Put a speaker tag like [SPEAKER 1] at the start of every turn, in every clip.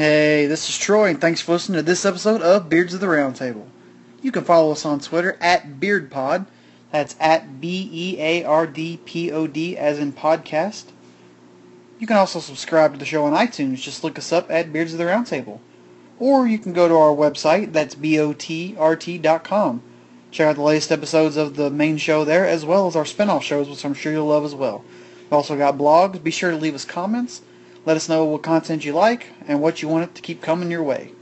[SPEAKER 1] Hey, this is Troy, and thanks for listening to this episode of Beards of the Roundtable. You can follow us on Twitter at BeardPod. That's at B E A R D P O D, as in podcast. You can also subscribe to the show on iTunes. Just look us up at Beards of the Roundtable. Or you can go to our website, that's BOTRT.com. Check out the latest episodes of the main show there, as well as our spin-off shows, which I'm sure you'll love as well. We've also got blogs. Be sure to leave us comments. Let us know what content you like and what you want it to keep coming your way.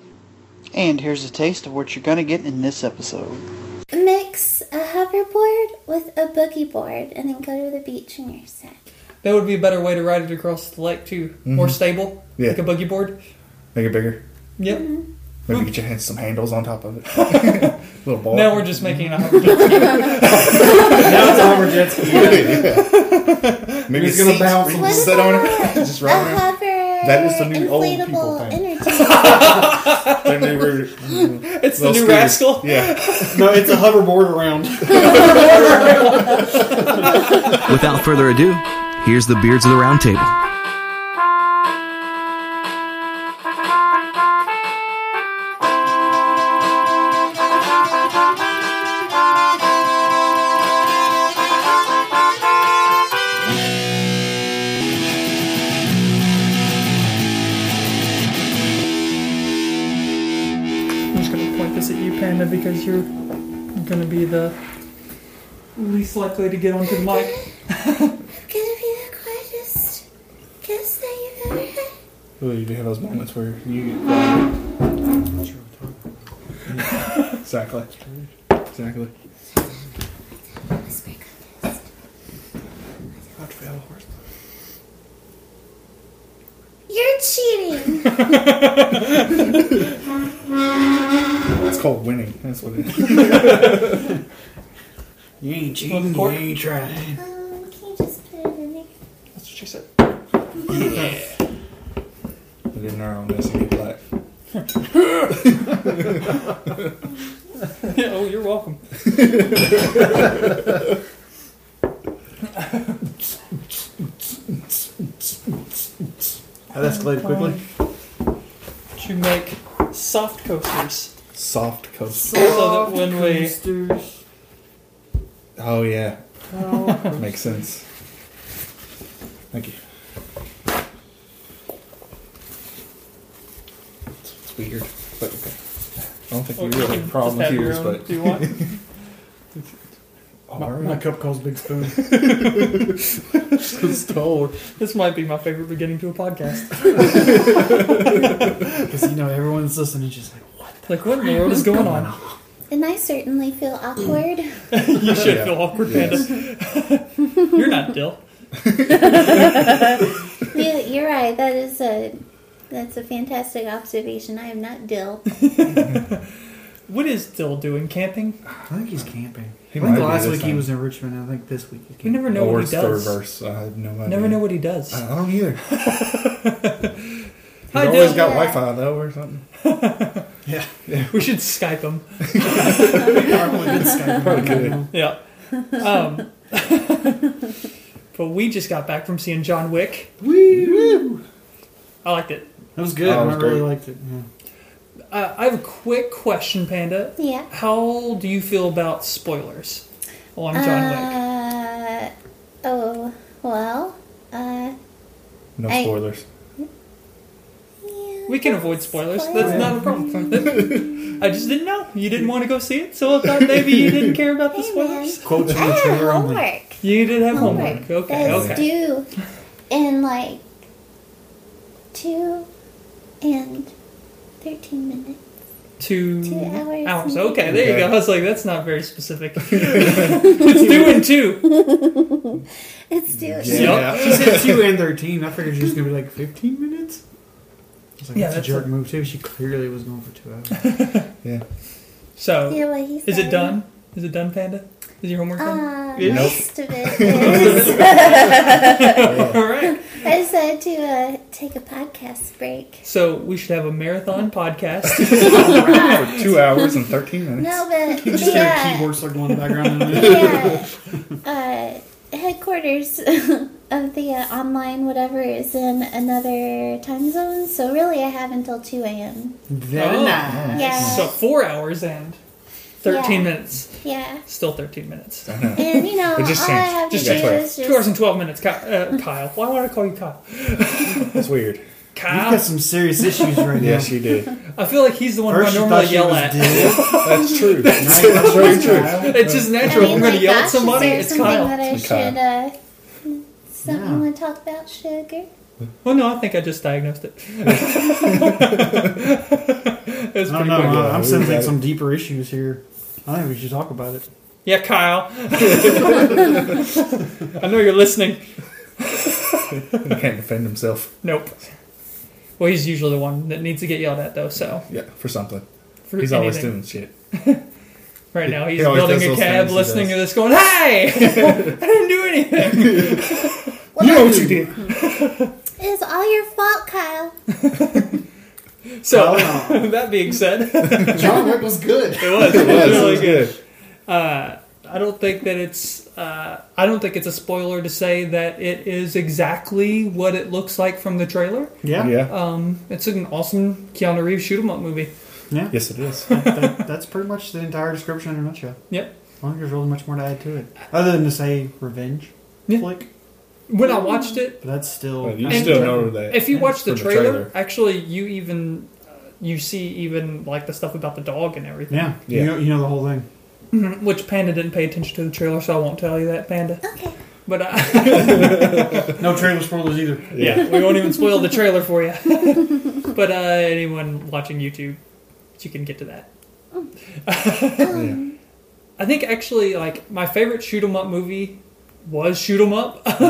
[SPEAKER 1] And here's a taste of what you're going to get in this episode.
[SPEAKER 2] Mix a hoverboard with a boogie board and then go to the beach and you're set.
[SPEAKER 3] That would be a better way to ride it across the lake too. More stable,
[SPEAKER 4] Mm-hmm. Yeah. Mm-hmm.
[SPEAKER 3] like a boogie board.
[SPEAKER 4] Make it bigger.
[SPEAKER 3] Yep.
[SPEAKER 4] Maybe get your hands some handles on top of it. Little ball.
[SPEAKER 3] Hmm. Now we're just making a hoverboard.
[SPEAKER 5] Now it's a hover jet ski.
[SPEAKER 4] Maybe
[SPEAKER 5] It's gonna
[SPEAKER 4] seats
[SPEAKER 5] bounce
[SPEAKER 4] where you
[SPEAKER 5] on
[SPEAKER 4] can
[SPEAKER 2] the
[SPEAKER 4] sit on it.
[SPEAKER 2] floor.
[SPEAKER 4] Just
[SPEAKER 2] A
[SPEAKER 4] ride around.
[SPEAKER 2] hover
[SPEAKER 4] That is the new old
[SPEAKER 2] inflatable
[SPEAKER 4] people thing.
[SPEAKER 2] entertainment.
[SPEAKER 4] Their new route.
[SPEAKER 3] it's the
[SPEAKER 4] Little
[SPEAKER 3] new rascal.
[SPEAKER 4] scooters. Yeah.
[SPEAKER 5] No, it's a hoverboard around.
[SPEAKER 6] Without further ado, here's the Beards of the Round Table.
[SPEAKER 3] I'm just gonna point this at you, Panda, because you're gonna be the least likely to get onto the mic.
[SPEAKER 2] Gonna be the quietest guest that you've ever had.
[SPEAKER 4] Ooh, you do have those moments where you get. exactly. Exactly.
[SPEAKER 2] Whisper contest. You're cheating.
[SPEAKER 4] It's called winning. That's what it is.
[SPEAKER 5] You ain't
[SPEAKER 3] cheating, you
[SPEAKER 5] ain't trying.
[SPEAKER 2] um, can you just put it in there?
[SPEAKER 3] That's what she said.
[SPEAKER 4] We did our own SME black.
[SPEAKER 3] Yeah, oh, you're welcome.
[SPEAKER 5] That escalated quickly.
[SPEAKER 3] To make soft coasters,
[SPEAKER 4] Soft coast.
[SPEAKER 3] so that when we
[SPEAKER 4] Oh, yeah. Makes sense. Thank you. It's, it's weird, but okay. I don't think we
[SPEAKER 3] oh,
[SPEAKER 4] really
[SPEAKER 3] you
[SPEAKER 4] have a
[SPEAKER 3] can
[SPEAKER 4] problem
[SPEAKER 3] just have
[SPEAKER 4] here,
[SPEAKER 3] your own-
[SPEAKER 4] but.
[SPEAKER 3] do you want?
[SPEAKER 4] Oh,
[SPEAKER 5] My,
[SPEAKER 4] all
[SPEAKER 5] my
[SPEAKER 4] right.
[SPEAKER 5] cup calls Big Spoon.
[SPEAKER 4] It's told.
[SPEAKER 3] This might be my favorite beginning to a podcast.
[SPEAKER 5] Because, you know, everyone's listening just like, what?
[SPEAKER 3] Like, what in the world is going on?
[SPEAKER 2] And I certainly feel awkward.
[SPEAKER 3] You should
[SPEAKER 4] Yeah.
[SPEAKER 3] feel awkward,
[SPEAKER 4] Yes.
[SPEAKER 3] Panda. You're not Dill.
[SPEAKER 2] you, you're right. That is a that's a fantastic observation. I am not Dill.
[SPEAKER 3] What is Dill doing? Camping?
[SPEAKER 5] I think he's camping.
[SPEAKER 4] He
[SPEAKER 5] I think
[SPEAKER 4] might be
[SPEAKER 5] last
[SPEAKER 4] this
[SPEAKER 5] week he
[SPEAKER 4] time.
[SPEAKER 5] was in Richmond. I think this week he's
[SPEAKER 3] We
[SPEAKER 5] camping.
[SPEAKER 3] never know
[SPEAKER 4] or
[SPEAKER 3] what
[SPEAKER 4] it's
[SPEAKER 3] he
[SPEAKER 4] the
[SPEAKER 3] does.
[SPEAKER 4] reverse. I Uh, have no idea.
[SPEAKER 3] Never know what he does.
[SPEAKER 4] I I don't either. He's
[SPEAKER 3] Hi,
[SPEAKER 4] always
[SPEAKER 3] Dill.
[SPEAKER 4] got Wi Fi, though, or something.
[SPEAKER 5] Yeah.
[SPEAKER 3] We should Skype him.
[SPEAKER 4] Probably could.
[SPEAKER 3] Yeah. Um, but we just got back from seeing John Wick.
[SPEAKER 5] Woo!
[SPEAKER 3] I liked it.
[SPEAKER 5] That was good.
[SPEAKER 4] Oh, it was
[SPEAKER 5] I really
[SPEAKER 4] great.
[SPEAKER 5] liked it. Yeah.
[SPEAKER 3] Uh, I have a quick question, Panda.
[SPEAKER 2] Yeah.
[SPEAKER 3] How do you feel about spoilers on John Wick?
[SPEAKER 2] Uh, oh well. Uh,
[SPEAKER 4] No
[SPEAKER 2] Hey.
[SPEAKER 4] spoilers.
[SPEAKER 2] yeah.
[SPEAKER 3] We can avoid spoilers. That's not a problem. I just didn't know. You didn't want to go see it, so I thought maybe you didn't care about the
[SPEAKER 2] Hey,
[SPEAKER 3] spoilers.
[SPEAKER 5] Quotes
[SPEAKER 2] I
[SPEAKER 5] from the
[SPEAKER 2] had
[SPEAKER 5] trailer only.
[SPEAKER 2] homework.
[SPEAKER 3] You did have homework.
[SPEAKER 2] Homework.
[SPEAKER 3] Okay,
[SPEAKER 2] that is
[SPEAKER 3] okay.
[SPEAKER 2] due in like two and thirteen minutes.
[SPEAKER 3] Two,
[SPEAKER 2] Two hours.
[SPEAKER 3] Mm-hmm. hours. Okay, there you
[SPEAKER 4] Okay.
[SPEAKER 3] go. I was like, that's not very specific. it's doing two.
[SPEAKER 2] It's due. in-
[SPEAKER 3] Yeah.
[SPEAKER 5] She said 2 and 13. I figured she was going to be like 15 minutes. I was like,
[SPEAKER 3] Yeah,
[SPEAKER 5] that's,
[SPEAKER 3] that's
[SPEAKER 5] a jerk
[SPEAKER 3] a-
[SPEAKER 5] move, too. She clearly was going for two hours.
[SPEAKER 4] Yeah.
[SPEAKER 3] So,
[SPEAKER 2] Yeah, what he said.
[SPEAKER 3] Is it done? Is it done, Panda? Is your homework done?
[SPEAKER 2] Uh,
[SPEAKER 3] Yeah.
[SPEAKER 4] Nope.
[SPEAKER 2] Most of it is.
[SPEAKER 3] All right.
[SPEAKER 2] I decided to uh, take a podcast break.
[SPEAKER 3] So we should have a marathon podcast.
[SPEAKER 4] For two hours and 13 minutes.
[SPEAKER 2] No, but
[SPEAKER 5] You just hear a
[SPEAKER 2] yeah,
[SPEAKER 5] keyboard circle in the background.
[SPEAKER 2] yeah. Uh, headquarters
[SPEAKER 7] of the uh, online whatever is in another time zone. So really, I have until two a.m.
[SPEAKER 5] Very
[SPEAKER 3] Oh.
[SPEAKER 5] nice.
[SPEAKER 7] Yeah,
[SPEAKER 3] So four hours and thirteen
[SPEAKER 7] Yeah.
[SPEAKER 3] minutes.
[SPEAKER 7] yeah.
[SPEAKER 3] Still thirteen minutes.
[SPEAKER 7] And you know, all
[SPEAKER 4] It just
[SPEAKER 7] I
[SPEAKER 4] changed.
[SPEAKER 7] have to
[SPEAKER 4] Just
[SPEAKER 7] do
[SPEAKER 4] changed.
[SPEAKER 7] is
[SPEAKER 3] Two hours
[SPEAKER 7] just
[SPEAKER 3] and twelve minutes. Ky- uh, Kyle, why would I call you Kyle?
[SPEAKER 4] That's weird.
[SPEAKER 5] You've
[SPEAKER 3] Kyle,
[SPEAKER 5] got some serious issues right now.
[SPEAKER 4] Yes, you did.
[SPEAKER 3] I feel like he's the one who I
[SPEAKER 5] First, you
[SPEAKER 3] normally
[SPEAKER 5] thought she
[SPEAKER 3] yell
[SPEAKER 5] was
[SPEAKER 3] at.
[SPEAKER 5] dead.
[SPEAKER 4] That's true.
[SPEAKER 5] Now you thought she
[SPEAKER 4] very
[SPEAKER 5] was
[SPEAKER 4] true.
[SPEAKER 5] alive.
[SPEAKER 3] It's just natural.
[SPEAKER 7] I
[SPEAKER 3] if
[SPEAKER 7] mean,
[SPEAKER 3] I'm going
[SPEAKER 7] like,
[SPEAKER 3] to yell at
[SPEAKER 7] gosh,
[SPEAKER 3] somebody.
[SPEAKER 7] is
[SPEAKER 3] It's
[SPEAKER 7] there something
[SPEAKER 3] Kyle.
[SPEAKER 7] that I
[SPEAKER 4] It's
[SPEAKER 7] should uh, something
[SPEAKER 5] Yeah.
[SPEAKER 7] you want to talk about, sugar?
[SPEAKER 3] Well, no, I think I just diagnosed it.
[SPEAKER 5] I
[SPEAKER 3] it's
[SPEAKER 5] don't
[SPEAKER 3] pretty
[SPEAKER 5] know.
[SPEAKER 3] quick.
[SPEAKER 5] uh,
[SPEAKER 4] Yeah,
[SPEAKER 5] I'm
[SPEAKER 4] we
[SPEAKER 5] sensing
[SPEAKER 4] got it.
[SPEAKER 5] some deeper issues here. I think we should talk about it.
[SPEAKER 3] Yeah, Kyle. I know you're listening.
[SPEAKER 4] He can't defend himself.
[SPEAKER 3] Nope. Well, he's usually the one that needs to get yelled at, though. So
[SPEAKER 4] Yeah, for something.
[SPEAKER 3] for
[SPEAKER 4] He's always
[SPEAKER 3] anything.
[SPEAKER 4] doing shit.
[SPEAKER 3] Right now, he's
[SPEAKER 4] he always
[SPEAKER 3] building
[SPEAKER 4] does
[SPEAKER 3] a
[SPEAKER 4] those
[SPEAKER 3] cab,
[SPEAKER 4] things he
[SPEAKER 3] listening to
[SPEAKER 4] does.
[SPEAKER 3] this, going, "Hey, I didn't do anything."
[SPEAKER 4] You know what you did.
[SPEAKER 7] It is all your fault, Kyle.
[SPEAKER 3] So that being said,
[SPEAKER 2] John Wick was good.
[SPEAKER 3] it was, it was
[SPEAKER 4] Yes, it
[SPEAKER 3] really
[SPEAKER 4] was
[SPEAKER 3] good.
[SPEAKER 4] good.
[SPEAKER 3] Uh, I don't think that it's. Uh, I don't think it's a spoiler to say that it is exactly what it looks like from the trailer.
[SPEAKER 5] Yeah.
[SPEAKER 4] Yeah. Uh,
[SPEAKER 3] Um, it's an awesome Keanu Reeves shoot 'em up movie.
[SPEAKER 5] Yeah.
[SPEAKER 4] yes, it is.
[SPEAKER 5] That- that's pretty much the entire description in a nutshell.
[SPEAKER 3] Yep.
[SPEAKER 5] I don't think there's really much more to add to it, other than to say revenge
[SPEAKER 3] Yeah.
[SPEAKER 5] flick.
[SPEAKER 3] When I watched it,
[SPEAKER 5] But that's still.
[SPEAKER 4] Well, you
[SPEAKER 5] that's
[SPEAKER 4] still
[SPEAKER 5] different.
[SPEAKER 4] know that.
[SPEAKER 3] if you watch the
[SPEAKER 4] From the
[SPEAKER 3] trailer,
[SPEAKER 4] trailer.
[SPEAKER 3] actually, you even uh, you see even like the stuff about the dog and everything.
[SPEAKER 5] Yeah.
[SPEAKER 4] Yeah.
[SPEAKER 5] You know. You know the whole thing.
[SPEAKER 3] Mhm, Which Panda didn't pay attention to the trailer, so I won't tell you that Panda.
[SPEAKER 7] Okay.
[SPEAKER 3] But uh,
[SPEAKER 5] No trailer spoilers either.
[SPEAKER 3] yeah, we won't even spoil the trailer for you. but uh, anyone watching YouTube, you can get to that.
[SPEAKER 7] Um,
[SPEAKER 3] I think actually, like my favorite shoot 'em up movie was shoot 'em up, but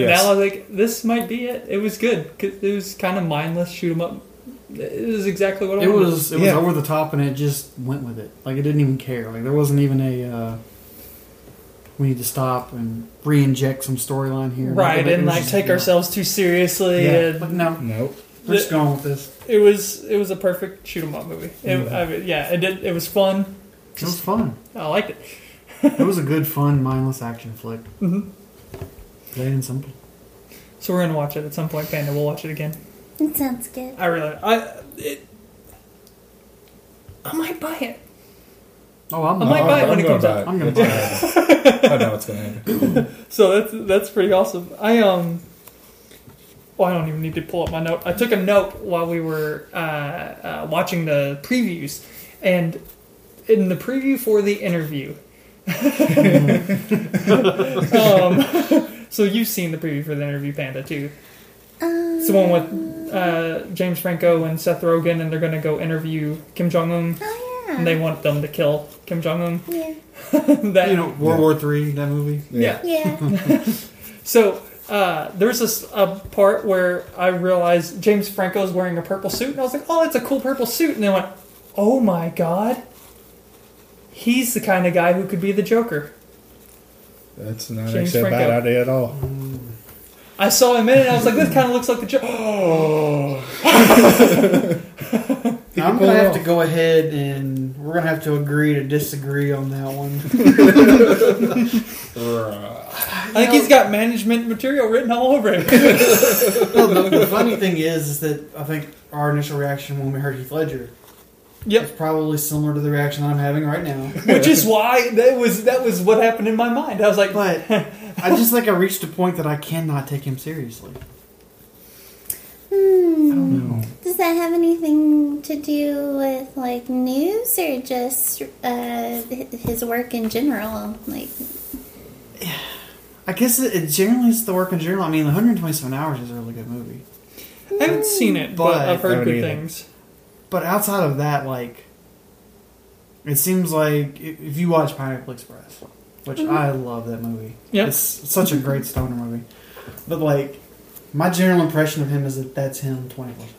[SPEAKER 4] Yes.
[SPEAKER 3] now I like this might be it. It was good. 'cause It was kind of mindless shoot 'em up. It was exactly what I
[SPEAKER 5] It
[SPEAKER 3] wanted.
[SPEAKER 5] was it was
[SPEAKER 4] Yeah.
[SPEAKER 5] over the top and it just went with it. Like it didn't even care. Like there wasn't even a uh, we need to stop and re-inject some storyline here.
[SPEAKER 3] right,
[SPEAKER 5] It
[SPEAKER 3] and
[SPEAKER 5] was
[SPEAKER 3] like
[SPEAKER 5] just-
[SPEAKER 3] take
[SPEAKER 5] yeah.
[SPEAKER 3] ourselves too seriously.
[SPEAKER 5] Yeah, but
[SPEAKER 3] And
[SPEAKER 5] no,
[SPEAKER 4] Nope.
[SPEAKER 5] we're just going with this.
[SPEAKER 3] it was it was a perfect shoot 'em up movie. It,
[SPEAKER 5] Mm-hmm.
[SPEAKER 3] I mean, yeah, it did. It was fun.
[SPEAKER 5] It was fun.
[SPEAKER 3] I liked it.
[SPEAKER 5] it was a good, fun, mindless action flick.
[SPEAKER 3] Mhm.
[SPEAKER 5] Plain and simple.
[SPEAKER 3] So we're gonna watch it at some point, Panda. We'll watch it again.
[SPEAKER 7] it sounds good.
[SPEAKER 3] I really, I, it, I might buy it.
[SPEAKER 5] Oh, I'm
[SPEAKER 3] I might
[SPEAKER 5] not-
[SPEAKER 3] buy it when
[SPEAKER 4] I'm
[SPEAKER 3] it comes out.
[SPEAKER 5] I'm gonna
[SPEAKER 4] It's
[SPEAKER 5] buy
[SPEAKER 4] happen. I know it's gonna happen.
[SPEAKER 3] So that's that's pretty awesome. I um, well, I don't even need to pull up my note. I took a note while we were uh, uh, watching the previews, and in the preview for the interview. um, so you've seen the preview for the interview, Panda, too.
[SPEAKER 7] Um,
[SPEAKER 3] It's the one with uh, James Franco and Seth Rogen, and they're gonna go interview Kim Jong Un,
[SPEAKER 7] oh yeah.
[SPEAKER 3] and they want them to kill Kim Jong
[SPEAKER 7] yeah.
[SPEAKER 3] Un. That
[SPEAKER 5] Uh, You know, World War Three, that movie.
[SPEAKER 3] yeah.
[SPEAKER 7] Yeah.
[SPEAKER 3] So uh, there's this a part where I realized James Franco's wearing a purple suit, and I was like, "Oh, that's a cool purple suit." And then I went, "Oh my god, he's the kind of guy who could be the Joker."
[SPEAKER 4] That's not
[SPEAKER 3] James
[SPEAKER 4] actually a bad
[SPEAKER 3] Franco.
[SPEAKER 4] idea at all.
[SPEAKER 3] I saw him in it, and I was like, "This kind of looks like the Joker."
[SPEAKER 5] I'm
[SPEAKER 4] pull
[SPEAKER 5] gonna
[SPEAKER 4] it
[SPEAKER 5] have
[SPEAKER 4] off.
[SPEAKER 5] to go ahead and we're gonna have to agree to disagree on that one.
[SPEAKER 3] I think he's got management material written all over him.
[SPEAKER 5] no, the, the funny thing is, is that I think our initial reaction when we heard Heath Ledger
[SPEAKER 3] yep,
[SPEAKER 5] It's probably similar to the reaction that I'm having right now.
[SPEAKER 3] which is why that was that was what happened in my mind. I was like,
[SPEAKER 5] But I just think I reached a point that I cannot take him seriously.
[SPEAKER 7] Hmm.
[SPEAKER 5] No.
[SPEAKER 7] Does that have anything to do with like news or just uh, h- his work in general? Like,
[SPEAKER 5] I guess it, it generally is the work in general. I mean, 127 Hours is a really good movie.
[SPEAKER 3] I haven't seen it, but,
[SPEAKER 5] But-
[SPEAKER 3] I've heard
[SPEAKER 4] Haven't
[SPEAKER 3] good
[SPEAKER 4] either.
[SPEAKER 3] things.
[SPEAKER 5] But outside of that, like, it seems like i- if you watch Pineapple Express, which I love that movie.
[SPEAKER 3] Mm-hmm. Yep.
[SPEAKER 5] It's such a great stoner movie. But, like, my general impression of him is that that's him 24 7.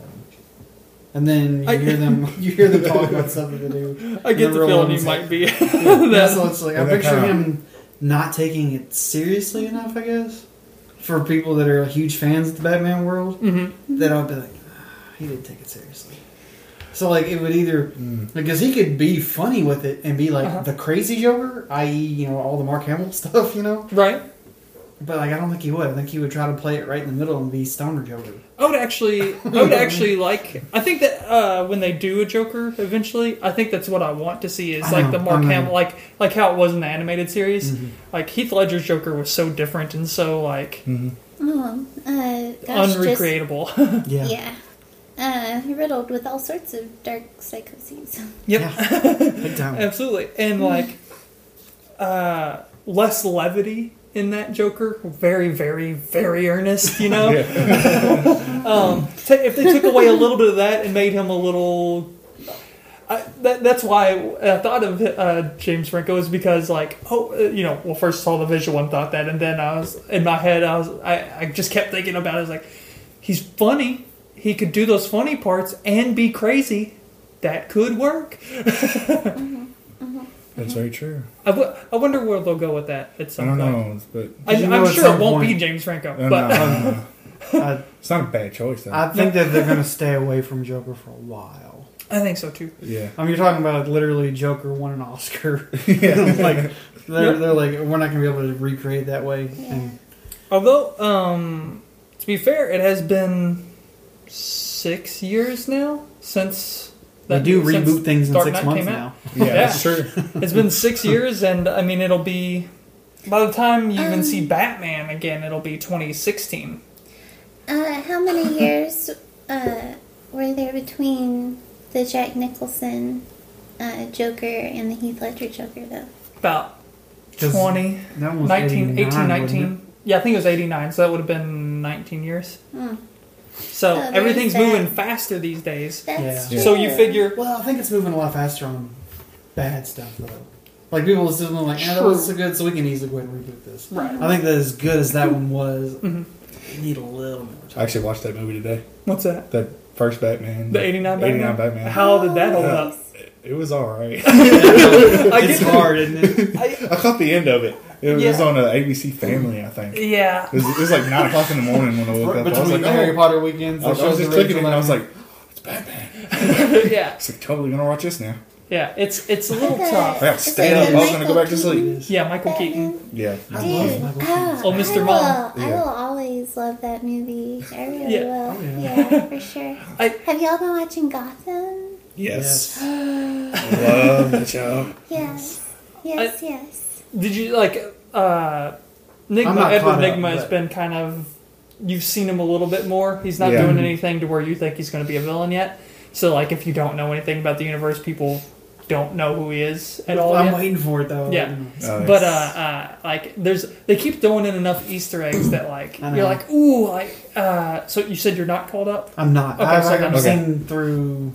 [SPEAKER 5] And then you
[SPEAKER 3] I-
[SPEAKER 5] hear them, you hear them talk about something to do.
[SPEAKER 3] I get the
[SPEAKER 5] The real
[SPEAKER 3] feeling he
[SPEAKER 5] ones.
[SPEAKER 3] might be.
[SPEAKER 5] Yeah, so it's like I
[SPEAKER 4] And that
[SPEAKER 5] picture
[SPEAKER 4] kinda-
[SPEAKER 5] him not taking it seriously enough, I guess, for people that are huge fans of the Batman world.
[SPEAKER 3] hmm
[SPEAKER 5] That I'll be like, "Ah, he didn't take it seriously. So like it would either because he could be funny with it and be like
[SPEAKER 3] Uh-huh.
[SPEAKER 5] e, the crazy Joker, i.e., you know all the Mark Hamill stuff, you know,
[SPEAKER 3] Right?
[SPEAKER 5] But like, I don't think he would. I think he would try to play it right in the middle and be stoner Joey.
[SPEAKER 3] I would actually, I would actually like. I think that uh, when they do a Joker eventually, I think that's what I want to see is
[SPEAKER 5] I
[SPEAKER 3] like
[SPEAKER 5] know,
[SPEAKER 3] the Mark
[SPEAKER 5] I know.
[SPEAKER 3] Hamill, like like how it was in the animated series. Like Heath Ledger's Joker was so different and so like
[SPEAKER 7] Oh, uh, gosh, just
[SPEAKER 3] unrecreatable.
[SPEAKER 5] Yeah.
[SPEAKER 7] Yeah. Uh, riddled with all sorts of dark psychoses.
[SPEAKER 3] yep,
[SPEAKER 5] Yeah. Big time.
[SPEAKER 3] absolutely, and like uh, less levity in that Joker. Very, very, very earnest. You know, um, t- if they took away a little bit of that and made him a little. I, that, that's why I thought of uh, James Franco is because like oh uh, you know well first saw the visual and thought that and then I was in my head I was I, I just kept thinking about it I was like he's funny he could do those funny parts and be crazy that could work
[SPEAKER 4] That's very true.
[SPEAKER 3] I, w- I wonder where they'll go with that at
[SPEAKER 4] I
[SPEAKER 3] some
[SPEAKER 4] don't
[SPEAKER 3] point
[SPEAKER 4] know, but
[SPEAKER 3] I,
[SPEAKER 5] You know
[SPEAKER 3] I'm
[SPEAKER 5] at
[SPEAKER 3] sure
[SPEAKER 5] some
[SPEAKER 3] it won't be
[SPEAKER 5] point-
[SPEAKER 3] James Franco
[SPEAKER 4] no,
[SPEAKER 3] but
[SPEAKER 4] no, no, no.
[SPEAKER 5] I,
[SPEAKER 4] it's not a bad choice though.
[SPEAKER 5] I think that they're gonna stay away from Joker for a while.
[SPEAKER 3] I think so too
[SPEAKER 4] yeah,
[SPEAKER 5] I mean, you're talking about literally Joker won an Oscar. like they're
[SPEAKER 3] Yeah.
[SPEAKER 5] they're like we're not gonna be able to recreate that way. And
[SPEAKER 3] Although, um, to be fair, it has been six years now since
[SPEAKER 5] they
[SPEAKER 3] that-
[SPEAKER 5] do
[SPEAKER 3] since
[SPEAKER 5] reboot things in
[SPEAKER 3] Dark
[SPEAKER 5] six
[SPEAKER 3] Knight
[SPEAKER 5] months
[SPEAKER 3] came out.
[SPEAKER 5] now.
[SPEAKER 4] yeah,
[SPEAKER 3] Yeah.
[SPEAKER 4] that's true.
[SPEAKER 3] It's been six years, and I mean, it'll be by the time you
[SPEAKER 5] Um,
[SPEAKER 3] even see Batman again, it'll be 2016.
[SPEAKER 7] Uh, how many years uh, were there between the Jack Nicholson uh, Joker and the Heath Ledger Joker, though?
[SPEAKER 3] About
[SPEAKER 5] 'Cause
[SPEAKER 3] 20,
[SPEAKER 5] That one was
[SPEAKER 3] 19, 18,
[SPEAKER 5] 89, wasn't
[SPEAKER 3] 19. Yeah, I think it was 89, so that would have been 19 years. So
[SPEAKER 7] Oh, Hmm. there's
[SPEAKER 3] everything's
[SPEAKER 7] that.
[SPEAKER 3] moving faster these days.
[SPEAKER 7] That's
[SPEAKER 5] Yeah.
[SPEAKER 7] true.
[SPEAKER 3] So you figure
[SPEAKER 5] it? Well, I think it's moving a lot faster on bad stuff though. Like people just doing like, eh, that was so good, so we can easily go ahead and reboot this.
[SPEAKER 3] Right. Mm-hmm.
[SPEAKER 5] I think that as good as that one was, you need a little more
[SPEAKER 4] I
[SPEAKER 5] time.
[SPEAKER 4] actually watched that movie today.
[SPEAKER 3] what's that?
[SPEAKER 4] That first Batman,
[SPEAKER 3] The 89 Batman?
[SPEAKER 4] 89 Batman.
[SPEAKER 3] How did that hold up?
[SPEAKER 4] it was all right.
[SPEAKER 3] I
[SPEAKER 5] It's
[SPEAKER 3] get-
[SPEAKER 5] hard, isn't it?
[SPEAKER 4] I caught the end of it. It was
[SPEAKER 3] Yeah.
[SPEAKER 4] on uh, ABC Family, I think. It
[SPEAKER 3] Yeah.
[SPEAKER 4] was, it was like nine o'clock in the morning when I woke up. I was
[SPEAKER 5] Between
[SPEAKER 4] like,
[SPEAKER 5] the Harry
[SPEAKER 4] oh.
[SPEAKER 5] Potter weekends,
[SPEAKER 4] I was, I was just clicking it, and I was like, it's Batman. I
[SPEAKER 3] yeah.
[SPEAKER 4] was like, totally gonna watch this now.
[SPEAKER 3] Yeah, it's it's a little
[SPEAKER 7] Okay.
[SPEAKER 4] I
[SPEAKER 3] tough.
[SPEAKER 4] gotta
[SPEAKER 7] It's
[SPEAKER 4] stand
[SPEAKER 7] like
[SPEAKER 4] up. I was gonna go back to
[SPEAKER 7] Michael
[SPEAKER 4] sleep.
[SPEAKER 3] Yeah, Michael Keaton.
[SPEAKER 4] Yeah.
[SPEAKER 7] Dude, ah,
[SPEAKER 3] Oh, Mr.
[SPEAKER 7] I will,
[SPEAKER 3] Mom.
[SPEAKER 4] Yeah.
[SPEAKER 7] I will always love that movie. I really
[SPEAKER 3] Yeah.
[SPEAKER 7] will. yeah. for sure.
[SPEAKER 3] I-
[SPEAKER 7] Have y'all been watching Gotham?
[SPEAKER 4] Yes. Love the show.
[SPEAKER 7] Yes. Yes, yes.
[SPEAKER 3] Did you like uh
[SPEAKER 5] I'm
[SPEAKER 3] Nigma
[SPEAKER 5] not
[SPEAKER 3] Edward
[SPEAKER 5] caught up,
[SPEAKER 3] Nigma has
[SPEAKER 5] but-
[SPEAKER 3] been kind of you've seen him a little bit more. He's not
[SPEAKER 4] Yeah.
[SPEAKER 3] doing anything to where you think he's gonna be a villain yet. So like if you don't know anything about the universe, people don't know who he is at all.
[SPEAKER 5] I'm
[SPEAKER 3] yet.
[SPEAKER 5] waiting for it though.
[SPEAKER 3] Yeah.
[SPEAKER 4] Oh,
[SPEAKER 3] But uh, uh, like there's they keep throwing in enough Easter eggs that like
[SPEAKER 5] I know.
[SPEAKER 3] you're like ooh like uh so you said you're not called up
[SPEAKER 5] I'm not.
[SPEAKER 3] Okay,
[SPEAKER 5] I,
[SPEAKER 3] so
[SPEAKER 5] like, I've
[SPEAKER 3] okay.
[SPEAKER 5] seen through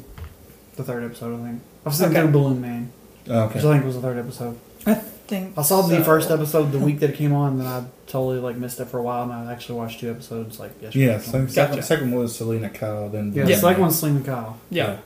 [SPEAKER 5] the third episode. I think I've seen
[SPEAKER 3] Okay.
[SPEAKER 5] through Balloon Man,
[SPEAKER 4] okay.
[SPEAKER 5] which I think was the third episode.
[SPEAKER 3] I think
[SPEAKER 5] I saw the
[SPEAKER 3] so.
[SPEAKER 5] first episode the week that it came on, and then I totally like missed it for a while, and I actually watched two episodes like yesterday.
[SPEAKER 4] Yeah, so
[SPEAKER 3] Gotcha.
[SPEAKER 4] second, second was Selena Kyle, then
[SPEAKER 5] yeah,
[SPEAKER 3] Yeah.
[SPEAKER 5] The second one's Selena Kyle.
[SPEAKER 3] yeah.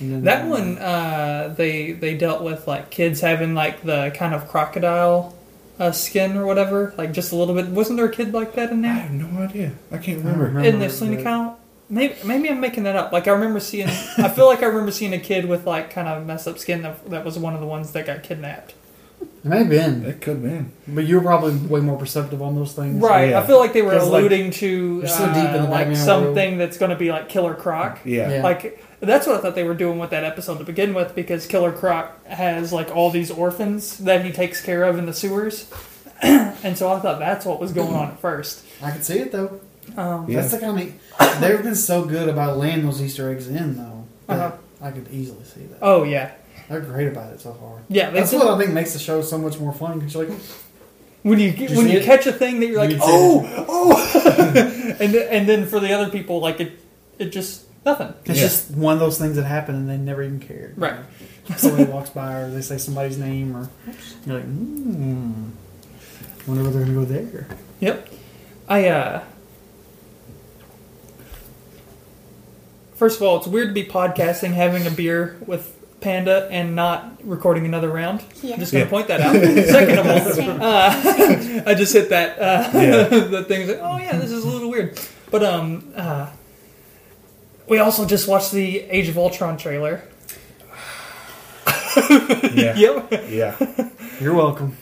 [SPEAKER 5] And then
[SPEAKER 3] That one, uh, they they dealt with like kids having like the kind of crocodile uh, skin or whatever, like just a little bit. Wasn't there a kid like that in
[SPEAKER 4] I
[SPEAKER 3] there?
[SPEAKER 4] have no idea. I can't remember.
[SPEAKER 5] remember.
[SPEAKER 3] In the Selena Kyle? Maybe maybe I'm making that up. Like I remember seeing, I feel like I remember seeing a kid with like kind of messed up skin that, that was one of the ones that got kidnapped.
[SPEAKER 5] it may have been,
[SPEAKER 4] It could have been.
[SPEAKER 5] but you were probably way more perceptive on those things.
[SPEAKER 3] Right.
[SPEAKER 4] Yeah.
[SPEAKER 3] I feel like they were
[SPEAKER 5] 'Cause, like,
[SPEAKER 3] alluding to
[SPEAKER 5] they're so deep in
[SPEAKER 3] uh,
[SPEAKER 5] the
[SPEAKER 3] like
[SPEAKER 5] Batman
[SPEAKER 3] something that's going to be like Killer Croc.
[SPEAKER 4] Yeah.
[SPEAKER 5] Yeah.
[SPEAKER 3] Like that's what I thought they were doing with that episode to begin with, because Killer Croc has like all these orphans that he takes care of in the sewers, and so I thought that's what was going on at first.
[SPEAKER 5] I could see it though.
[SPEAKER 3] Um,
[SPEAKER 4] Yeah.
[SPEAKER 5] That's the kind of they've been so good about laying those Easter eggs in though. that
[SPEAKER 3] Uh-huh.
[SPEAKER 5] I could easily see that.
[SPEAKER 3] Oh yeah,
[SPEAKER 5] They're great about it so far.
[SPEAKER 3] yeah. They
[SPEAKER 5] That's
[SPEAKER 3] did-
[SPEAKER 5] what I think makes the show so much more fun because you're like,
[SPEAKER 3] when you
[SPEAKER 5] you
[SPEAKER 3] when
[SPEAKER 5] see
[SPEAKER 3] you
[SPEAKER 5] it?
[SPEAKER 3] catch a thing that you're like,
[SPEAKER 5] You did.
[SPEAKER 3] oh, oh, and th- and then for the other people, like it, it just nothing.
[SPEAKER 5] it's
[SPEAKER 4] Yeah.
[SPEAKER 5] just one of those things that happened and they never even cared.
[SPEAKER 3] Right.
[SPEAKER 5] Somebody walks by or they say somebody's name or you're like, hmm. Wonder where they're gonna go there.
[SPEAKER 3] Yep. I uh First of all, it's weird to be podcasting having a beer with Panda and not recording another round.
[SPEAKER 7] Yeah.
[SPEAKER 3] I'm just going to point that out. Second of all, uh, I just hit that uh,
[SPEAKER 4] Yeah.
[SPEAKER 3] the thing. Like, oh yeah, this is a little weird. But um, uh, we also just watched the Age of Ultron trailer.
[SPEAKER 4] Yeah.
[SPEAKER 3] Yep,
[SPEAKER 4] Yeah. Oh,
[SPEAKER 5] You're welcome.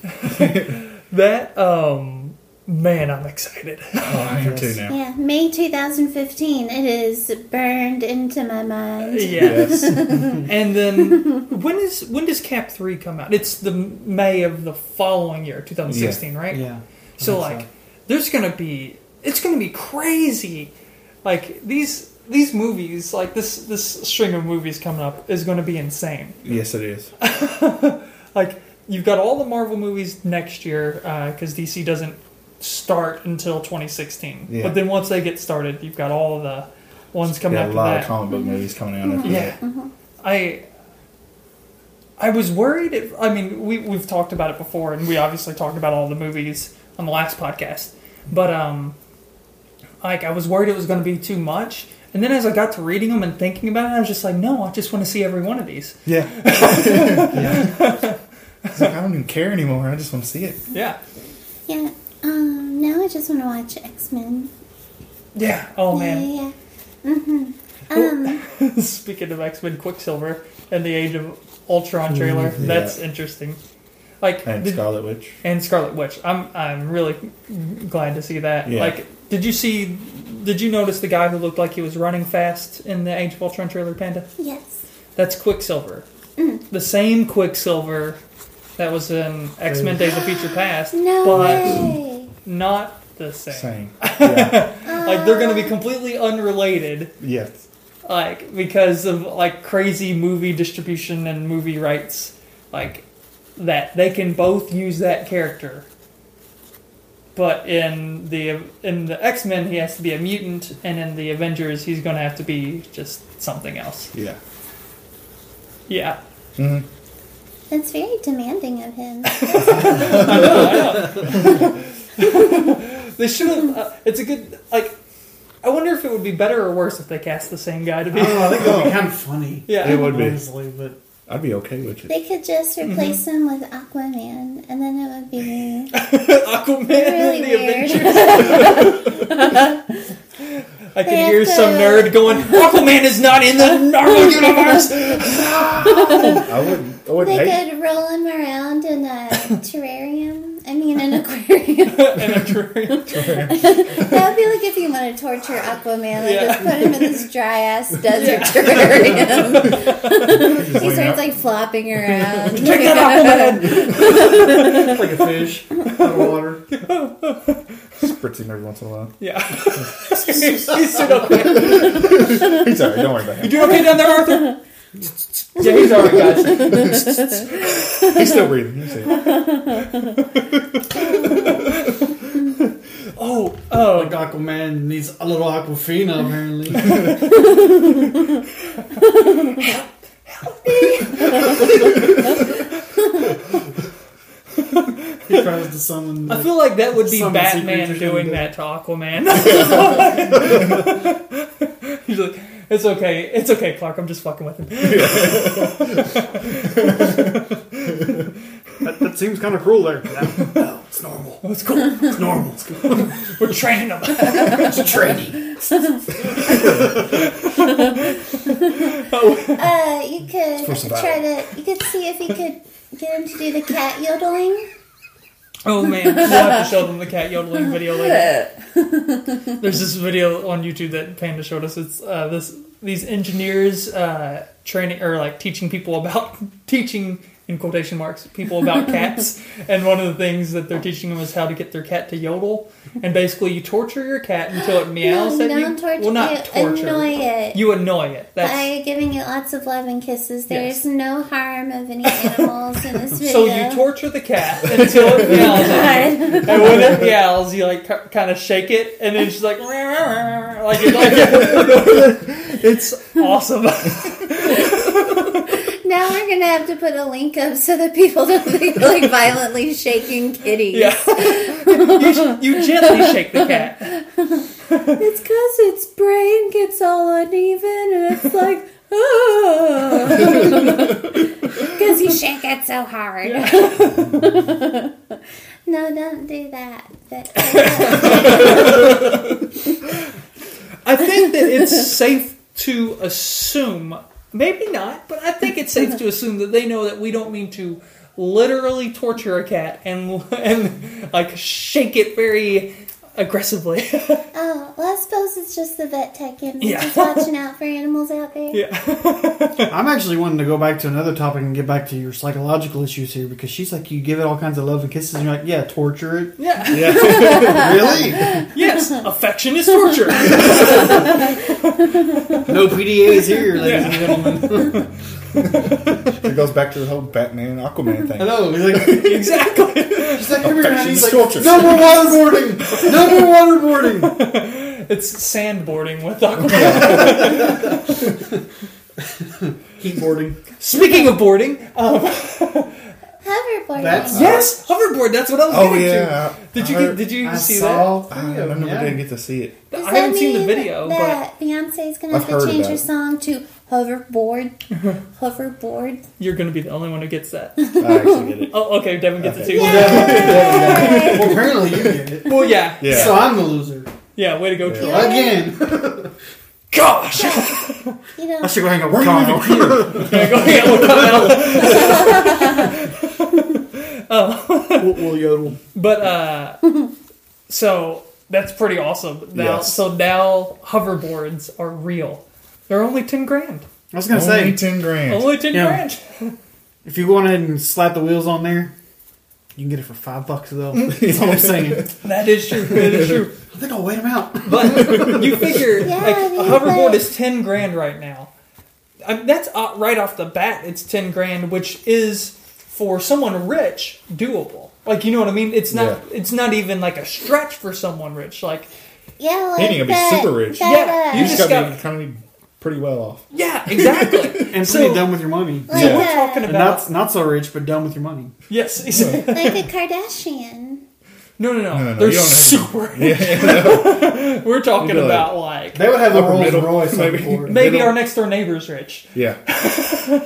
[SPEAKER 3] that um, Man, I'm excited.
[SPEAKER 4] Oh, I am too now.
[SPEAKER 2] Yeah, May 2015. It is burned into my mind.
[SPEAKER 4] Yes.
[SPEAKER 3] And then when is when does Cap Three come out? It's the May of the following year, 2016, right?
[SPEAKER 5] Yeah.
[SPEAKER 3] So
[SPEAKER 5] I think
[SPEAKER 3] like, there's gonna be it's gonna be crazy. Like these these movies, like this this string of movies coming up is gonna be insane.
[SPEAKER 4] yes, it is.
[SPEAKER 3] Like you've got all the Marvel movies next year uh, because DC doesn't start until 2016.
[SPEAKER 4] Yeah.
[SPEAKER 3] But then once they get started, you've got all the ones coming
[SPEAKER 4] Yeah, a
[SPEAKER 3] after
[SPEAKER 4] lot
[SPEAKER 3] that.
[SPEAKER 4] of comic book movies coming out after
[SPEAKER 3] Yeah.
[SPEAKER 4] that.
[SPEAKER 3] I I was worried. If, I mean, we we've talked about it before, and we obviously talked about all the movies on the last podcast. But um, like I was worried it was going to be too much. And then as I got to reading them and thinking about it, I was just like, no, I just want to see every one of these.
[SPEAKER 4] Yeah. It's like, I don't even care anymore. I just want to see it.
[SPEAKER 3] Yeah.
[SPEAKER 2] Yeah. Um, now I just want to watch X Men.
[SPEAKER 3] Yeah. Oh man.
[SPEAKER 2] Yeah,
[SPEAKER 3] Oh.
[SPEAKER 2] yeah. Mm-hmm. Um,
[SPEAKER 3] Speaking of X Men, Quicksilver and the Age of Ultron trailer, that's interesting. Like
[SPEAKER 4] And
[SPEAKER 3] did-
[SPEAKER 4] Scarlet Witch.
[SPEAKER 3] and Scarlet Witch. I'm I'm really glad to see that.
[SPEAKER 4] Yeah.
[SPEAKER 3] Like, did you see? Did you notice the guy who looked like he was running fast in the Age of Ultron trailer, Panda?
[SPEAKER 2] yes.
[SPEAKER 3] That's Quicksilver.
[SPEAKER 2] Mm.
[SPEAKER 3] The same Quicksilver that was in X Men Days of Future Past,
[SPEAKER 2] No
[SPEAKER 3] but
[SPEAKER 2] way.
[SPEAKER 3] not the same.
[SPEAKER 4] Same. Yeah.
[SPEAKER 2] Oh.
[SPEAKER 3] Like they're going to be completely unrelated,
[SPEAKER 4] yes.
[SPEAKER 3] like because of like crazy movie distribution and movie rights, like that they can both use that character but in the in the X Men he has to be a mutant, and in the Avengers he's going to have to be just something else.
[SPEAKER 4] Yeah.
[SPEAKER 3] Yeah,
[SPEAKER 2] That's very demanding of him.
[SPEAKER 3] they should have. Uh, it's a good like. I wonder if it would be better or worse if they cast the same guy to be.
[SPEAKER 5] that would be kind of funny.
[SPEAKER 3] yeah,
[SPEAKER 4] It would be.
[SPEAKER 5] Honestly, but
[SPEAKER 4] I'd be okay with it.
[SPEAKER 2] They could just
[SPEAKER 3] Mm-hmm.
[SPEAKER 2] replace him with Aquaman, and then it would be
[SPEAKER 3] Aquaman
[SPEAKER 2] really
[SPEAKER 3] and the
[SPEAKER 2] weird.
[SPEAKER 3] Avengers. I could
[SPEAKER 2] They
[SPEAKER 3] hear
[SPEAKER 2] have to-
[SPEAKER 3] some nerd going, "Aquaman is not in the Marvel universe."
[SPEAKER 4] I wouldn't. I wouldn't
[SPEAKER 2] They
[SPEAKER 4] hate.
[SPEAKER 2] could roll him around in a terrarium. I mean, an aquarium.
[SPEAKER 3] And I'm trying-
[SPEAKER 2] that would be like if you want to torture Aquaman, like
[SPEAKER 3] Yeah.
[SPEAKER 2] just put him in this dry ass desert terrarium. he starts like flopping around.
[SPEAKER 3] Check that Aquaman.
[SPEAKER 5] like a fish out of water.
[SPEAKER 4] Spritz him every once in a while.
[SPEAKER 3] Yeah, he's so quick.
[SPEAKER 4] He's alright. Don't worry about him.
[SPEAKER 3] You okay down there, Arthur? yeah, he's alright, guys.
[SPEAKER 4] He's still breathing. He's safe.
[SPEAKER 3] Oh, oh,
[SPEAKER 5] Like Aquaman needs a little Aquafina, apparently. he tries to summon.
[SPEAKER 3] I feel like that would be
[SPEAKER 5] Some
[SPEAKER 3] Batman
[SPEAKER 5] secret
[SPEAKER 3] doing
[SPEAKER 5] agenda.
[SPEAKER 3] that to Aquaman. he's like, it's okay, it's okay, Clark. I'm just fucking with him.
[SPEAKER 8] That, that seems kind of cruel there. Yeah.
[SPEAKER 5] it's normal.
[SPEAKER 3] Oh, it's cool.
[SPEAKER 5] It's normal. It's good.
[SPEAKER 3] We're training him.
[SPEAKER 5] It's trendy.
[SPEAKER 2] Uh, you could
[SPEAKER 4] For survival.
[SPEAKER 2] try to. You could see if you could get him to do the cat yodeling.
[SPEAKER 3] Oh man, we'll have to show them the cat yodeling video later. There's this video on YouTube that Panda showed us. It's uh, this these engineers uh, training or like teaching people about teaching in quotation marks people about cats. and one of the things that they're teaching them is how to get their cat to yodel. And basically, you torture your cat until it meows
[SPEAKER 2] no,
[SPEAKER 3] at you.
[SPEAKER 2] don't torture.
[SPEAKER 3] well, not
[SPEAKER 2] you
[SPEAKER 3] torture.
[SPEAKER 2] Annoy it.
[SPEAKER 3] You annoy it. That's
[SPEAKER 2] by giving it lots of love and kisses.
[SPEAKER 3] Yes.
[SPEAKER 2] There's no harm of any animals in this video.
[SPEAKER 3] so you torture the cat until it meows at you.
[SPEAKER 2] God.
[SPEAKER 3] And when it yells, you like kind of shake it, and then she's like, "Rah, rah, rah," like, you're like- it's awesome.
[SPEAKER 2] Now we're gonna have to put a link up so that people don't think like violently shaking kitties.
[SPEAKER 3] yeah, you, sh- you gently shake the cat.
[SPEAKER 2] It's cause its brain gets all uneven and it's like oh. Cause you shake it so hard. no, don't do that. But
[SPEAKER 3] I think that it's safe to assume, maybe not, but I think it's safe to assume that they know that we don't mean to literally torture a cat and and like shake it very aggressively.
[SPEAKER 7] Oh, well, I suppose it's just the vet tech in
[SPEAKER 3] Yeah.
[SPEAKER 7] just watching out for animals out there.
[SPEAKER 5] I'm actually wanting to go back to another topic and get back to your psychological issues here because she's like, you give it all kinds of love and kisses, and you're like, yeah, torture it.
[SPEAKER 3] yeah.
[SPEAKER 5] really?
[SPEAKER 3] Yes, affection is torture.
[SPEAKER 5] No PDAs here, ladies and gentlemen.
[SPEAKER 4] It goes back to the whole Batman and Aquaman thing.
[SPEAKER 5] Hello. He's like,
[SPEAKER 3] exactly.
[SPEAKER 5] she's like, come here, honey.
[SPEAKER 4] Affection's
[SPEAKER 5] He's like,
[SPEAKER 4] torture.
[SPEAKER 5] no more waterboarding. No more waterboarding.
[SPEAKER 3] It's sandboarding with Aquaman.
[SPEAKER 5] Heatboarding.
[SPEAKER 3] Speaking of boarding,
[SPEAKER 7] Hoverboard.
[SPEAKER 5] That's-
[SPEAKER 3] yes, uh, hoverboard. That's what I was
[SPEAKER 4] Oh
[SPEAKER 3] getting
[SPEAKER 4] yeah.
[SPEAKER 3] to. Did you
[SPEAKER 4] I
[SPEAKER 3] get, did you
[SPEAKER 5] I
[SPEAKER 3] see
[SPEAKER 5] saw.
[SPEAKER 4] I remember
[SPEAKER 5] Yeah.
[SPEAKER 4] didn't get to see it.
[SPEAKER 3] that?
[SPEAKER 7] Does
[SPEAKER 3] I haven't
[SPEAKER 7] that
[SPEAKER 3] seen the
[SPEAKER 7] mean
[SPEAKER 3] video, but
[SPEAKER 7] that Beyonce's gonna
[SPEAKER 4] I've
[SPEAKER 7] have
[SPEAKER 4] heard
[SPEAKER 7] to change
[SPEAKER 4] about
[SPEAKER 7] her
[SPEAKER 4] it.
[SPEAKER 7] song to hoverboard, hoverboard.
[SPEAKER 3] you're going to be the only one who gets that.
[SPEAKER 4] I actually get it.
[SPEAKER 3] Oh, okay. Devin gets it too.
[SPEAKER 5] Well, apparently you get it.
[SPEAKER 3] Well, yeah, yeah,
[SPEAKER 4] Yeah.
[SPEAKER 5] So I'm the loser.
[SPEAKER 3] Way to go, Troy.
[SPEAKER 5] Again.
[SPEAKER 3] Gosh.
[SPEAKER 7] You know,
[SPEAKER 5] I should go hang out with Kyle.
[SPEAKER 3] Okay, go- yeah, we'll cut that out.
[SPEAKER 5] we'll, we'll yodel.
[SPEAKER 3] But uh, so that's pretty awesome. Now,
[SPEAKER 4] Yes.
[SPEAKER 3] so now hoverboards are real. They're only ten grand.
[SPEAKER 5] I was going to
[SPEAKER 4] Only
[SPEAKER 5] say,
[SPEAKER 4] ten grand.
[SPEAKER 3] Only ten
[SPEAKER 5] Yeah.
[SPEAKER 3] grand.
[SPEAKER 5] if you go on ahead and slap the wheels on there, you can get it for five bucks, though. That's all I'm saying. I
[SPEAKER 3] That is true. That is true.
[SPEAKER 5] think I'll wait them out.
[SPEAKER 3] But you figure
[SPEAKER 7] Yeah,
[SPEAKER 3] like
[SPEAKER 7] I mean,
[SPEAKER 3] a hoverboard
[SPEAKER 7] but-
[SPEAKER 3] is ten grand right now. I mean, that's uh, right off the bat. It's ten grand, which is for someone rich doable. Like you know what I mean? It's not.
[SPEAKER 4] Yeah.
[SPEAKER 3] It's not even like a stretch for someone rich. Like
[SPEAKER 7] yeah,
[SPEAKER 4] He ain't
[SPEAKER 7] like
[SPEAKER 4] gonna be
[SPEAKER 7] that,
[SPEAKER 4] super rich.
[SPEAKER 7] that,
[SPEAKER 3] Yeah,
[SPEAKER 4] You
[SPEAKER 7] uh,
[SPEAKER 4] just
[SPEAKER 3] just
[SPEAKER 4] gotta
[SPEAKER 3] got-
[SPEAKER 4] be kind of pretty well off.
[SPEAKER 3] yeah, exactly.
[SPEAKER 5] And
[SPEAKER 3] So-
[SPEAKER 5] pretty dumb with your money.
[SPEAKER 7] like,
[SPEAKER 4] Yeah.
[SPEAKER 7] a-
[SPEAKER 4] We're
[SPEAKER 3] Talking
[SPEAKER 5] And
[SPEAKER 3] about
[SPEAKER 5] Not, not so rich, but dumb with your money.
[SPEAKER 3] yes. exactly.
[SPEAKER 7] like a Kardashian.
[SPEAKER 3] No, no, no.
[SPEAKER 4] no, no,
[SPEAKER 3] They're
[SPEAKER 4] you don't know.
[SPEAKER 3] super. We're talking
[SPEAKER 4] You'd be like-
[SPEAKER 3] about like
[SPEAKER 5] They would have
[SPEAKER 4] Upper middle, maybe.
[SPEAKER 3] maybe
[SPEAKER 4] middle.
[SPEAKER 3] our next door neighbor's rich,
[SPEAKER 4] Yeah.
[SPEAKER 7] Well,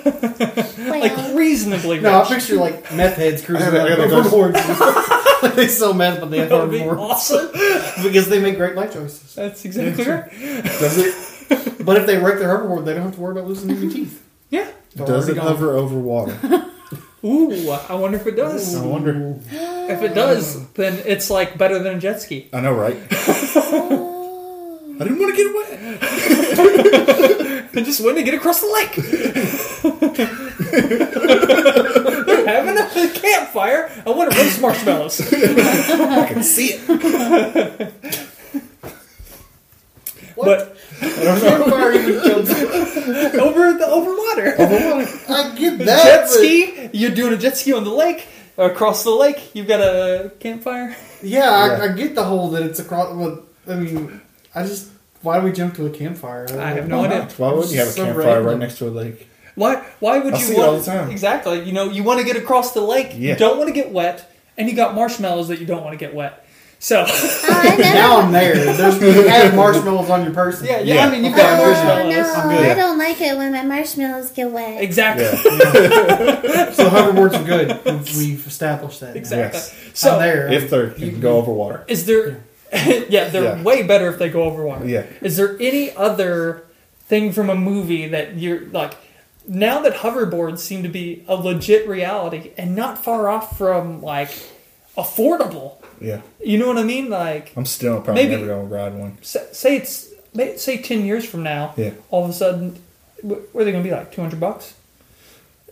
[SPEAKER 3] like reasonably rich.
[SPEAKER 5] No, I picture like meth heads cruising
[SPEAKER 4] I gotta- I
[SPEAKER 5] around
[SPEAKER 4] gotta
[SPEAKER 5] over boards. Like, they sell meth, but they have
[SPEAKER 3] that would be
[SPEAKER 5] hoverboards
[SPEAKER 3] awesome.
[SPEAKER 5] because they make great life choices.
[SPEAKER 3] That's exactly right.
[SPEAKER 4] Does it?
[SPEAKER 5] But if they wreck their hoverboard, they don't have to worry about losing any teeth.
[SPEAKER 3] Yeah.
[SPEAKER 5] They're
[SPEAKER 4] Does
[SPEAKER 5] already
[SPEAKER 4] it
[SPEAKER 5] gone.
[SPEAKER 4] hover over water?
[SPEAKER 3] Ooh, I wonder if it does.
[SPEAKER 4] I wonder.
[SPEAKER 3] If it does, then it's like better than a jet ski.
[SPEAKER 4] I know, right?
[SPEAKER 7] oh,
[SPEAKER 4] I didn't want to get wet.
[SPEAKER 3] It just went to get across the lake. They're having a campfire. I want to roast marshmallows.
[SPEAKER 4] I can see it.
[SPEAKER 3] But
[SPEAKER 5] Campfire even comes-
[SPEAKER 3] over the over water.
[SPEAKER 4] Oh,
[SPEAKER 5] I get that.
[SPEAKER 3] jet
[SPEAKER 5] but-
[SPEAKER 3] ski. You're doing a jet ski on the lake, or across the lake. You've got a campfire.
[SPEAKER 5] Yeah,
[SPEAKER 4] Yeah.
[SPEAKER 5] I, I get the whole that it's across. Well, I mean, I just why do we jump to a campfire? don't
[SPEAKER 3] I
[SPEAKER 5] know.
[SPEAKER 3] have no idea.
[SPEAKER 4] Why would you have a
[SPEAKER 5] So
[SPEAKER 4] campfire right
[SPEAKER 5] random.
[SPEAKER 4] next to a lake?
[SPEAKER 3] Why? Why would
[SPEAKER 4] I
[SPEAKER 3] you
[SPEAKER 4] see it
[SPEAKER 3] want
[SPEAKER 4] all the time.
[SPEAKER 3] exactly? You know, you want to get across the lake.
[SPEAKER 4] Yeah.
[SPEAKER 3] You don't want to get wet, and you got marshmallows that you don't want to get wet. So
[SPEAKER 7] Oh, I know.
[SPEAKER 5] Now I'm there. There's you have marshmallows on your person.
[SPEAKER 3] yeah, yeah,
[SPEAKER 4] Yeah.
[SPEAKER 3] I mean, you've got
[SPEAKER 7] Oh,
[SPEAKER 3] marshmallows.
[SPEAKER 7] no, I don't like it when my marshmallows get wet.
[SPEAKER 3] Exactly.
[SPEAKER 4] Yeah.
[SPEAKER 5] So hoverboards are good. We've, we've established that. now.
[SPEAKER 3] Exactly.
[SPEAKER 4] Yes.
[SPEAKER 5] I'm
[SPEAKER 3] So
[SPEAKER 5] there.
[SPEAKER 4] If they can go over water.
[SPEAKER 3] is there? yeah, they're
[SPEAKER 4] Yeah.
[SPEAKER 3] way better if they go over water.
[SPEAKER 4] Yeah.
[SPEAKER 3] Is there any other thing from a movie that you're like? Now that hoverboards seem to be a legit reality and not far off from like affordable,
[SPEAKER 4] Yeah.
[SPEAKER 3] you know what I mean? Like
[SPEAKER 4] I'm still probably
[SPEAKER 3] Maybe-
[SPEAKER 4] never gonna ride one.
[SPEAKER 3] say say it's may- say 10 years from now
[SPEAKER 4] Yeah.
[SPEAKER 3] all of a sudden wh- what are they going to be like 200 bucks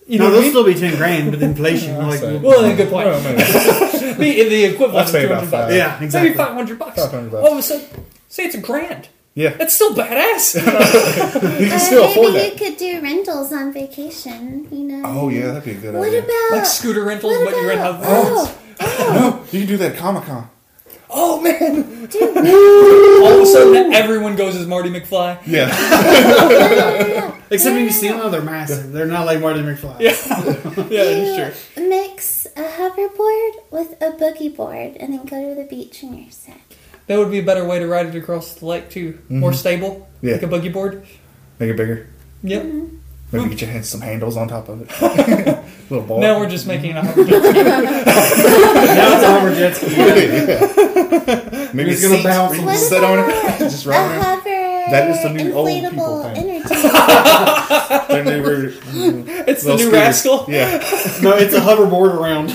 [SPEAKER 3] you
[SPEAKER 5] no,
[SPEAKER 3] know what
[SPEAKER 5] they'll
[SPEAKER 3] I mean?
[SPEAKER 5] still be ten grand, but inflation like
[SPEAKER 4] say.
[SPEAKER 5] will-
[SPEAKER 3] well then good point
[SPEAKER 4] Oh, man.
[SPEAKER 3] be the equivalent
[SPEAKER 4] I'd
[SPEAKER 3] of
[SPEAKER 4] say
[SPEAKER 3] 200
[SPEAKER 4] about
[SPEAKER 3] bucks
[SPEAKER 4] five.
[SPEAKER 5] yeah,
[SPEAKER 3] maybe
[SPEAKER 5] exactly.
[SPEAKER 3] 500 bucks
[SPEAKER 4] 500 bucks.
[SPEAKER 3] all of a sudden say it's a grand
[SPEAKER 4] Yeah.
[SPEAKER 3] that's still badass
[SPEAKER 4] You can
[SPEAKER 7] Or
[SPEAKER 4] still afford
[SPEAKER 7] maybe you
[SPEAKER 4] that.
[SPEAKER 7] could do rentals on vacation, you know.
[SPEAKER 4] Oh yeah, that'd be a good
[SPEAKER 7] What
[SPEAKER 4] idea.
[SPEAKER 7] about
[SPEAKER 3] like scooter rentals
[SPEAKER 7] what
[SPEAKER 3] but you rent
[SPEAKER 7] about-
[SPEAKER 3] hoverboards oh.
[SPEAKER 4] you can do that at Comic Con.
[SPEAKER 3] man all of a sudden everyone goes as Marty McFly
[SPEAKER 4] Yeah.
[SPEAKER 5] Except when you see them, oh, they're massive. They're not like Marty McFly. Yeah.
[SPEAKER 3] yeah that is true
[SPEAKER 7] You mix a hoverboard with a boogie board and then go to the beach and you're set.
[SPEAKER 3] that would be a better way to ride it across the lake too more stable
[SPEAKER 4] Mm-hmm. Yeah.
[SPEAKER 3] like a buggy board
[SPEAKER 4] Make it bigger.
[SPEAKER 3] yep
[SPEAKER 4] Maybe get your hands some handles on top of it. Little ball.
[SPEAKER 3] now we're just making a hoverboard
[SPEAKER 5] Now it's over jet ski.
[SPEAKER 4] Maybe
[SPEAKER 5] It's gonna
[SPEAKER 4] seats
[SPEAKER 5] bounce.
[SPEAKER 4] where you
[SPEAKER 7] What
[SPEAKER 4] can sit on it.
[SPEAKER 7] about
[SPEAKER 4] Just
[SPEAKER 7] a
[SPEAKER 4] ride around.
[SPEAKER 7] hover
[SPEAKER 4] That is the new old
[SPEAKER 2] inflatable
[SPEAKER 4] people thing.
[SPEAKER 2] entertainment.
[SPEAKER 4] They're never. it's
[SPEAKER 3] the new rascal?
[SPEAKER 4] Yeah.
[SPEAKER 5] No, it's a hoverboard around.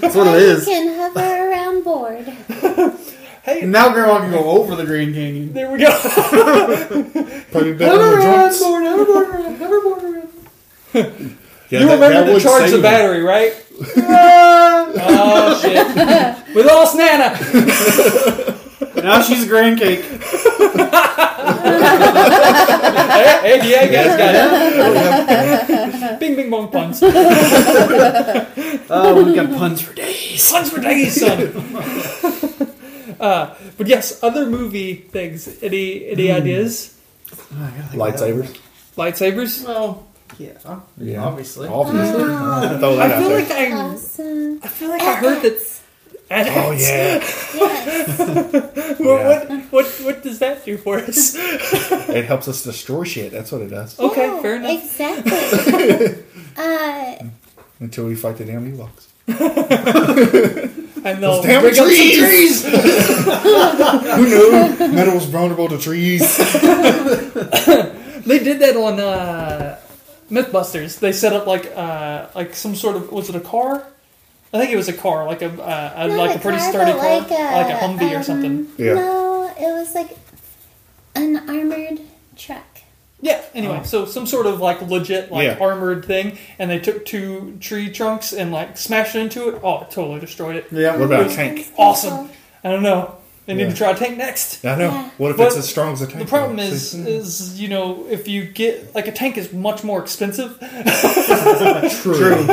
[SPEAKER 2] That's
[SPEAKER 5] what it is.
[SPEAKER 2] can hover around board.
[SPEAKER 3] Hey,
[SPEAKER 5] now Grandma can go over the Grand Canyon.
[SPEAKER 3] there we go.
[SPEAKER 4] Probably better than the joints.
[SPEAKER 5] hoverboard around, hoverboard around.
[SPEAKER 4] Yeah,
[SPEAKER 3] You
[SPEAKER 4] that- that
[SPEAKER 3] remember to
[SPEAKER 4] would
[SPEAKER 3] charge
[SPEAKER 4] save
[SPEAKER 3] the
[SPEAKER 4] it.
[SPEAKER 3] battery, right? oh shit! We lost Nana.
[SPEAKER 5] Now she's a grand cake.
[SPEAKER 3] Hey, hey, yeah, guys got it. Bing, bing, bong, puns.
[SPEAKER 5] Oh, we've got puns for days.
[SPEAKER 3] Sons for days, son. uh, but yes, other movie things. Any any ideas?
[SPEAKER 5] Oh,
[SPEAKER 4] Lightsabers.
[SPEAKER 3] Lightsabers.
[SPEAKER 5] Well, yeah,
[SPEAKER 4] Yeah.
[SPEAKER 5] obviously.
[SPEAKER 4] Obviously. Throw
[SPEAKER 3] Ah. I
[SPEAKER 4] that out
[SPEAKER 3] feel
[SPEAKER 4] there.
[SPEAKER 3] like I,
[SPEAKER 2] Awesome.
[SPEAKER 3] I feel like I heard that.
[SPEAKER 4] oh, yeah.
[SPEAKER 2] Yes.
[SPEAKER 4] Oh,
[SPEAKER 3] What, what what what does that do for us?
[SPEAKER 4] It helps us destroy shit. That's what it does.
[SPEAKER 3] Okay,
[SPEAKER 2] Yeah,
[SPEAKER 3] fair enough.
[SPEAKER 2] Exactly. uh,
[SPEAKER 4] Until we fight the damn Ewoks.
[SPEAKER 3] And they'll
[SPEAKER 4] Damn
[SPEAKER 3] bring up some
[SPEAKER 4] trees! Who knew metal was vulnerable to trees?
[SPEAKER 3] They did that on uh, MythBusters. They set up like uh, like some sort of was it a car? I think it was a car, like a, uh, a
[SPEAKER 2] not
[SPEAKER 3] like a pretty
[SPEAKER 2] car,
[SPEAKER 3] sturdy
[SPEAKER 2] but
[SPEAKER 3] car,
[SPEAKER 2] like
[SPEAKER 3] like
[SPEAKER 2] a,
[SPEAKER 3] a, Humvee or
[SPEAKER 2] um,
[SPEAKER 3] something.
[SPEAKER 4] Yeah.
[SPEAKER 2] No, it was like an armored truck.
[SPEAKER 3] Yeah. Anyway, so some sort of like legit like
[SPEAKER 4] Oh. Yeah.
[SPEAKER 3] armored thing, and they took two tree trunks and like smashed into it. Oh, it totally destroyed it.
[SPEAKER 5] Yeah,
[SPEAKER 4] What about a tank?
[SPEAKER 3] Awesome. I don't know. They need
[SPEAKER 4] Yeah.
[SPEAKER 3] to try a tank next.
[SPEAKER 4] I know.
[SPEAKER 2] Yeah.
[SPEAKER 4] What if
[SPEAKER 3] But
[SPEAKER 4] it's as strong as a tank?
[SPEAKER 3] The problem
[SPEAKER 4] though?
[SPEAKER 3] is,
[SPEAKER 4] See?
[SPEAKER 3] is you know, if you get like a tank is much more expensive.
[SPEAKER 4] true.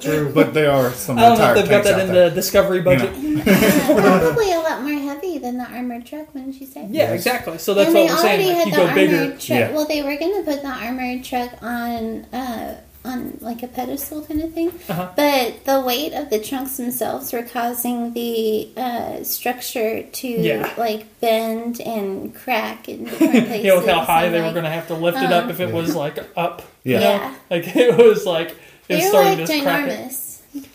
[SPEAKER 4] True. But they are some
[SPEAKER 3] I don't know if
[SPEAKER 4] entire
[SPEAKER 3] they've got
[SPEAKER 4] tanks out
[SPEAKER 3] that in
[SPEAKER 4] there.
[SPEAKER 3] the Discovery budget.
[SPEAKER 2] Probably a lot more heavy than the armored truck, wouldn't you say?
[SPEAKER 3] Yeah,
[SPEAKER 4] Yes.
[SPEAKER 3] exactly. So that's
[SPEAKER 2] and
[SPEAKER 3] what
[SPEAKER 2] they
[SPEAKER 3] I'm
[SPEAKER 2] already
[SPEAKER 3] saying. Like,
[SPEAKER 2] had
[SPEAKER 3] you
[SPEAKER 2] the
[SPEAKER 3] go
[SPEAKER 2] armored
[SPEAKER 3] bigger.
[SPEAKER 2] truck.
[SPEAKER 4] Yeah.
[SPEAKER 2] Well, they were going to put the armored truck on uh, on like a pedestal kind of thing,
[SPEAKER 3] Uh-huh.
[SPEAKER 2] but the weight of the trunks themselves were causing the uh, structure to
[SPEAKER 3] Yeah.
[SPEAKER 2] like bend and crack in different places.
[SPEAKER 3] you know, with how high
[SPEAKER 2] and,
[SPEAKER 3] they were
[SPEAKER 2] like, uh,
[SPEAKER 3] going to have to lift it up if it was like up. you
[SPEAKER 4] Yeah.
[SPEAKER 3] know?
[SPEAKER 2] Yeah.
[SPEAKER 3] Like it was like it was
[SPEAKER 2] They were
[SPEAKER 3] starting
[SPEAKER 2] like
[SPEAKER 3] to just crack. It.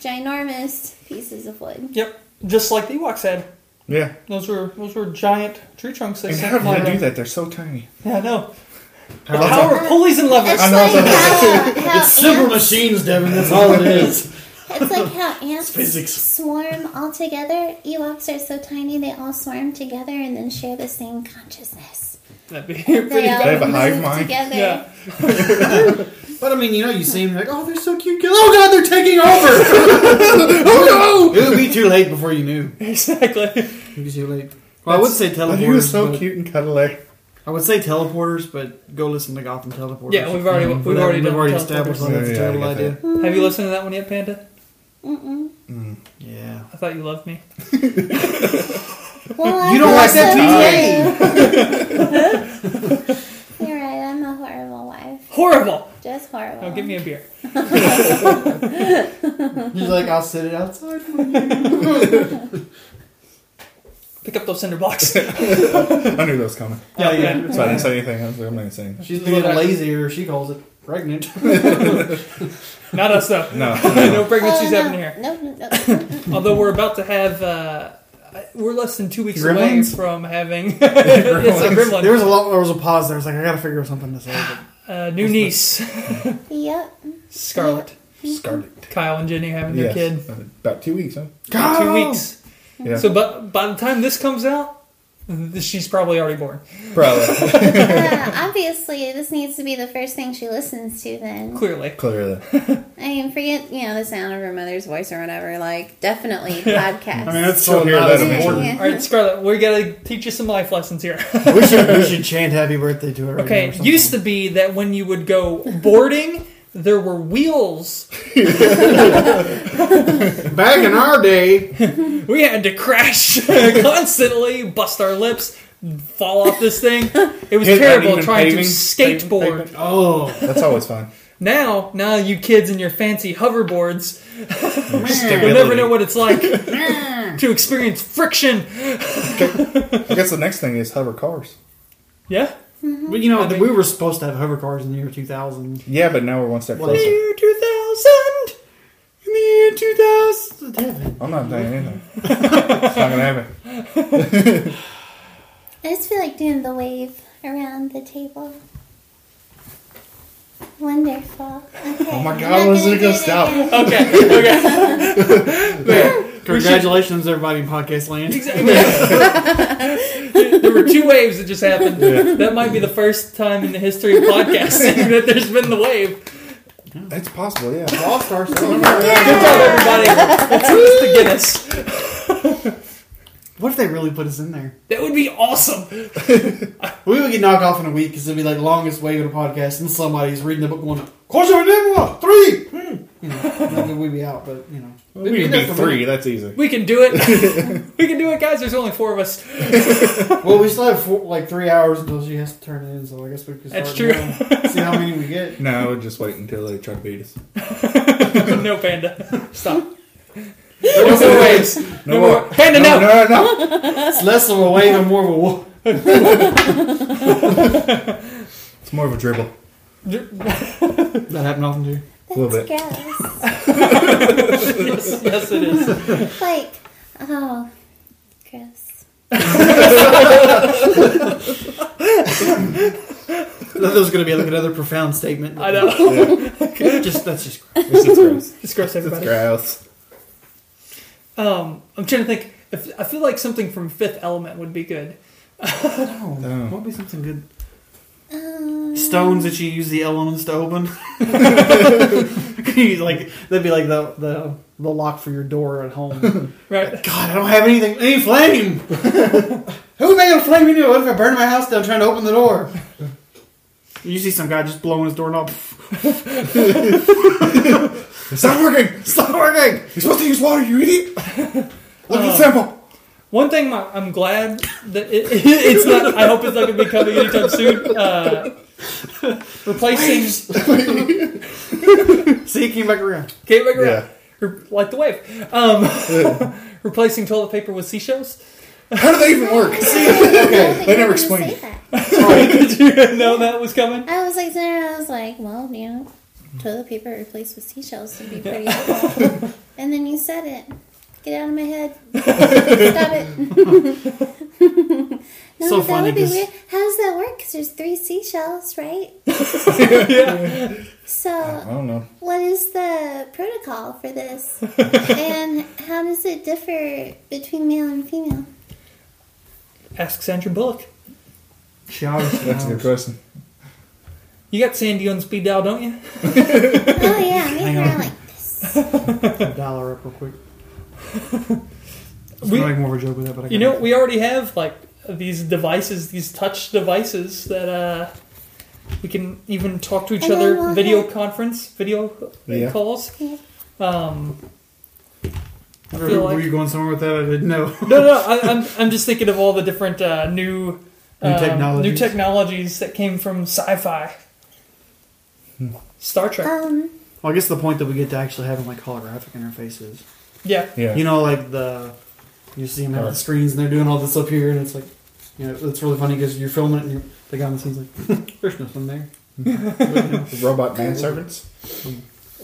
[SPEAKER 2] ginormous, ginormous pieces of wood.
[SPEAKER 3] Yep, just like the Ewoks had.
[SPEAKER 4] Yeah.
[SPEAKER 3] Those were those were giant tree trunks. They
[SPEAKER 4] And
[SPEAKER 3] sent
[SPEAKER 4] how do
[SPEAKER 3] flying
[SPEAKER 4] they do
[SPEAKER 3] around.
[SPEAKER 4] that? They're so tiny.
[SPEAKER 3] Yeah, I know. The power of pulleys and
[SPEAKER 2] It's
[SPEAKER 3] levers.
[SPEAKER 4] know
[SPEAKER 2] like how, how
[SPEAKER 5] Simple
[SPEAKER 2] ants-
[SPEAKER 5] machines, Devin. That's all it is.
[SPEAKER 2] It's like how ants
[SPEAKER 5] physics.
[SPEAKER 2] swarm all together. Ewoks are so tiny they all swarm together and then share the same consciousness.
[SPEAKER 3] That'd be
[SPEAKER 2] They
[SPEAKER 3] pretty.
[SPEAKER 2] all
[SPEAKER 4] have a hive
[SPEAKER 2] move
[SPEAKER 4] mind.
[SPEAKER 2] together.
[SPEAKER 3] Yeah,
[SPEAKER 5] But I mean, you know, you see them like, oh, they're so cute. Oh God, they're taking over.
[SPEAKER 4] Oh
[SPEAKER 5] it would be too late before you knew.
[SPEAKER 3] exactly.
[SPEAKER 5] It'd be too late. Well, I would say
[SPEAKER 4] no!
[SPEAKER 5] teleporters.
[SPEAKER 4] He was so
[SPEAKER 5] but-
[SPEAKER 4] cute and cuddly.
[SPEAKER 5] I would say teleporters, but go listen to Gotham teleporters.
[SPEAKER 3] Yeah, we've already we've
[SPEAKER 5] But that-
[SPEAKER 3] already
[SPEAKER 5] we've
[SPEAKER 3] done
[SPEAKER 5] already
[SPEAKER 3] teleporters.
[SPEAKER 5] established that that's a
[SPEAKER 4] Yeah,
[SPEAKER 5] terrible
[SPEAKER 4] I get
[SPEAKER 5] idea.
[SPEAKER 3] Have you listened to that one yet, Panda?
[SPEAKER 2] Mm-mm.
[SPEAKER 5] Yeah.
[SPEAKER 3] I thought you loved me.
[SPEAKER 2] Well,
[SPEAKER 5] You don't like that
[SPEAKER 2] that PTA? You're right. I'm a horrible wife.
[SPEAKER 3] Horrible.
[SPEAKER 2] Just horrible.
[SPEAKER 3] Now give me a beer.
[SPEAKER 5] He's like, I'll sit it outside. for you."
[SPEAKER 3] Pick up those cinder blocks.
[SPEAKER 4] I knew that was coming.
[SPEAKER 5] Yeah, yeah.
[SPEAKER 4] That's why I didn't say anything. I was like, I'm not even saying that.
[SPEAKER 5] She's getting lazier. She calls it pregnant.
[SPEAKER 3] Not us though.
[SPEAKER 4] No.
[SPEAKER 3] No
[SPEAKER 2] Oh,
[SPEAKER 3] pregnancies
[SPEAKER 2] no.
[SPEAKER 3] happening here.
[SPEAKER 2] No, no, no.
[SPEAKER 3] Although we're about to have, uh, we're less than two weeks
[SPEAKER 5] Gremlins?
[SPEAKER 3] away from having it's a gremlin.
[SPEAKER 5] there was a lot. There was a pause. There I was like, I gotta figure something to say. but-
[SPEAKER 3] uh, new niece,
[SPEAKER 2] yep.
[SPEAKER 3] Scarlett,
[SPEAKER 4] Scarlet.
[SPEAKER 3] Kyle, and Jenny having
[SPEAKER 4] Yes.
[SPEAKER 3] their kid.
[SPEAKER 4] About two weeks, huh?
[SPEAKER 5] Oh!
[SPEAKER 3] Two weeks.
[SPEAKER 4] Yeah.
[SPEAKER 3] So, but by the time this comes out, th- she's probably already born.
[SPEAKER 4] Probably.
[SPEAKER 2] Uh, obviously, this needs to be the first thing she listens to. Then
[SPEAKER 3] Clearly,
[SPEAKER 4] Clearly.
[SPEAKER 2] I mean, forget you know the sound of her mother's voice or whatever. Like definitely podcast.
[SPEAKER 5] I mean, that's
[SPEAKER 4] She'll
[SPEAKER 5] so
[SPEAKER 4] hear
[SPEAKER 5] not
[SPEAKER 4] that
[SPEAKER 5] as
[SPEAKER 4] eventually.
[SPEAKER 5] important.
[SPEAKER 2] Yeah.
[SPEAKER 3] all right, Scarlett, we gotta teach you some life lessons here.
[SPEAKER 5] we should we should chant happy birthday to her. right now or
[SPEAKER 3] Okay,
[SPEAKER 5] something.
[SPEAKER 3] used to be that when you would go boarding, there were wheels.
[SPEAKER 5] back in our day.
[SPEAKER 3] We had to crash constantly, bust our lips, fall off this thing. It was
[SPEAKER 4] Hit
[SPEAKER 3] terrible
[SPEAKER 4] uneven
[SPEAKER 3] trying to
[SPEAKER 4] paving,
[SPEAKER 3] skateboard.
[SPEAKER 4] paving, pavement.
[SPEAKER 5] Oh,
[SPEAKER 4] That's always fun.
[SPEAKER 3] Now, now you kids and your fancy hoverboards
[SPEAKER 4] Stability.
[SPEAKER 3] will never know what it's like to experience friction.
[SPEAKER 4] I guess the next thing is hover cars.
[SPEAKER 3] Yeah?
[SPEAKER 5] but you know
[SPEAKER 3] I think-
[SPEAKER 5] we were supposed to have hover cars in the year 2000.
[SPEAKER 4] Yeah, but now we're one step
[SPEAKER 5] Well,
[SPEAKER 3] The
[SPEAKER 4] closer.
[SPEAKER 3] year 2000!
[SPEAKER 5] In the year 2000,
[SPEAKER 4] I'm not saying anything. it's not gonna happen.
[SPEAKER 7] I just feel like doing the wave around the table. Wonderful. Okay.
[SPEAKER 4] Oh my
[SPEAKER 7] I'm
[SPEAKER 4] God,
[SPEAKER 7] not
[SPEAKER 4] when's
[SPEAKER 7] gonna
[SPEAKER 4] it
[SPEAKER 7] do
[SPEAKER 4] gonna stop?
[SPEAKER 7] again.
[SPEAKER 3] Okay, okay. Man, we should-
[SPEAKER 5] Congratulations, everybody in podcast land.
[SPEAKER 3] Exactly. there were two waves that just happened. That might be the first time in the history of podcasting that there's been the wave.
[SPEAKER 4] It's possible, yeah.
[SPEAKER 5] All stars.
[SPEAKER 3] Good job, everybody. That's the Guinness.
[SPEAKER 5] What if they really put us in there?
[SPEAKER 3] That would be awesome.
[SPEAKER 5] We would get knocked off in a week because it'd be like longest wave of a podcast, and somebody's reading the book going, "Question Nebula three. You know, then we'd be out, but you know,
[SPEAKER 4] We can
[SPEAKER 5] there
[SPEAKER 4] do
[SPEAKER 5] for
[SPEAKER 4] three.
[SPEAKER 5] me.
[SPEAKER 4] That's easy.
[SPEAKER 3] We can do it. We can do it, guys. There's only four of us.
[SPEAKER 5] Well, we still have four, like three hours until she has to turn it in, so I guess we could.
[SPEAKER 3] That's
[SPEAKER 5] start now. See how many we get.
[SPEAKER 4] No, just wait until they try to beat us.
[SPEAKER 3] No panda. Stop. No more waves. No more. Panda,
[SPEAKER 4] No,
[SPEAKER 3] no.
[SPEAKER 4] no, no.
[SPEAKER 5] It's less of a wave and more of a. wa-
[SPEAKER 4] It's more of a dribble.
[SPEAKER 5] That happened often to you.
[SPEAKER 7] That's
[SPEAKER 4] little bit.
[SPEAKER 7] gross.
[SPEAKER 3] Yes, it is.
[SPEAKER 7] like, oh, gross.
[SPEAKER 5] That was going to be like another profound statement.
[SPEAKER 3] I know.
[SPEAKER 4] Yeah.
[SPEAKER 5] Just that's just. gross.
[SPEAKER 4] It's gross.
[SPEAKER 3] It's gross,
[SPEAKER 4] It's
[SPEAKER 3] everybody.
[SPEAKER 4] gross.
[SPEAKER 3] Um, I'm trying to think. If, I feel like something from Fifth Element would be good.
[SPEAKER 4] Oh.
[SPEAKER 5] What would be something good?
[SPEAKER 7] Um,
[SPEAKER 5] Stones that you use the elements to open. You like that'd be like the the the lock for your door at home.
[SPEAKER 3] Right?
[SPEAKER 5] God, I don't have anything. Any flame? Who made a flame into it? What if I burn my house down trying to open the door? You see some guy just blowing his doorknob.
[SPEAKER 4] It's not working. It's not working. You're supposed to use water, you idiot. Look at the sample.
[SPEAKER 3] One thing my, I'm glad that it, it's not. I hope it's not going to be coming anytime soon. Uh, replacing
[SPEAKER 5] See, it came back around.
[SPEAKER 3] came back around.
[SPEAKER 4] Yeah.
[SPEAKER 3] Re- like the wave. Um, replacing toilet paper with seashells.
[SPEAKER 4] How do they even work?
[SPEAKER 7] okay,
[SPEAKER 4] they never explained it.
[SPEAKER 3] Did you know that was coming?
[SPEAKER 7] I was like, there, I was like, well, you know, toilet paper replaced with seashells would be pretty cool. and then you said it. Get out of my head. Stop it. no,
[SPEAKER 5] So
[SPEAKER 7] but that
[SPEAKER 5] funny
[SPEAKER 7] would be
[SPEAKER 5] 'cause-
[SPEAKER 7] weird. How does that work? Because there's three seashells, right?
[SPEAKER 4] I
[SPEAKER 7] So,
[SPEAKER 4] don't know.
[SPEAKER 7] what is the protocol for this? and how does it differ between male and female?
[SPEAKER 3] Ask Sandra Bullock.
[SPEAKER 5] She always
[SPEAKER 4] That's a good question.
[SPEAKER 3] You got Sandy on speed dial, don't you?
[SPEAKER 7] Oh, yeah, me and
[SPEAKER 5] Hang
[SPEAKER 7] her are
[SPEAKER 5] on.
[SPEAKER 7] like this.
[SPEAKER 5] dollar up real quick. I was
[SPEAKER 3] We-
[SPEAKER 5] gonna make more of a joke with that, but I
[SPEAKER 3] You
[SPEAKER 5] couldn't.
[SPEAKER 3] know, we already have like these devices, these touch devices that uh, we can even talk to each
[SPEAKER 7] And then
[SPEAKER 3] other
[SPEAKER 7] we'll
[SPEAKER 3] video
[SPEAKER 7] have-
[SPEAKER 3] conference, video
[SPEAKER 4] Yeah.
[SPEAKER 3] calls.
[SPEAKER 7] Yeah.
[SPEAKER 3] Um,
[SPEAKER 5] I
[SPEAKER 3] feel like-
[SPEAKER 5] were you going somewhere with that? I didn't know.
[SPEAKER 3] no, no, I, I'm I'm just thinking of all the different uh, new
[SPEAKER 5] New
[SPEAKER 3] um,
[SPEAKER 5] technologies.
[SPEAKER 3] new technologies that came from sci-fi,
[SPEAKER 5] Hmm.
[SPEAKER 3] Star Trek.
[SPEAKER 7] Um,
[SPEAKER 5] Well, I guess the point that we get to actually having like holographic interfaces.
[SPEAKER 3] yeah,
[SPEAKER 4] Yeah.
[SPEAKER 5] You know, like the you see them on the screens and they're doing all this up here, and it's like, you know, it's really funny because you're filming it and you're, the guy on the scene's like, "There's nothing there."
[SPEAKER 4] Robot manservants.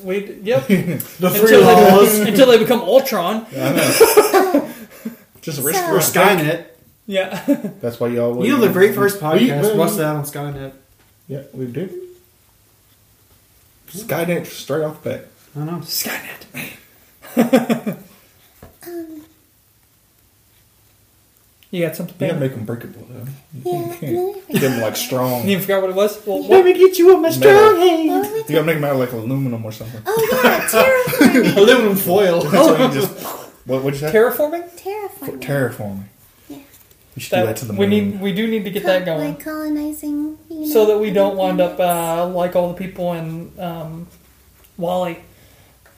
[SPEAKER 3] we yep.
[SPEAKER 5] The three
[SPEAKER 3] until, they,
[SPEAKER 5] laws
[SPEAKER 3] be- until they become Ultron.
[SPEAKER 4] Just
[SPEAKER 7] So-
[SPEAKER 5] or Skynet.
[SPEAKER 3] Yeah,
[SPEAKER 4] That's why y'all.
[SPEAKER 5] You know, the very first
[SPEAKER 4] We-
[SPEAKER 5] podcast busted out on Skynet.
[SPEAKER 4] Yeah, we do. Skynet straight off the bat.
[SPEAKER 5] I don't know.
[SPEAKER 3] Skynet. you got something?
[SPEAKER 4] You gotta
[SPEAKER 3] Pam?
[SPEAKER 4] make them breakable though.
[SPEAKER 7] yeah. and then I
[SPEAKER 4] Get them like strong.
[SPEAKER 3] You
[SPEAKER 4] You
[SPEAKER 3] forgot what it was? Well,
[SPEAKER 5] Let
[SPEAKER 3] what?
[SPEAKER 5] me get you on my strong
[SPEAKER 4] strong
[SPEAKER 5] hand.
[SPEAKER 7] What were we
[SPEAKER 4] gotta make them out of like aluminum or something.
[SPEAKER 7] Oh yeah, terraforming.
[SPEAKER 5] Aluminum foil.
[SPEAKER 4] So you just what would you say?
[SPEAKER 3] terraforming.
[SPEAKER 7] terraforming.
[SPEAKER 4] Terraforming.
[SPEAKER 7] Yeah.
[SPEAKER 4] We should do
[SPEAKER 3] That-
[SPEAKER 4] that to the moon.
[SPEAKER 3] we need. We do need to get that
[SPEAKER 7] Col-
[SPEAKER 3] going.
[SPEAKER 7] Like colonizing. You know,
[SPEAKER 3] so that we don't
[SPEAKER 7] other
[SPEAKER 3] wind up
[SPEAKER 7] planets.
[SPEAKER 3] uh, like all the people in um, Wally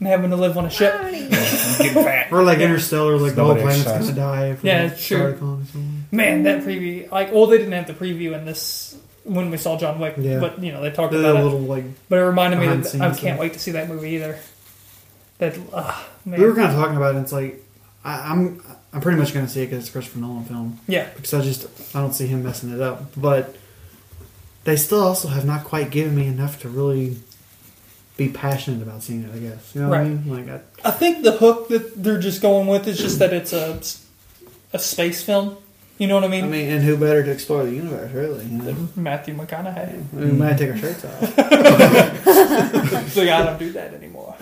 [SPEAKER 3] and having to live on a ship.
[SPEAKER 4] Get fat.
[SPEAKER 5] Or like interstellar, like the whole
[SPEAKER 4] Somebody
[SPEAKER 5] planet's
[SPEAKER 4] excited.
[SPEAKER 5] gonna die. If
[SPEAKER 3] Yeah,
[SPEAKER 5] we
[SPEAKER 3] it's true.
[SPEAKER 5] started colonizing.
[SPEAKER 3] Man, that preview, like, well, they didn't have the preview in this when we saw John Wick,
[SPEAKER 5] Yeah.
[SPEAKER 3] but you know they talked
[SPEAKER 5] They're
[SPEAKER 3] about
[SPEAKER 5] a
[SPEAKER 3] it.
[SPEAKER 5] little like
[SPEAKER 3] but it reminded me
[SPEAKER 5] behind
[SPEAKER 3] that
[SPEAKER 5] the
[SPEAKER 3] I
[SPEAKER 5] scenes
[SPEAKER 3] can't
[SPEAKER 5] thing.
[SPEAKER 3] wait to see that movie either. That ah man,
[SPEAKER 5] we were kind of talking about it. It's like I, I'm I'm pretty much gonna see it because it's a Christopher Nolan film.
[SPEAKER 3] yeah,
[SPEAKER 5] Because I just I don't see him messing it up. But they still also have not quite given me enough to really be passionate about seeing it. I guess you know what I
[SPEAKER 3] Right.
[SPEAKER 5] mean. Like I,
[SPEAKER 3] I think the hook that they're just going with is just that it's a a space film. You know what I mean?
[SPEAKER 5] I mean, and who better to explore the universe, really? You know?
[SPEAKER 3] Matthew McConaughey.
[SPEAKER 5] We might take our shirts off.
[SPEAKER 3] So yeah, I don't do that anymore.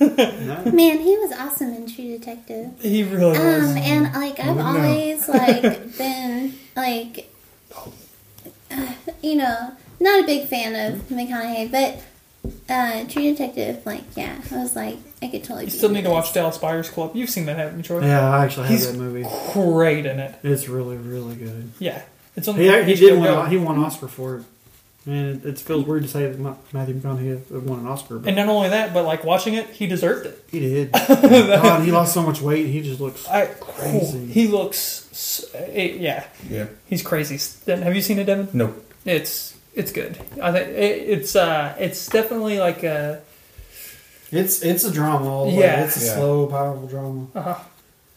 [SPEAKER 7] Man, he was awesome in True Detective.
[SPEAKER 3] He really was.
[SPEAKER 7] Um, and like I've always like been like, you know, not a big fan of McConaughey, but uh, True Detective, like, yeah, I was like, I could totally.
[SPEAKER 3] You
[SPEAKER 7] be
[SPEAKER 3] still
[SPEAKER 7] into
[SPEAKER 3] need to
[SPEAKER 7] this.
[SPEAKER 3] watch Dallas Buyers Club. You've seen that, haven't you, Troy?
[SPEAKER 5] yeah, I actually have
[SPEAKER 3] He's-
[SPEAKER 5] that movie.
[SPEAKER 3] Great in it.
[SPEAKER 5] It's really, really good.
[SPEAKER 3] Yeah, it's on.
[SPEAKER 5] He, he
[SPEAKER 3] HBO
[SPEAKER 5] did
[SPEAKER 3] Oh, Go.
[SPEAKER 5] win. He won an Oscar for it. Man, it, it feels weird to say that Ma- Matthew McConaughey won an Oscar, but
[SPEAKER 3] And not only that, but like watching it, he deserved it.
[SPEAKER 5] he did. God, he lost so much weight. He just looks.
[SPEAKER 3] I
[SPEAKER 5] Crazy.
[SPEAKER 3] He looks. s- eh, yeah,
[SPEAKER 4] Yeah.
[SPEAKER 3] he's crazy. Devin, Have you seen it, Devin?
[SPEAKER 4] No.
[SPEAKER 3] It's it's good. I think it, it's uh it's definitely like a
[SPEAKER 5] It's it's a drama. all the way.
[SPEAKER 3] Yeah.
[SPEAKER 5] it's a
[SPEAKER 4] Yeah.
[SPEAKER 5] slow, powerful drama.
[SPEAKER 3] Uh-huh.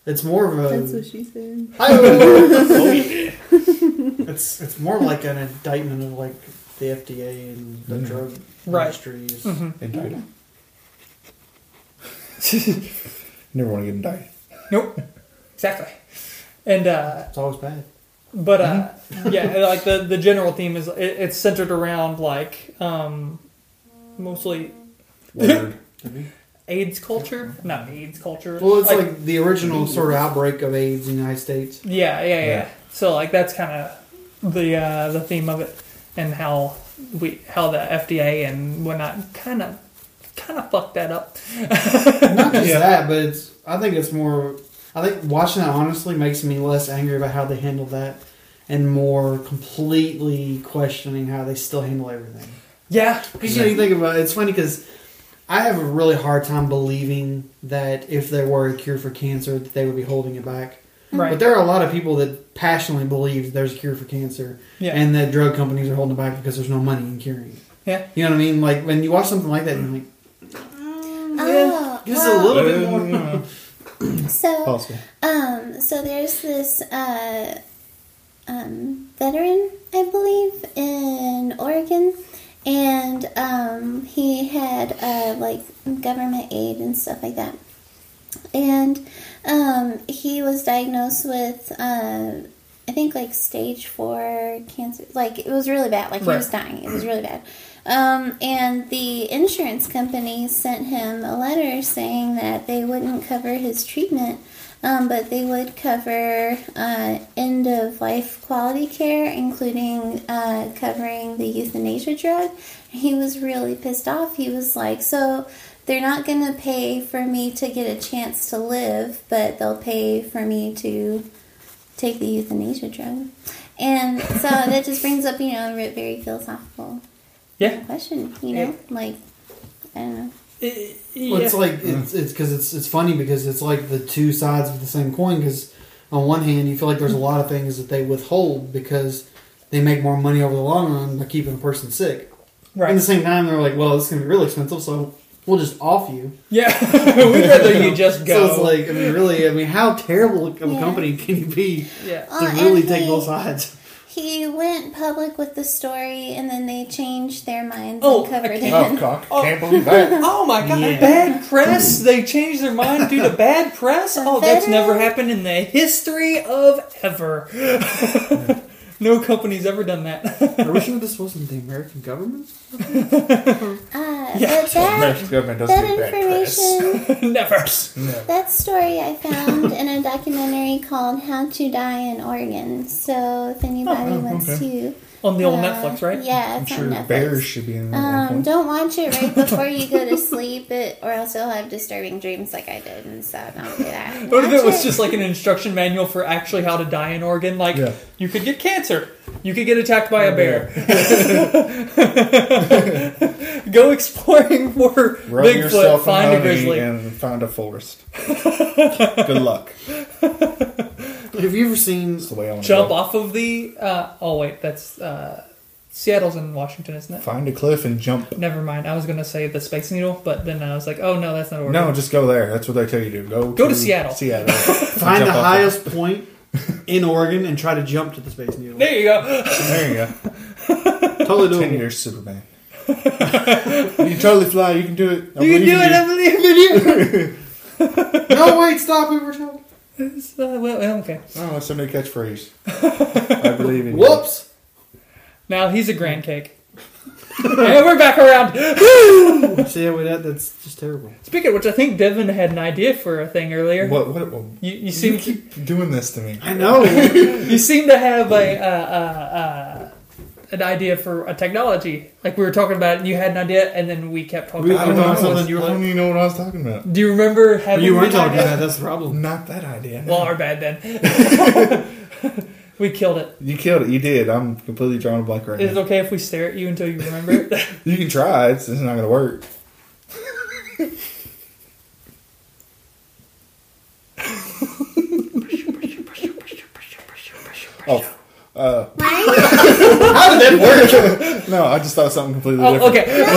[SPEAKER 5] It's more of a.
[SPEAKER 9] That's what she said.
[SPEAKER 5] it's it's more like an indictment of like the FDA and the drug
[SPEAKER 3] Right. Mm-hmm.
[SPEAKER 5] industries.
[SPEAKER 4] Indicted. Never want to get indicted.
[SPEAKER 3] nope exactly. And uh,
[SPEAKER 5] It's always bad.
[SPEAKER 3] but uh,
[SPEAKER 5] Mm-hmm.
[SPEAKER 3] yeah, like the the general theme is it, it's centered around like um mostly
[SPEAKER 4] Word.
[SPEAKER 3] AIDS culture, not AIDS culture.
[SPEAKER 5] Well, it's like, the original sort of outbreak of AIDS in the United States.
[SPEAKER 3] Yeah, yeah, yeah.
[SPEAKER 4] Yeah.
[SPEAKER 3] So like that's kind of the uh, the theme of it, and how we how the FDA and whatnot kind of kind of fucked that up.
[SPEAKER 5] Not just that, but it's I think it's more. I think watching that honestly makes me less angry about how they handled that, and more completely questioning how they still handle everything.
[SPEAKER 3] Yeah,
[SPEAKER 5] Because you know, you think about it, it's funny because I have a really hard time believing that if there were a cure for cancer, that they would be holding it back.
[SPEAKER 3] Right.
[SPEAKER 5] But there are a lot of people that passionately believe there's a cure for cancer,
[SPEAKER 3] Yeah.
[SPEAKER 5] and that drug companies are holding it back because there's no money in curing it.
[SPEAKER 3] yeah.
[SPEAKER 5] You know what I mean? Like when you watch something like that, you're like,
[SPEAKER 7] Oh,
[SPEAKER 5] just a
[SPEAKER 7] well,
[SPEAKER 5] little bit more.
[SPEAKER 7] So
[SPEAKER 4] Oh.
[SPEAKER 5] Possible.
[SPEAKER 7] Um, so there's this uh, um, veteran, I believe, in Oregon, and um, he had uh, like government aid and stuff like that. And um, he was diagnosed with, uh, I think, like stage four cancer. Like it was really bad. Like he
[SPEAKER 3] Right.
[SPEAKER 7] was dying. It was really bad. Um, and the insurance company sent him a letter saying that they wouldn't cover his treatment, um, but they would cover uh, end of life quality care, including uh, covering the euthanasia drug. He was really pissed off. He was like, So they're not going to pay for me to get a chance to live, but they'll pay for me to take the euthanasia drug. And so that just brings up, you know, a re- very philosophical
[SPEAKER 3] Yeah.
[SPEAKER 7] question, you know? Like, I don't know.
[SPEAKER 3] I-
[SPEAKER 5] Well, it's
[SPEAKER 3] yeah.
[SPEAKER 5] like it's it's because it's it's funny because it's like the two sides of the same coin. Because on one hand, you feel like there's a lot of things that they withhold because they make more money over the long run by keeping a person sick. At the
[SPEAKER 3] right.
[SPEAKER 5] same time, they're like, well, it's going to be really expensive, so we'll just off you.
[SPEAKER 3] Yeah, we'd rather you just go.
[SPEAKER 5] So it's like, I mean, really, I mean, how terrible of a
[SPEAKER 7] Yeah.
[SPEAKER 5] company can you be
[SPEAKER 3] yeah,
[SPEAKER 5] to
[SPEAKER 7] Oh,
[SPEAKER 5] really
[SPEAKER 7] and
[SPEAKER 5] take
[SPEAKER 7] he-
[SPEAKER 5] both sides?
[SPEAKER 7] He went public with the story, and then they changed their minds
[SPEAKER 3] Oh,
[SPEAKER 7] and covered
[SPEAKER 3] I
[SPEAKER 7] it.
[SPEAKER 3] can't-
[SPEAKER 4] Oh, cock. Can't believe that.
[SPEAKER 3] Oh my god,
[SPEAKER 5] Yeah.
[SPEAKER 3] bad press! They changed their mind due to bad press? Oh, that's
[SPEAKER 7] Better-
[SPEAKER 3] never happened in the history of ever. no company's ever done that.
[SPEAKER 5] Are we sure this wasn't the American government?
[SPEAKER 7] Uh,
[SPEAKER 3] Yeah.
[SPEAKER 7] but that,
[SPEAKER 4] American government doesn't
[SPEAKER 7] that
[SPEAKER 4] get bad press.
[SPEAKER 7] information
[SPEAKER 3] never.
[SPEAKER 7] That story I found in a documentary called How to Die in Oregon. So if anybody
[SPEAKER 4] Oh,
[SPEAKER 7] wants to.
[SPEAKER 3] On the old
[SPEAKER 7] uh,
[SPEAKER 3] Netflix, right?
[SPEAKER 7] Yeah,
[SPEAKER 4] I'm
[SPEAKER 7] it's
[SPEAKER 4] sure
[SPEAKER 7] on Netflix.
[SPEAKER 4] bears should be in there. at
[SPEAKER 7] um,
[SPEAKER 4] one point.
[SPEAKER 7] don't watch it right before you go to sleep, it, or else you'll have disturbing dreams like I did, and so don't do that.
[SPEAKER 3] What if
[SPEAKER 7] Watch
[SPEAKER 3] it was just like an instruction manual for actually how to die in Oregon? Like,
[SPEAKER 4] Yeah.
[SPEAKER 3] you could get cancer, you could get attacked by a bear. Go exploring for
[SPEAKER 4] Rub
[SPEAKER 3] Bigfoot,
[SPEAKER 4] yourself in
[SPEAKER 3] find a
[SPEAKER 4] honey
[SPEAKER 3] grizzly.
[SPEAKER 4] and find a forest. Good luck.
[SPEAKER 5] Have you ever seen?
[SPEAKER 4] That's the way I want to
[SPEAKER 3] Jump
[SPEAKER 4] go.
[SPEAKER 3] off of the. Uh, oh wait, that's uh, Seattle's in Washington, isn't it?
[SPEAKER 4] Find a cliff and jump.
[SPEAKER 3] Never mind. I was gonna say the Space Needle, but then I was like, oh no, that's not Oregon.
[SPEAKER 4] No, just go there. That's what they tell you to do. Go
[SPEAKER 3] Go to Seattle.
[SPEAKER 4] Seattle.
[SPEAKER 5] Find
[SPEAKER 4] Jump
[SPEAKER 5] the
[SPEAKER 4] off
[SPEAKER 5] highest point in Oregon and try to jump to the Space Needle.
[SPEAKER 3] There you go.
[SPEAKER 4] There you go.
[SPEAKER 5] Totally
[SPEAKER 4] Ten
[SPEAKER 5] doable.
[SPEAKER 4] years Superman. you can totally fly. You can do it. I
[SPEAKER 3] You
[SPEAKER 4] believe
[SPEAKER 3] can do it. I believe in you.
[SPEAKER 5] No, wait, stop it. We're talking.
[SPEAKER 3] It's, uh, well, okay.
[SPEAKER 4] Oh, that's a new catchphrase. I believe in you.
[SPEAKER 5] Whoops.
[SPEAKER 3] Now he's a grand cake. and we're back around.
[SPEAKER 10] See, yeah, well, that, that's just terrible.
[SPEAKER 3] Speaking of which, I think Devin had an idea for a thing earlier.
[SPEAKER 4] What, what, what-
[SPEAKER 3] You, you
[SPEAKER 4] you
[SPEAKER 3] seem
[SPEAKER 4] keep doing this to me.
[SPEAKER 5] I know.
[SPEAKER 3] you seem to have a uh, uh, uh, an idea for a technology. Like we were talking about, and you had an idea, and then we kept talking.
[SPEAKER 5] We-
[SPEAKER 4] I
[SPEAKER 3] about
[SPEAKER 4] don't,
[SPEAKER 3] it.
[SPEAKER 4] know
[SPEAKER 5] know
[SPEAKER 4] something.
[SPEAKER 5] something
[SPEAKER 4] You
[SPEAKER 5] you were-
[SPEAKER 4] I don't even know what I was talking about.
[SPEAKER 3] Do you remember having?
[SPEAKER 5] you
[SPEAKER 3] an
[SPEAKER 5] weren't talking
[SPEAKER 3] idea?
[SPEAKER 5] about that. That's the problem.
[SPEAKER 4] Not that idea.
[SPEAKER 3] Well, our bad then. we killed it.
[SPEAKER 4] You killed it. You did. I'm completely drawing a blank right
[SPEAKER 3] Is it
[SPEAKER 4] now.
[SPEAKER 3] okay if we stare at you until you remember it?
[SPEAKER 4] You can try. It's, it's not going to work. oh,
[SPEAKER 7] Why?
[SPEAKER 4] how did that work? no, I just thought of something completely
[SPEAKER 3] oh,
[SPEAKER 4] different
[SPEAKER 3] okay.
[SPEAKER 7] no, but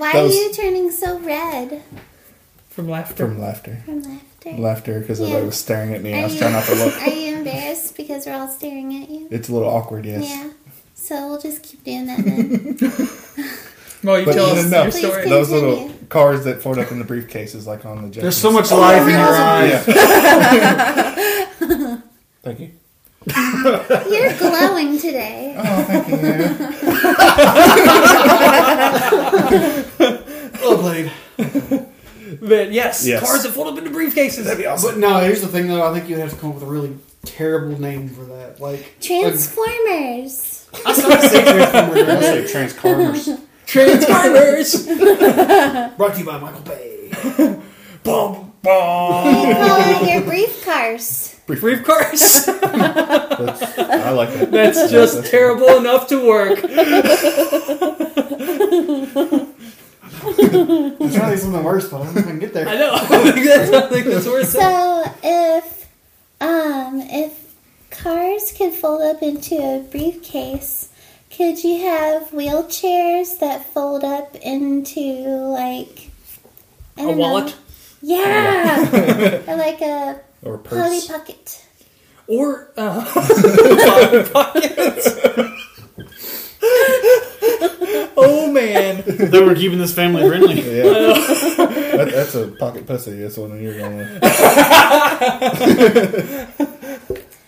[SPEAKER 7] why
[SPEAKER 4] That was-
[SPEAKER 7] are you turning so red
[SPEAKER 3] From laughter.
[SPEAKER 4] from laughter.
[SPEAKER 7] from laughter?
[SPEAKER 4] Laughter because
[SPEAKER 7] Yeah.
[SPEAKER 4] everybody was staring at me. I
[SPEAKER 7] Are
[SPEAKER 4] was
[SPEAKER 7] you-
[SPEAKER 4] trying not to look.
[SPEAKER 7] Are you embarrassed because we're all staring at you?
[SPEAKER 4] It's a little awkward, yes.
[SPEAKER 7] Yeah. So we'll just keep doing that then.
[SPEAKER 3] well, you
[SPEAKER 4] But
[SPEAKER 3] tell
[SPEAKER 4] no,
[SPEAKER 3] us
[SPEAKER 4] no,
[SPEAKER 3] your
[SPEAKER 4] no.
[SPEAKER 3] story.
[SPEAKER 7] Please
[SPEAKER 4] Those little
[SPEAKER 7] continue.
[SPEAKER 4] cars that fold up in the briefcases, like on the jet.
[SPEAKER 5] There's so much life in your eyes.
[SPEAKER 4] Thank you.
[SPEAKER 7] You're glowing today.
[SPEAKER 5] Well played.
[SPEAKER 3] But yes,
[SPEAKER 4] Yes.
[SPEAKER 3] cars that fold up into briefcases.
[SPEAKER 5] But no, here's the thing though. I think you'd have to come up with a really terrible name for that. Like
[SPEAKER 7] Transformers.
[SPEAKER 5] I started saying Transformers.
[SPEAKER 4] Say Transformers.
[SPEAKER 3] Transformers.
[SPEAKER 5] Brought to you by Michael Bay.
[SPEAKER 3] Boom, boom.
[SPEAKER 7] You call it your brief cars.
[SPEAKER 3] Brief cars.
[SPEAKER 4] That's- I like that.
[SPEAKER 3] That's just terrible enough to work.
[SPEAKER 5] I'm trying to think of something worse, but I don't know if I can get
[SPEAKER 3] I
[SPEAKER 5] there.
[SPEAKER 3] know. I think that's, I think that's worth it.
[SPEAKER 7] So if um if cars could fold up into a briefcase, could you have wheelchairs that fold up into like I
[SPEAKER 3] A
[SPEAKER 7] don't
[SPEAKER 3] wallet
[SPEAKER 7] Know. Yeah. or like a
[SPEAKER 4] Or
[SPEAKER 7] Polly
[SPEAKER 4] purse.
[SPEAKER 7] Pocket.
[SPEAKER 3] or uh, pockets. oh man,
[SPEAKER 11] That we're keeping this family friendly.
[SPEAKER 4] Yeah. that, that's a pocket pussy. That's the one you're going with.
[SPEAKER 11] That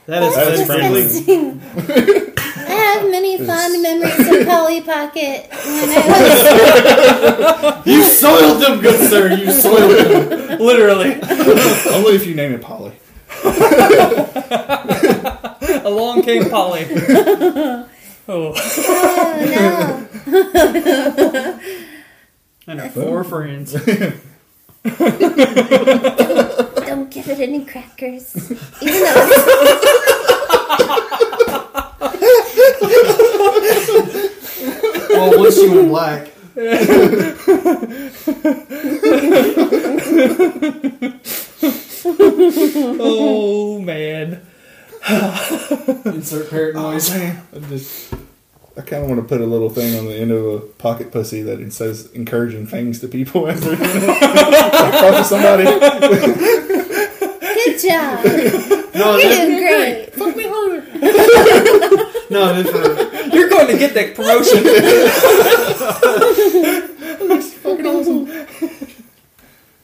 [SPEAKER 11] is
[SPEAKER 4] That is
[SPEAKER 11] said friendly.
[SPEAKER 7] Disgusting. I have many fond memories of Polly Pocket when I was
[SPEAKER 5] You soiled them, good sir. You soiled them.
[SPEAKER 3] literally
[SPEAKER 4] Only if you name it Polly.
[SPEAKER 3] along came Polly. Oh,
[SPEAKER 7] oh no.
[SPEAKER 11] And our four friends.
[SPEAKER 7] Don't give it any crackers. Even though it's
[SPEAKER 5] Well, once you in black.
[SPEAKER 3] oh man.
[SPEAKER 5] Insert parrot noise.
[SPEAKER 4] I just, I kind of want to put a little thing on the end of a pocket pussy that it says encouraging things to people after. Talk to somebody.
[SPEAKER 7] good job.
[SPEAKER 5] No,
[SPEAKER 7] You're
[SPEAKER 5] that,
[SPEAKER 7] doing great.
[SPEAKER 3] Fuck me harder.
[SPEAKER 5] no, that's uh,
[SPEAKER 3] You're going to get that promotion.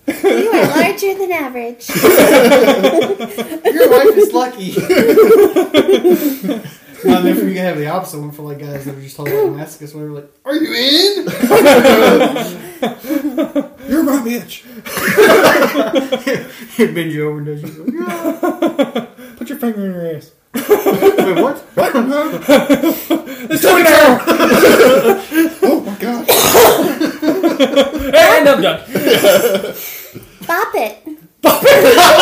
[SPEAKER 7] You are larger than average.
[SPEAKER 5] your wife is lucky. no, I mean, for you can have the opposite one for like guys that are just talking about Damascus, whatever. Like, are you in?
[SPEAKER 4] You're my bitch.
[SPEAKER 5] It bends you over and does you. Go, yeah.
[SPEAKER 4] Put your finger in your ass.
[SPEAKER 5] Wait, what?
[SPEAKER 3] It's twenty now,
[SPEAKER 4] Oh my god.
[SPEAKER 3] and I'm done.
[SPEAKER 7] Bop it.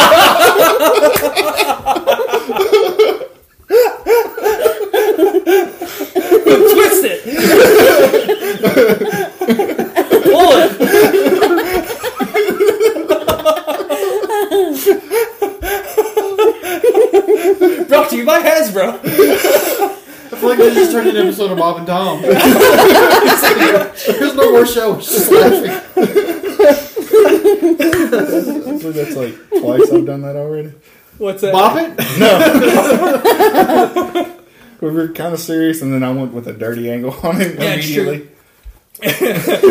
[SPEAKER 3] Twist it. Pull it. Brought to you by Hasbro.
[SPEAKER 5] I feel like they just turned into an episode of Bob and Tom. There's no more show. It's just laughing.
[SPEAKER 4] Actually, that's like twice I've done that already.
[SPEAKER 3] What's that?
[SPEAKER 5] Bop it?
[SPEAKER 4] We were kind of serious, and then I went with a dirty angle on it
[SPEAKER 3] Yeah, it's true.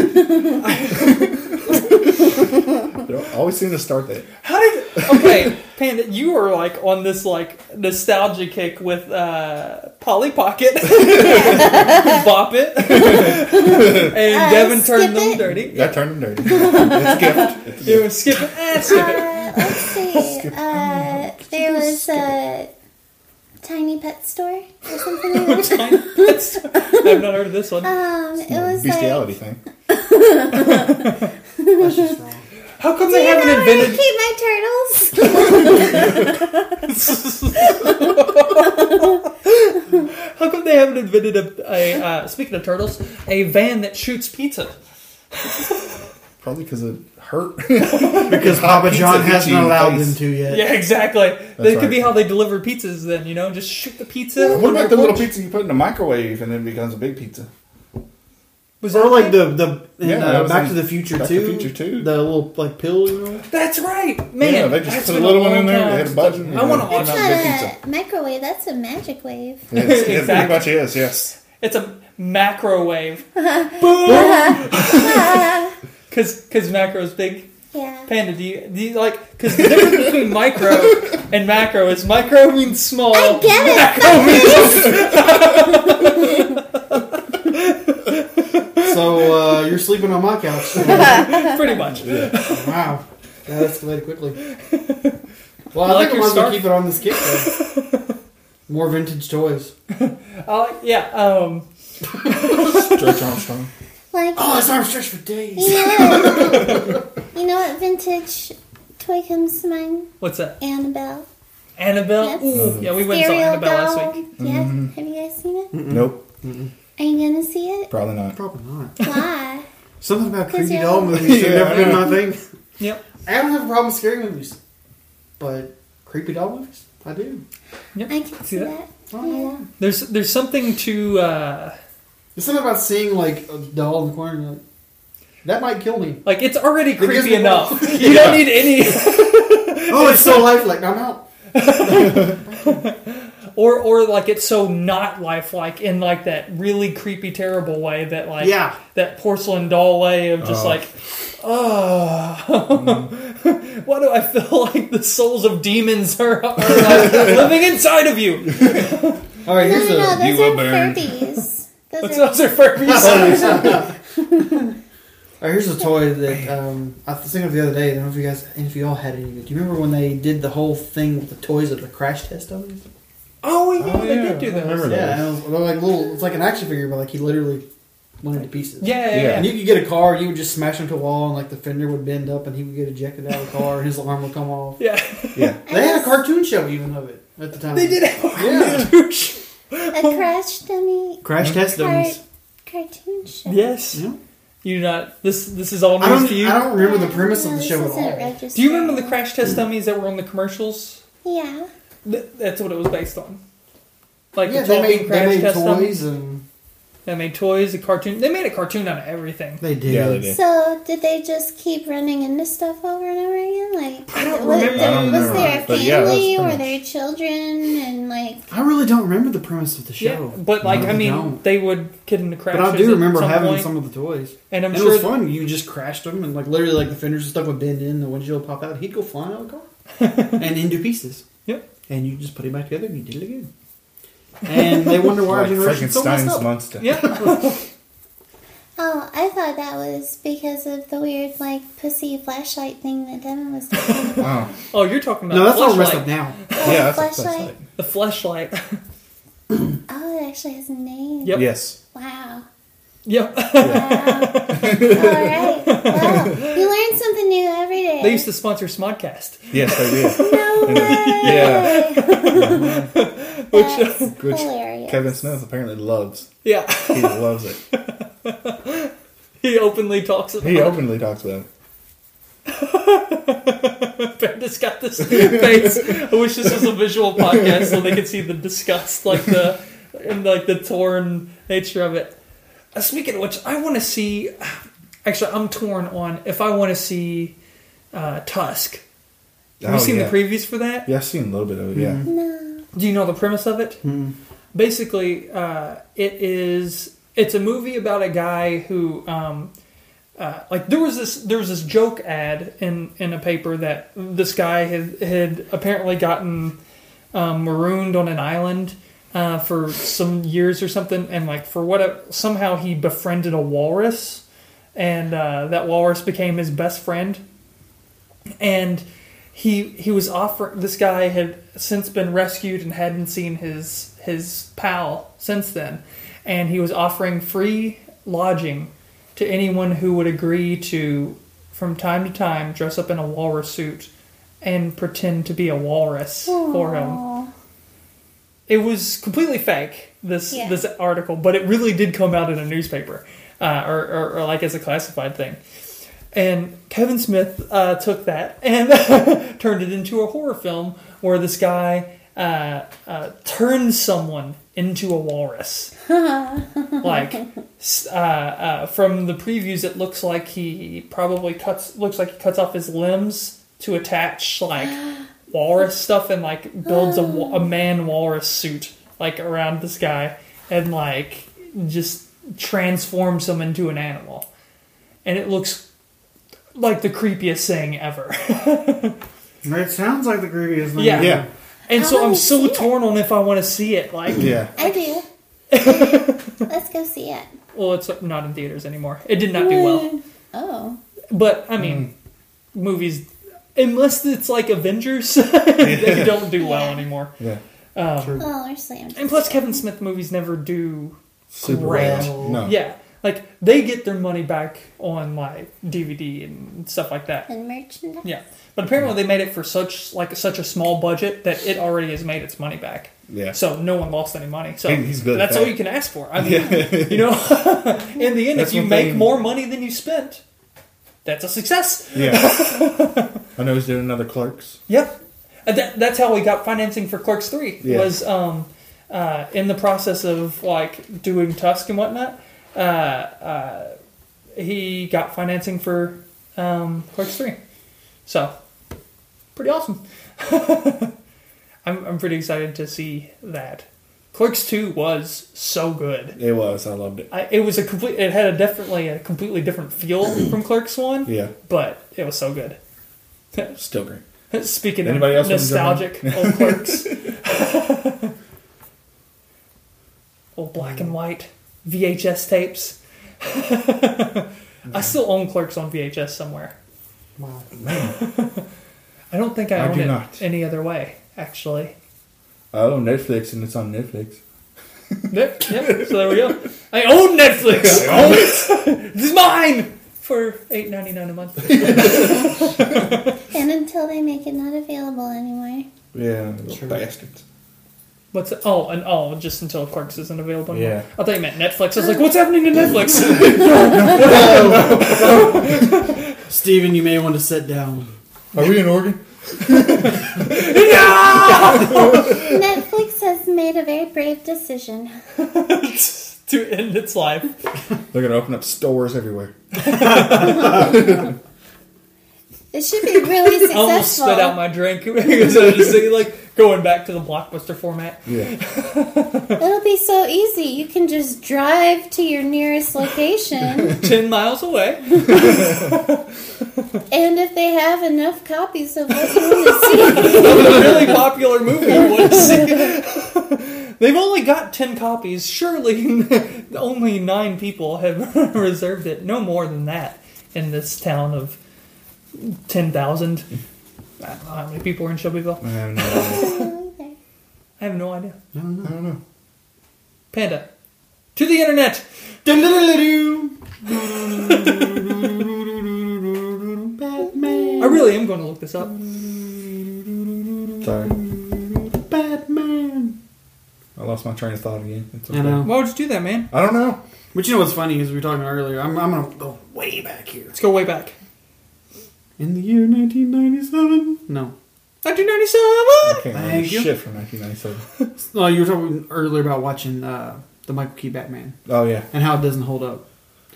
[SPEAKER 4] immediately. They always seem to start that.
[SPEAKER 3] How did Okay, Panda, you were like on this like nostalgia kick with uh, Polly Pocket, Bop It, and
[SPEAKER 7] Uh,
[SPEAKER 3] Devin
[SPEAKER 7] Skip
[SPEAKER 3] turned them
[SPEAKER 7] It.
[SPEAKER 3] dirty.
[SPEAKER 4] I turned him dirty. It's gift. It's
[SPEAKER 3] You were skipping, eh, skip it.
[SPEAKER 7] Uh, let's see. Uh, there was a tiny pet store or something like that.
[SPEAKER 3] That's- I've not heard of this one.
[SPEAKER 7] Um, it was
[SPEAKER 4] bestiality
[SPEAKER 7] like.
[SPEAKER 4] thing.
[SPEAKER 5] That's just wrong.
[SPEAKER 3] How come
[SPEAKER 7] Do
[SPEAKER 3] they
[SPEAKER 7] you know
[SPEAKER 3] haven't
[SPEAKER 7] where I keep
[SPEAKER 3] invented?
[SPEAKER 7] my turtles?
[SPEAKER 3] How come they haven't invented a, a uh, speaking of turtles, a van that shoots pizza?
[SPEAKER 4] Probably because it hurt.
[SPEAKER 5] Because
[SPEAKER 4] Hot
[SPEAKER 5] Papa
[SPEAKER 4] pizza
[SPEAKER 5] John
[SPEAKER 4] hits
[SPEAKER 5] hasn't
[SPEAKER 4] you in the
[SPEAKER 5] allowed
[SPEAKER 4] face.
[SPEAKER 5] them to yet.
[SPEAKER 3] Yeah, exactly. that could
[SPEAKER 4] right.
[SPEAKER 3] be how they deliver pizzas. Then you know, just shoot the pizza.
[SPEAKER 4] What about the little pizza you put in the microwave and then it becomes a big pizza?
[SPEAKER 3] Was that
[SPEAKER 5] Or like the the in,
[SPEAKER 4] Yeah, that
[SPEAKER 5] uh,
[SPEAKER 4] was
[SPEAKER 5] Back
[SPEAKER 4] in
[SPEAKER 5] to the Future
[SPEAKER 4] Back to
[SPEAKER 5] too.
[SPEAKER 4] the Future 2.
[SPEAKER 5] The little like pill. You know?
[SPEAKER 3] That's right, man.
[SPEAKER 4] yeah, they just
[SPEAKER 3] that's
[SPEAKER 4] put a
[SPEAKER 3] been
[SPEAKER 4] little one in
[SPEAKER 3] long
[SPEAKER 4] there.
[SPEAKER 3] time.
[SPEAKER 4] They hit a button.
[SPEAKER 3] I want to watch
[SPEAKER 7] That's
[SPEAKER 4] watch
[SPEAKER 3] that.
[SPEAKER 7] not
[SPEAKER 4] big
[SPEAKER 7] a
[SPEAKER 4] pizza.
[SPEAKER 7] microwave, that's a magic wave.
[SPEAKER 4] Yes, yes,
[SPEAKER 3] Exactly.
[SPEAKER 4] pretty much is. Yes.
[SPEAKER 3] It's a macrowave. Boom. Because because macro's big.
[SPEAKER 7] Yeah.
[SPEAKER 3] Panda, do you, do you like? Because the difference between micro and macro is micro means small.
[SPEAKER 7] I get it!
[SPEAKER 5] So uh, you're sleeping on my couch.
[SPEAKER 3] Pretty much.
[SPEAKER 5] wow, that escalated quickly. Well,
[SPEAKER 3] I
[SPEAKER 5] I,
[SPEAKER 3] like
[SPEAKER 5] think
[SPEAKER 3] your
[SPEAKER 5] I might as well
[SPEAKER 3] scarf.
[SPEAKER 5] keep it on this kit. though. More vintage toys.
[SPEAKER 3] I like, Uh, yeah. Um.
[SPEAKER 4] George Armstrong.
[SPEAKER 7] Like,
[SPEAKER 5] Oh, his arm stretched for days.
[SPEAKER 7] yeah. you know what vintage toy comes to mind?
[SPEAKER 3] What's that?
[SPEAKER 7] Annabelle.
[SPEAKER 3] Annabelle.
[SPEAKER 7] Yes.
[SPEAKER 3] Ooh, yeah, we went and saw Annabelle last week.
[SPEAKER 7] Yeah. Have you guys seen it?
[SPEAKER 4] Nope.
[SPEAKER 7] Are you gonna see it?
[SPEAKER 4] Probably not.
[SPEAKER 5] Probably not.
[SPEAKER 7] Why?
[SPEAKER 5] Something about
[SPEAKER 7] 'Cause
[SPEAKER 5] creepy
[SPEAKER 7] you're-
[SPEAKER 5] doll movies have
[SPEAKER 4] Yeah, I
[SPEAKER 5] never been my thing.
[SPEAKER 3] Yep.
[SPEAKER 5] I don't have a problem with scary movies, but creepy doll movies, I do.
[SPEAKER 7] I can see that.
[SPEAKER 5] I don't know why.
[SPEAKER 3] There's there's something to. uh
[SPEAKER 5] There's something about seeing like a doll in the corner. And you're like, that might kill me.
[SPEAKER 3] Like it's already
[SPEAKER 5] gives
[SPEAKER 3] creepy
[SPEAKER 5] me
[SPEAKER 3] enough.
[SPEAKER 5] more-
[SPEAKER 3] You don't need any.
[SPEAKER 5] Oh, it's so lifelike. I'm out.
[SPEAKER 3] or or like it's so not lifelike in like that really creepy terrible way that like
[SPEAKER 5] Yeah.
[SPEAKER 3] that porcelain doll way of just like oh why do i feel like the souls of demons are, are like, living inside of you
[SPEAKER 5] All right,
[SPEAKER 7] No,
[SPEAKER 5] here's
[SPEAKER 7] no,
[SPEAKER 5] a.
[SPEAKER 7] no, those
[SPEAKER 4] You
[SPEAKER 7] are
[SPEAKER 4] will burn.
[SPEAKER 7] Furbies. Those
[SPEAKER 3] those
[SPEAKER 7] are.
[SPEAKER 3] those are furbies
[SPEAKER 5] All right, here's a toy that um, I was thinking of the other day. I don't know if you guys, and if you all had any of it. Do you remember when they did the whole thing with the toys of the crash test dummies?
[SPEAKER 3] oh yeah
[SPEAKER 4] Oh,
[SPEAKER 3] they
[SPEAKER 4] yeah,
[SPEAKER 3] did do
[SPEAKER 4] I
[SPEAKER 3] those
[SPEAKER 4] remember
[SPEAKER 5] Yeah,
[SPEAKER 4] Yeah.
[SPEAKER 5] and it was, they're like little. It's like an action figure, but like he literally went into pieces.
[SPEAKER 3] yeah yeah,
[SPEAKER 5] And
[SPEAKER 3] yeah.
[SPEAKER 5] you could get a car, you would just smash into a wall, and like the fender would bend up, and he would get ejected out of the car, and his arm would come off.
[SPEAKER 3] Yeah.
[SPEAKER 4] Yeah.
[SPEAKER 5] They had a cartoon show even of it at the time.
[SPEAKER 3] they did have
[SPEAKER 5] Yeah.
[SPEAKER 7] A crash dummy
[SPEAKER 2] Crash test
[SPEAKER 7] car-
[SPEAKER 2] dummies.
[SPEAKER 7] cartoon show.
[SPEAKER 3] yes
[SPEAKER 5] Yeah.
[SPEAKER 3] you not this this is all
[SPEAKER 5] I
[SPEAKER 3] news to
[SPEAKER 5] don't.
[SPEAKER 3] you
[SPEAKER 5] I don't Mm. remember the
[SPEAKER 7] I
[SPEAKER 5] premise
[SPEAKER 7] don't
[SPEAKER 5] of the
[SPEAKER 7] know,
[SPEAKER 5] show
[SPEAKER 7] this
[SPEAKER 5] at
[SPEAKER 7] isn't
[SPEAKER 5] all.
[SPEAKER 7] registered.
[SPEAKER 3] do you remember the crash test dummies that were on the commercials
[SPEAKER 7] Yeah.
[SPEAKER 3] Th- that's what it was based on like
[SPEAKER 5] Yeah,
[SPEAKER 3] the
[SPEAKER 5] they
[SPEAKER 3] talking
[SPEAKER 5] made,
[SPEAKER 3] crash
[SPEAKER 5] they made
[SPEAKER 3] test dummies
[SPEAKER 5] toys and
[SPEAKER 3] They made toys, a cartoon. They made a cartoon out of everything.
[SPEAKER 5] they did.
[SPEAKER 4] Yeah, they did.
[SPEAKER 7] So did they just keep running into stuff over and over again? Like
[SPEAKER 3] I don't
[SPEAKER 7] wa-
[SPEAKER 3] remember.
[SPEAKER 7] there-
[SPEAKER 4] I don't
[SPEAKER 7] was
[SPEAKER 4] remember,
[SPEAKER 7] there a
[SPEAKER 4] but yeah, that's
[SPEAKER 7] family
[SPEAKER 4] pretty
[SPEAKER 7] or
[SPEAKER 4] much-
[SPEAKER 7] their children and like
[SPEAKER 5] I really don't remember the premise of the
[SPEAKER 3] Yeah,
[SPEAKER 5] show.
[SPEAKER 3] but like
[SPEAKER 5] No,
[SPEAKER 3] I mean,
[SPEAKER 5] don't.
[SPEAKER 3] they would get into
[SPEAKER 5] but
[SPEAKER 3] crashes.
[SPEAKER 5] I do
[SPEAKER 3] at
[SPEAKER 5] remember
[SPEAKER 3] some
[SPEAKER 5] having
[SPEAKER 3] point,
[SPEAKER 5] some of the toys.
[SPEAKER 3] and I'm
[SPEAKER 5] And it
[SPEAKER 3] sure
[SPEAKER 5] was fun. You just crashed them, and like literally, like the fenders and stuff would bend in, the windshield would pop out. He'd go flying out of the car and into pieces.
[SPEAKER 3] Yep.
[SPEAKER 5] And you just put it back together, and you did it again. And they wonder why
[SPEAKER 4] Like
[SPEAKER 5] our generation's so messed
[SPEAKER 4] Frankenstein's
[SPEAKER 5] up.
[SPEAKER 4] monster.
[SPEAKER 3] Yeah,
[SPEAKER 7] oh, I thought that was because of the weird like pussy flashlight thing that Devin was talking about.
[SPEAKER 4] Oh.
[SPEAKER 3] oh, you're talking about
[SPEAKER 5] No, that's
[SPEAKER 3] the
[SPEAKER 5] all messed
[SPEAKER 3] fleshlight.
[SPEAKER 5] up now.
[SPEAKER 4] Yeah, that's, that's
[SPEAKER 7] flashlight.
[SPEAKER 4] like.
[SPEAKER 3] The fleshlight.
[SPEAKER 7] Oh, it actually has a name.
[SPEAKER 3] Yep.
[SPEAKER 4] Yes.
[SPEAKER 7] Wow.
[SPEAKER 3] yep.
[SPEAKER 7] Wow. All right. Wow. You learn something new every day.
[SPEAKER 3] they used to sponsor Smodcast.
[SPEAKER 4] Yes, they did.
[SPEAKER 7] No way.
[SPEAKER 4] Yeah.
[SPEAKER 7] That's
[SPEAKER 4] Which
[SPEAKER 7] hilarious.
[SPEAKER 4] Kevin Smith apparently loves.
[SPEAKER 3] Yeah,
[SPEAKER 4] He loves it.
[SPEAKER 3] he openly talks about.
[SPEAKER 4] He openly talks about it.
[SPEAKER 3] Brenda's got this face. I wish this was a visual podcast so they could see the disgust, like the and like the torn nature of it. Uh, speaking of which, I want to see. Actually, I'm torn on if I want to see uh, Tusk. Have
[SPEAKER 4] Oh,
[SPEAKER 3] you seen
[SPEAKER 4] yeah.
[SPEAKER 3] the previews for that?
[SPEAKER 4] Yeah, I've seen a little bit of it. Yeah.
[SPEAKER 7] No.
[SPEAKER 3] Do you know the premise of it? Basically, uh, it is it's a movie about a guy who um, uh, like there was this there was this joke ad in in a paper that this guy had had apparently gotten um, marooned on an island uh, for some years or something, and like for what somehow he befriended a walrus, and uh, that walrus became his best friend, and he he was offering this guy had since been rescued and hadn't seen his his pal since then, and he was offering free lodging to anyone who would agree to from time to time dress up in a walrus suit and pretend to be a walrus for him
[SPEAKER 7] Aw.
[SPEAKER 3] it was completely fake this
[SPEAKER 7] Yeah.
[SPEAKER 3] this article but it really did come out in a newspaper uh, or, or, or like as a classified thing and kevin smith uh, took that and turned it into a horror film where this guy uh, uh, turns someone into a walrus like s- uh, uh, from the previews it looks like he probably cuts looks like he cuts off his limbs to attach like walrus stuff and like builds a, wa- a man walrus suit like around this guy and like just transforms him into an animal and it looks like the creepiest thing ever
[SPEAKER 5] It sounds like the creepiest thing.
[SPEAKER 3] yeah
[SPEAKER 4] Yeah.
[SPEAKER 3] and
[SPEAKER 7] I
[SPEAKER 3] so i'm
[SPEAKER 7] wanna see
[SPEAKER 3] so
[SPEAKER 7] it.
[SPEAKER 3] torn on if i want to see it like
[SPEAKER 4] Yeah.
[SPEAKER 7] I do. Let's go see it.
[SPEAKER 3] well it's uh, not in theaters anymore it did not do well
[SPEAKER 7] Oh.
[SPEAKER 3] But I mean, movies, unless it's like Avengers, they don't do well anymore.
[SPEAKER 4] Yeah. Hmm.
[SPEAKER 7] Well, we're slammed.
[SPEAKER 3] And plus, Kevin Smith movies never do.
[SPEAKER 4] Super
[SPEAKER 3] Great.
[SPEAKER 4] well. No.
[SPEAKER 3] Yeah, like they get their money back on like DVD and stuff like that.
[SPEAKER 7] And merchandise.
[SPEAKER 3] Yeah, but apparently they made it for such like such a small budget that it already has made its money back.
[SPEAKER 4] Yeah.
[SPEAKER 3] So no one lost any money. So
[SPEAKER 4] He- he's good at
[SPEAKER 3] that's
[SPEAKER 4] that.
[SPEAKER 3] all you can ask for. I mean, you know, in the end,
[SPEAKER 4] That's
[SPEAKER 3] if you
[SPEAKER 4] one
[SPEAKER 3] make
[SPEAKER 4] thing-
[SPEAKER 3] more money than you spent, that's a success.
[SPEAKER 4] Yeah. I know he's doing another Clerks.
[SPEAKER 3] Yep. And That, that's how we got financing for Clerks 3
[SPEAKER 4] Yeah.
[SPEAKER 3] was um, uh, in the process of like doing Tusk and whatnot. Uh, uh, he got financing for um, Clerks 3. So, pretty awesome. I'm, I'm pretty excited to see that. Clerks 2 was so good.
[SPEAKER 4] It was. I loved it.
[SPEAKER 3] I, it was a complete. It had a definitely a completely different feel from Clerks One,
[SPEAKER 4] Yeah.
[SPEAKER 3] but it was so good.
[SPEAKER 4] Still great.
[SPEAKER 3] Speaking
[SPEAKER 4] Anybody
[SPEAKER 3] of
[SPEAKER 4] else wanna jump
[SPEAKER 3] nostalgic old clerks, old black and white VHS tapes. I still own Clerks on VHS somewhere.
[SPEAKER 12] Wow.
[SPEAKER 3] I don't think I,
[SPEAKER 4] I
[SPEAKER 3] own
[SPEAKER 4] do
[SPEAKER 3] it
[SPEAKER 4] not.
[SPEAKER 3] any other way, actually.
[SPEAKER 4] Oh, Netflix, and it's on Netflix.
[SPEAKER 3] Yep, yep. So there we go. I own Netflix. this is mine for eight ninety nine a month.
[SPEAKER 7] And until they make it not available anymore.
[SPEAKER 4] Yeah, little bastards.
[SPEAKER 3] What's oh and oh just until Clerks isn't available. anymore.
[SPEAKER 4] Yeah.
[SPEAKER 3] I thought you meant Netflix. I was like, what's happening to Netflix?
[SPEAKER 2] Steven, you may want to sit down.
[SPEAKER 4] Are we in Oregon?
[SPEAKER 7] Netflix has made a very brave decision.
[SPEAKER 3] to end its life.
[SPEAKER 4] They're gonna open up stores everywhere.
[SPEAKER 7] It should be really
[SPEAKER 3] I almost
[SPEAKER 7] successful.
[SPEAKER 3] spit out my drink because I was just thinking, like going back to the blockbuster format.
[SPEAKER 4] Yeah,
[SPEAKER 7] It'll be so easy. You can just drive to your nearest location,
[SPEAKER 3] Ten miles away.
[SPEAKER 7] and if they have enough copies of what you want to see,
[SPEAKER 3] A really popular movie I want to see. They've only got ten copies. Surely only nine people have reserved it. No more than that in this town of ten thousand. I don't know how many people are in Shelbyville.
[SPEAKER 4] I have no idea.
[SPEAKER 3] I have no idea.
[SPEAKER 4] uh, I don't know.
[SPEAKER 3] Panda. To the internet! I really am going to look this up.
[SPEAKER 4] Sorry,
[SPEAKER 2] Batman.
[SPEAKER 4] I lost my train of thought again. It's
[SPEAKER 5] I know.
[SPEAKER 3] Why would you do that, man?
[SPEAKER 4] I don't know.
[SPEAKER 5] But you know what's funny is we were talking earlier. I'm, I'm gonna go way back here.
[SPEAKER 3] Let's go way back.
[SPEAKER 5] In the year 1997. No.
[SPEAKER 3] 1997!
[SPEAKER 4] I can't
[SPEAKER 5] Thank
[SPEAKER 4] remember
[SPEAKER 5] you.
[SPEAKER 4] shit from 1997.
[SPEAKER 5] No, you were talking earlier about watching uh, the Michael Key Batman
[SPEAKER 4] Oh yeah,
[SPEAKER 5] and how it doesn't hold up.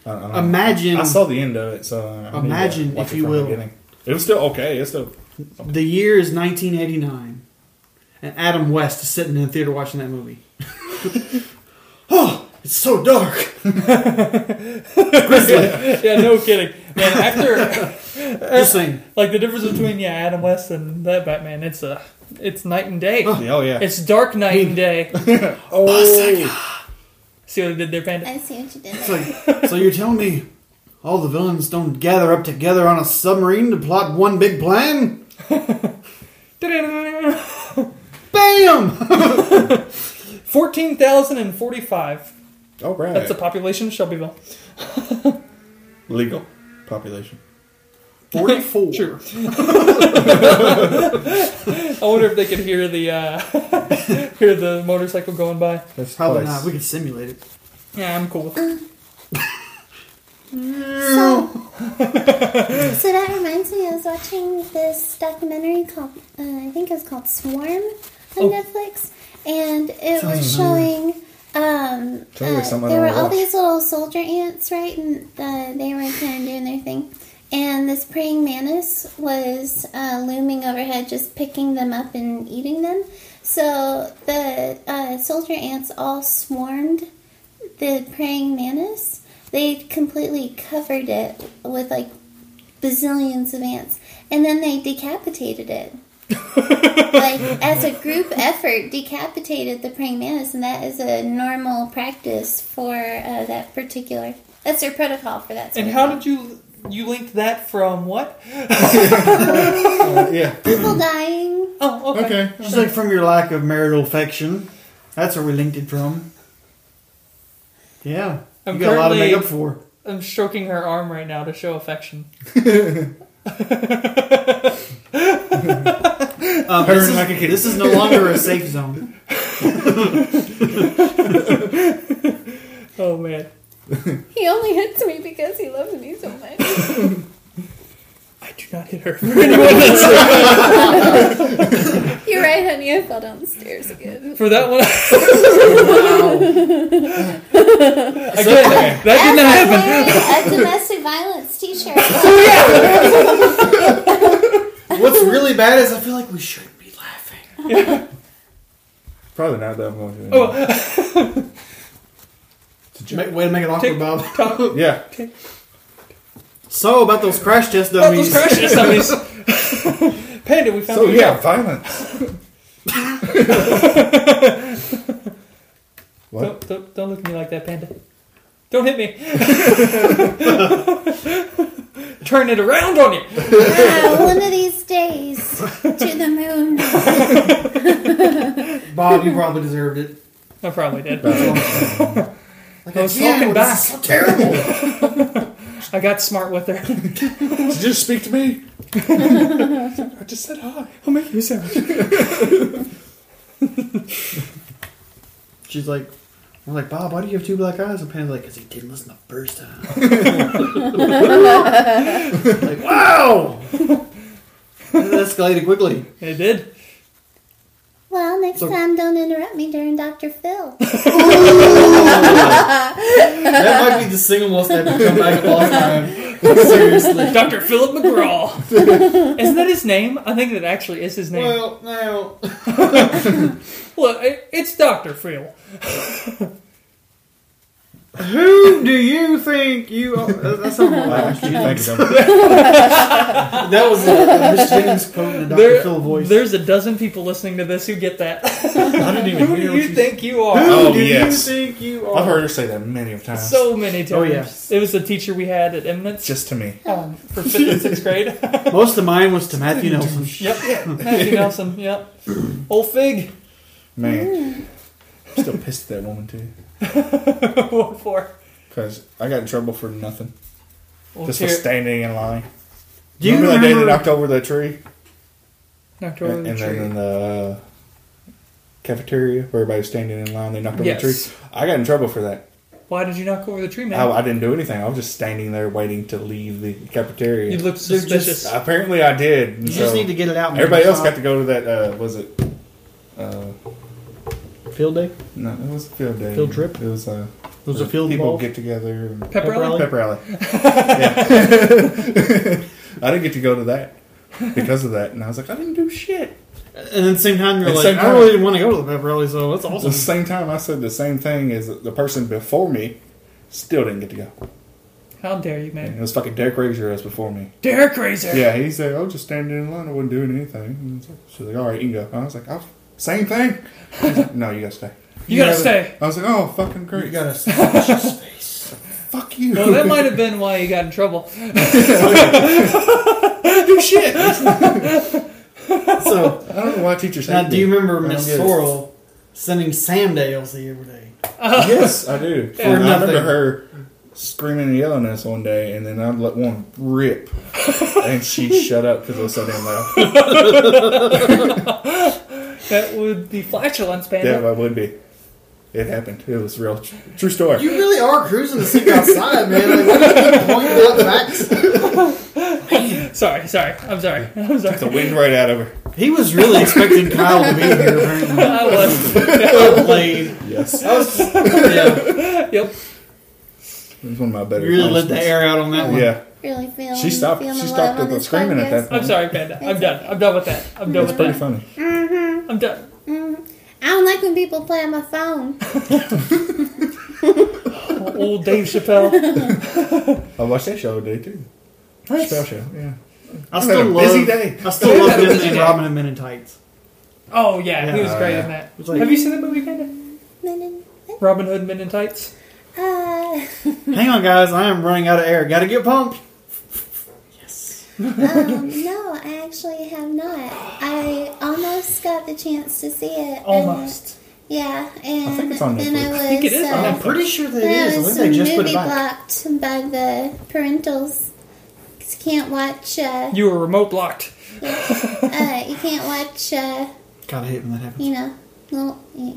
[SPEAKER 4] I, I don't know.
[SPEAKER 5] Imagine
[SPEAKER 4] I saw the end of it, so uh, I need to
[SPEAKER 5] Imagine,
[SPEAKER 4] watch
[SPEAKER 5] if
[SPEAKER 4] it
[SPEAKER 5] you
[SPEAKER 4] from the
[SPEAKER 5] will.
[SPEAKER 4] beginning. It was still okay. It's still
[SPEAKER 5] the year is 1989, and Adam West is sitting in the theater watching that movie. oh, It's so dark.
[SPEAKER 3] yeah, no kidding. Man, after
[SPEAKER 5] Just saying.
[SPEAKER 3] like the difference between yeah, Adam West and that Batman, it's a it's night and day.
[SPEAKER 4] Oh yeah.
[SPEAKER 3] It's dark night and day.
[SPEAKER 4] oh.
[SPEAKER 3] See what they did there, Panda?
[SPEAKER 7] I see what you did.
[SPEAKER 5] It's
[SPEAKER 7] there.
[SPEAKER 5] like, so you're telling me all the villains don't gather up together on a submarine to plot one big plan? Bam!
[SPEAKER 3] Fourteen thousand and forty-five.
[SPEAKER 4] All right.
[SPEAKER 3] That's the population of Shelbyville.
[SPEAKER 4] legal population.
[SPEAKER 5] Forty-four.
[SPEAKER 3] True. I wonder if they could hear the uh, hear the motorcycle going by.
[SPEAKER 4] That's
[SPEAKER 5] Probably
[SPEAKER 4] twice.
[SPEAKER 5] not. We could simulate it.
[SPEAKER 3] Yeah, I'm cool. with it.
[SPEAKER 7] So, so that reminds me, I was watching this documentary called, uh, I think it was called Swarm on Netflix, and it was showing. Um,
[SPEAKER 4] Sounds like
[SPEAKER 7] uh,
[SPEAKER 4] something I
[SPEAKER 7] there were
[SPEAKER 4] wanna
[SPEAKER 7] all
[SPEAKER 4] watch.
[SPEAKER 7] these little soldier ants, right? And uh, they were kind of doing their thing. And this praying mantis was uh, looming overhead, just picking them up and eating them. So the uh, soldier ants all swarmed the praying mantis, they completely covered it with like bazillions of ants, and then they decapitated it. like as a group effort, decapitated the praying mantis, and that is a normal practice for uh, that particular. That's their protocol for that. sort
[SPEAKER 3] And
[SPEAKER 7] of
[SPEAKER 3] how
[SPEAKER 7] thing.
[SPEAKER 3] did you you link that from what?
[SPEAKER 4] Uh, yeah.
[SPEAKER 7] people dying?
[SPEAKER 3] Oh, okay.
[SPEAKER 4] Okay.
[SPEAKER 5] Just like from your lack of marital affection. That's where we linked it from. Yeah.
[SPEAKER 3] I'm
[SPEAKER 5] you got a lot to
[SPEAKER 3] currently-
[SPEAKER 5] make up for.
[SPEAKER 3] I'm stroking her arm right now to show affection.
[SPEAKER 5] Um,
[SPEAKER 4] Her
[SPEAKER 5] this,
[SPEAKER 4] and
[SPEAKER 5] is,
[SPEAKER 4] Michael Keaton.
[SPEAKER 5] this is no longer a safe zone.
[SPEAKER 3] Oh man,
[SPEAKER 7] He only hits me because he loves me so much.
[SPEAKER 3] I do not hit her.
[SPEAKER 7] You're right, honey. I fell down the stairs again.
[SPEAKER 3] For that one,
[SPEAKER 5] Wow.
[SPEAKER 3] again, that did not happen.
[SPEAKER 7] That's a domestic violence Uh, T-shirt.
[SPEAKER 5] What's really bad is I feel like we shouldn't be laughing.
[SPEAKER 4] Probably not that much. anyway.
[SPEAKER 3] Oh,
[SPEAKER 5] Make, way to make it awkward,
[SPEAKER 3] Tick-
[SPEAKER 5] Bob.
[SPEAKER 4] Yeah.
[SPEAKER 5] So about those crash test
[SPEAKER 3] about those
[SPEAKER 5] dummies.
[SPEAKER 3] crash test dummies. Panda, we found.
[SPEAKER 4] So
[SPEAKER 3] what we
[SPEAKER 4] yeah,
[SPEAKER 3] found.
[SPEAKER 4] violence.
[SPEAKER 3] Don't,
[SPEAKER 4] what?
[SPEAKER 3] don't, don't look at me like that, Panda. Don't hit me. Turn it around on you.
[SPEAKER 7] Ah, one of these days to the moon.
[SPEAKER 13] Bob, you probably deserved it.
[SPEAKER 3] I probably did.
[SPEAKER 13] Like,
[SPEAKER 3] I was
[SPEAKER 13] yeah,
[SPEAKER 3] talking
[SPEAKER 13] it
[SPEAKER 3] back.
[SPEAKER 13] so terrible.
[SPEAKER 3] I got smart with her.
[SPEAKER 4] Did you just speak to me? I just said hi.
[SPEAKER 3] I'll make you a sandwich.
[SPEAKER 5] She's like, I'm like, Bob, why do you have two black eyes? And Pam's like, because he didn't listen the first time. like, wow! that escalated quickly.
[SPEAKER 3] I did.
[SPEAKER 7] Well, next
[SPEAKER 5] So-
[SPEAKER 7] time, don't interrupt me during Dr. Phil.
[SPEAKER 5] That might be the single most epic comeback of all time. Seriously.
[SPEAKER 3] Dr. Philip McGraw. Isn't that his name? I think that actually is his name. Well,
[SPEAKER 5] Well, now.
[SPEAKER 3] Look, it, it's Dr. Phil.
[SPEAKER 5] Who do you think you are? That- That's not what
[SPEAKER 4] I
[SPEAKER 5] I
[SPEAKER 4] actually think of them.
[SPEAKER 5] That was a, a Miss James quote in a Dr.
[SPEAKER 3] There-
[SPEAKER 5] Phil voice.
[SPEAKER 3] There's a dozen people listening to this who get that.
[SPEAKER 4] I didn't even
[SPEAKER 3] Who
[SPEAKER 4] hear
[SPEAKER 3] do
[SPEAKER 4] what
[SPEAKER 3] you
[SPEAKER 4] you
[SPEAKER 3] think you
[SPEAKER 5] Who
[SPEAKER 3] are?
[SPEAKER 4] Oh,
[SPEAKER 5] do
[SPEAKER 4] yes.
[SPEAKER 5] you think you are?
[SPEAKER 4] I've heard her say that many of times.
[SPEAKER 3] So many times.
[SPEAKER 5] Oh, yes.
[SPEAKER 3] It was the teacher we had at Eminence
[SPEAKER 4] just to me.
[SPEAKER 3] um, for fifth and sixth grade.
[SPEAKER 5] Most of mine was to Matthew Nelson.
[SPEAKER 3] Yep. Matthew Nelson. Yep. Old Fig.
[SPEAKER 4] Man. I'm still pissed at that woman too.
[SPEAKER 3] what for?
[SPEAKER 4] Because I got in trouble for nothing.
[SPEAKER 3] Well,
[SPEAKER 4] Just for
[SPEAKER 3] here-
[SPEAKER 4] standing in line.
[SPEAKER 5] Do you
[SPEAKER 4] remember,
[SPEAKER 5] remember?
[SPEAKER 4] that day they knocked over the tree?
[SPEAKER 3] knocked over
[SPEAKER 4] And,
[SPEAKER 3] the
[SPEAKER 4] and
[SPEAKER 3] tree.
[SPEAKER 4] then in the uh, cafeteria where everybody was standing in line, they knocked over the
[SPEAKER 3] Yes.
[SPEAKER 4] tree. I got in trouble for that.
[SPEAKER 3] Why did you knock over the tree, man?
[SPEAKER 4] I, I didn't do anything. I was just standing there waiting to leave the cafeteria.
[SPEAKER 3] you looked
[SPEAKER 5] They're just-
[SPEAKER 3] suspicious.
[SPEAKER 4] Apparently, I did. and
[SPEAKER 5] You just
[SPEAKER 4] so
[SPEAKER 5] need to get it out. man.
[SPEAKER 4] everybody else
[SPEAKER 5] Stop.
[SPEAKER 4] got to go to that. Uh, was it? Uh,
[SPEAKER 5] field day.
[SPEAKER 4] no, it was a field day.
[SPEAKER 5] Field trip?
[SPEAKER 4] It was. Uh,
[SPEAKER 5] It was a field
[SPEAKER 4] People
[SPEAKER 5] ball.
[SPEAKER 4] get together. And
[SPEAKER 3] Pep
[SPEAKER 5] Pep
[SPEAKER 3] rally?
[SPEAKER 5] rally?
[SPEAKER 4] Pep rally. Yeah. I didn't get to go to that because of that, and I was like, I didn't do shit.
[SPEAKER 5] And at the same time, you're
[SPEAKER 4] At the
[SPEAKER 5] like,
[SPEAKER 4] same
[SPEAKER 5] I
[SPEAKER 4] time-
[SPEAKER 5] really didn't want to go to the Pepperelli, so that's
[SPEAKER 4] At the
[SPEAKER 5] awesome.
[SPEAKER 4] same time, I said the same thing as the person before me. Still didn't get to go.
[SPEAKER 3] How dare you,
[SPEAKER 4] And
[SPEAKER 3] man?
[SPEAKER 4] it was fucking Derek Razor as before me.
[SPEAKER 3] Derek Razor.
[SPEAKER 4] Yeah, he said, "Oh, just standing in line. I wasn't doing anything." And it's like- She's like, "All right, you can go." I was like, "Oh, same thing." He's like, no, you gotta stay.
[SPEAKER 3] You gotta
[SPEAKER 5] Yeah, but-
[SPEAKER 3] stay.
[SPEAKER 4] I was like, "Oh, fucking great."
[SPEAKER 14] You got a suspicious face.
[SPEAKER 4] Fuck you.
[SPEAKER 3] Well, that might have been why he got in trouble. Do shit.
[SPEAKER 5] so,
[SPEAKER 4] I don't know why teachers hate
[SPEAKER 5] now, do you
[SPEAKER 4] me.
[SPEAKER 5] remember
[SPEAKER 4] I don't
[SPEAKER 5] Miss
[SPEAKER 4] get it.
[SPEAKER 5] Sorrel sending Sam to ALC every day?
[SPEAKER 4] Yes, I do.
[SPEAKER 5] Yeah.
[SPEAKER 4] And I remember
[SPEAKER 5] Nothing.
[SPEAKER 4] her screaming and yelling at us one day, and then I'd let one rip, and she shut up because it was so damn loud.
[SPEAKER 3] That would be flatulence,
[SPEAKER 4] Yeah,
[SPEAKER 3] panda.
[SPEAKER 4] I would be. It happened. It was real, tr- true story.
[SPEAKER 5] You really are cruising the sink outside, man. Like, what are you pointing out facts?
[SPEAKER 3] Sorry, sorry. I'm sorry. I'm sorry.
[SPEAKER 4] The wind right out of her.
[SPEAKER 5] He was really expecting Kyle to be here, apparently.
[SPEAKER 3] I was.
[SPEAKER 5] Well played.
[SPEAKER 4] Yes,
[SPEAKER 5] That was, yeah,
[SPEAKER 3] Yep.
[SPEAKER 4] it was one of my better.
[SPEAKER 5] you really let the
[SPEAKER 4] punishments.
[SPEAKER 5] air out on that one.
[SPEAKER 4] Yeah,
[SPEAKER 7] Really feeling.
[SPEAKER 4] She stopped-
[SPEAKER 7] Feeling
[SPEAKER 4] she
[SPEAKER 7] the
[SPEAKER 4] stopped
[SPEAKER 7] love on
[SPEAKER 4] with the
[SPEAKER 7] this
[SPEAKER 4] screaming at
[SPEAKER 7] podcast.
[SPEAKER 4] that.
[SPEAKER 3] I'm sorry, panda. I'm done. I'm done with that. I'm done
[SPEAKER 4] it's
[SPEAKER 3] with
[SPEAKER 4] pretty
[SPEAKER 3] that.
[SPEAKER 4] funny.
[SPEAKER 3] I'm done.
[SPEAKER 7] I don't like when people play on my phone.
[SPEAKER 3] Old Dave Chappelle.
[SPEAKER 4] I watched that show today too. Spell show. Yeah,
[SPEAKER 5] I
[SPEAKER 4] I've had
[SPEAKER 5] still
[SPEAKER 4] a
[SPEAKER 5] love,
[SPEAKER 4] busy day.
[SPEAKER 5] I still love him and Robin and Men in Tights.
[SPEAKER 3] Oh yeah, he was
[SPEAKER 4] Yeah.
[SPEAKER 3] great
[SPEAKER 4] Oh, yeah.
[SPEAKER 3] in that.
[SPEAKER 5] It's like-
[SPEAKER 3] Have you seen that movie, Panda? Robin Hood Men in Tights.
[SPEAKER 7] Uh,
[SPEAKER 5] Hang on, guys. I am running out of air. Got to get pumped.
[SPEAKER 7] um, no, I actually have not. I almost got the chance to see it. and-
[SPEAKER 3] Almost.
[SPEAKER 7] yeah,
[SPEAKER 4] I think
[SPEAKER 7] and
[SPEAKER 4] it's on
[SPEAKER 7] then I
[SPEAKER 4] Netflix.
[SPEAKER 7] was.
[SPEAKER 3] I think it is on
[SPEAKER 7] uh,
[SPEAKER 5] I'm pretty sure that it
[SPEAKER 7] Yeah,
[SPEAKER 5] is. I
[SPEAKER 7] it's
[SPEAKER 5] think they just put
[SPEAKER 7] movie
[SPEAKER 5] it back.
[SPEAKER 7] blocked by the parentals. 'Cause You can't watch. Uh,
[SPEAKER 3] You were remote blocked.
[SPEAKER 7] uh, you can't watch. Uh,
[SPEAKER 5] God, I hate when that happens.
[SPEAKER 7] you know, little eh,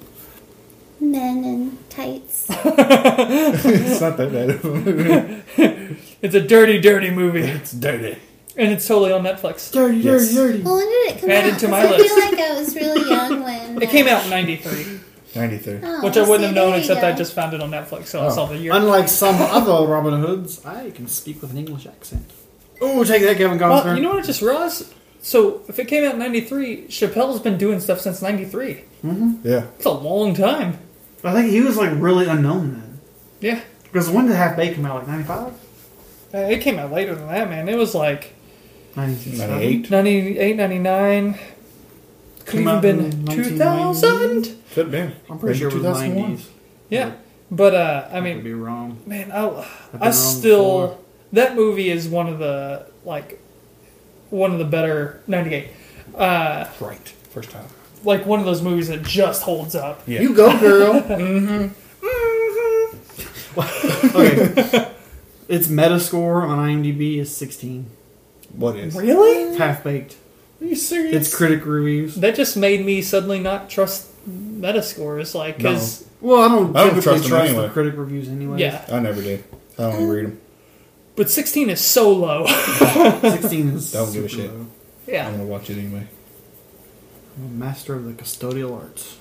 [SPEAKER 7] men in tights.
[SPEAKER 4] it's not that bad of a movie.
[SPEAKER 3] It's a dirty, dirty movie,
[SPEAKER 4] It's dirty.
[SPEAKER 3] and it's totally on Netflix.
[SPEAKER 5] Dirty,
[SPEAKER 4] Yes.
[SPEAKER 5] dirty, dirty.
[SPEAKER 7] Well, when did it come
[SPEAKER 3] Added
[SPEAKER 7] out?
[SPEAKER 3] to my
[SPEAKER 7] 'Cause
[SPEAKER 3] list.
[SPEAKER 7] I feel like I was really young when
[SPEAKER 3] It came out in '93,
[SPEAKER 4] Ninety-three.
[SPEAKER 7] uh,
[SPEAKER 3] which I
[SPEAKER 7] oh,
[SPEAKER 3] wouldn't
[SPEAKER 7] see,
[SPEAKER 3] have known
[SPEAKER 7] there you
[SPEAKER 3] except
[SPEAKER 7] go.
[SPEAKER 3] I just found it on Netflix, so I
[SPEAKER 5] Oh.
[SPEAKER 3] saw the year.
[SPEAKER 5] Unlike some other Robin Hoods, I can speak with an English accent. Oh, take that, Kevin Costner.
[SPEAKER 3] Well, you know what I just realized? So if it came out in '93, Chappelle's been doing stuff since '93.
[SPEAKER 4] Yeah.
[SPEAKER 3] It's a long time.
[SPEAKER 5] I think he was like really unknown then.
[SPEAKER 3] Yeah,
[SPEAKER 5] Because when did Half Baked come out? Like 95?
[SPEAKER 3] Uh, it came out later than that, man. It was like
[SPEAKER 5] 96.
[SPEAKER 4] 98.
[SPEAKER 3] 98, 99. Could
[SPEAKER 5] Came
[SPEAKER 3] even
[SPEAKER 5] out
[SPEAKER 3] been
[SPEAKER 5] in
[SPEAKER 3] 2000.
[SPEAKER 4] Could have been.
[SPEAKER 5] I'm pretty sure it
[SPEAKER 4] Maybe
[SPEAKER 5] was
[SPEAKER 4] 2001.
[SPEAKER 5] 90s.
[SPEAKER 3] Yeah, but uh, I
[SPEAKER 5] I could
[SPEAKER 3] mean,
[SPEAKER 5] be wrong.
[SPEAKER 3] man, I,
[SPEAKER 5] been
[SPEAKER 3] I
[SPEAKER 5] wrong
[SPEAKER 3] still
[SPEAKER 5] before.
[SPEAKER 3] that movie is one of the like one of the better 98. Uh,
[SPEAKER 4] Right. First time.
[SPEAKER 3] like one of those movies that just holds up.
[SPEAKER 4] Yeah.
[SPEAKER 5] You go, girl. okay. Its meta score on IMDb is 16.
[SPEAKER 4] What is?
[SPEAKER 3] Really?
[SPEAKER 5] Half Baked.
[SPEAKER 3] Are you serious?
[SPEAKER 5] It's critic reviews.
[SPEAKER 3] That just made me suddenly not trust Metascores, like because
[SPEAKER 5] Well, I don't,
[SPEAKER 4] I don't
[SPEAKER 5] typically
[SPEAKER 4] trust
[SPEAKER 5] trust,
[SPEAKER 4] them anyway.
[SPEAKER 5] the critic reviews anyway.
[SPEAKER 3] yeah.
[SPEAKER 4] I never did. I don't even read them.
[SPEAKER 3] But sixteen is so low.
[SPEAKER 5] 16 is
[SPEAKER 4] Don't give a
[SPEAKER 5] super
[SPEAKER 4] shit.
[SPEAKER 5] low.
[SPEAKER 4] I'm
[SPEAKER 3] yeah,
[SPEAKER 4] gonna watch it anyway.
[SPEAKER 5] I'm a master of the custodial arts.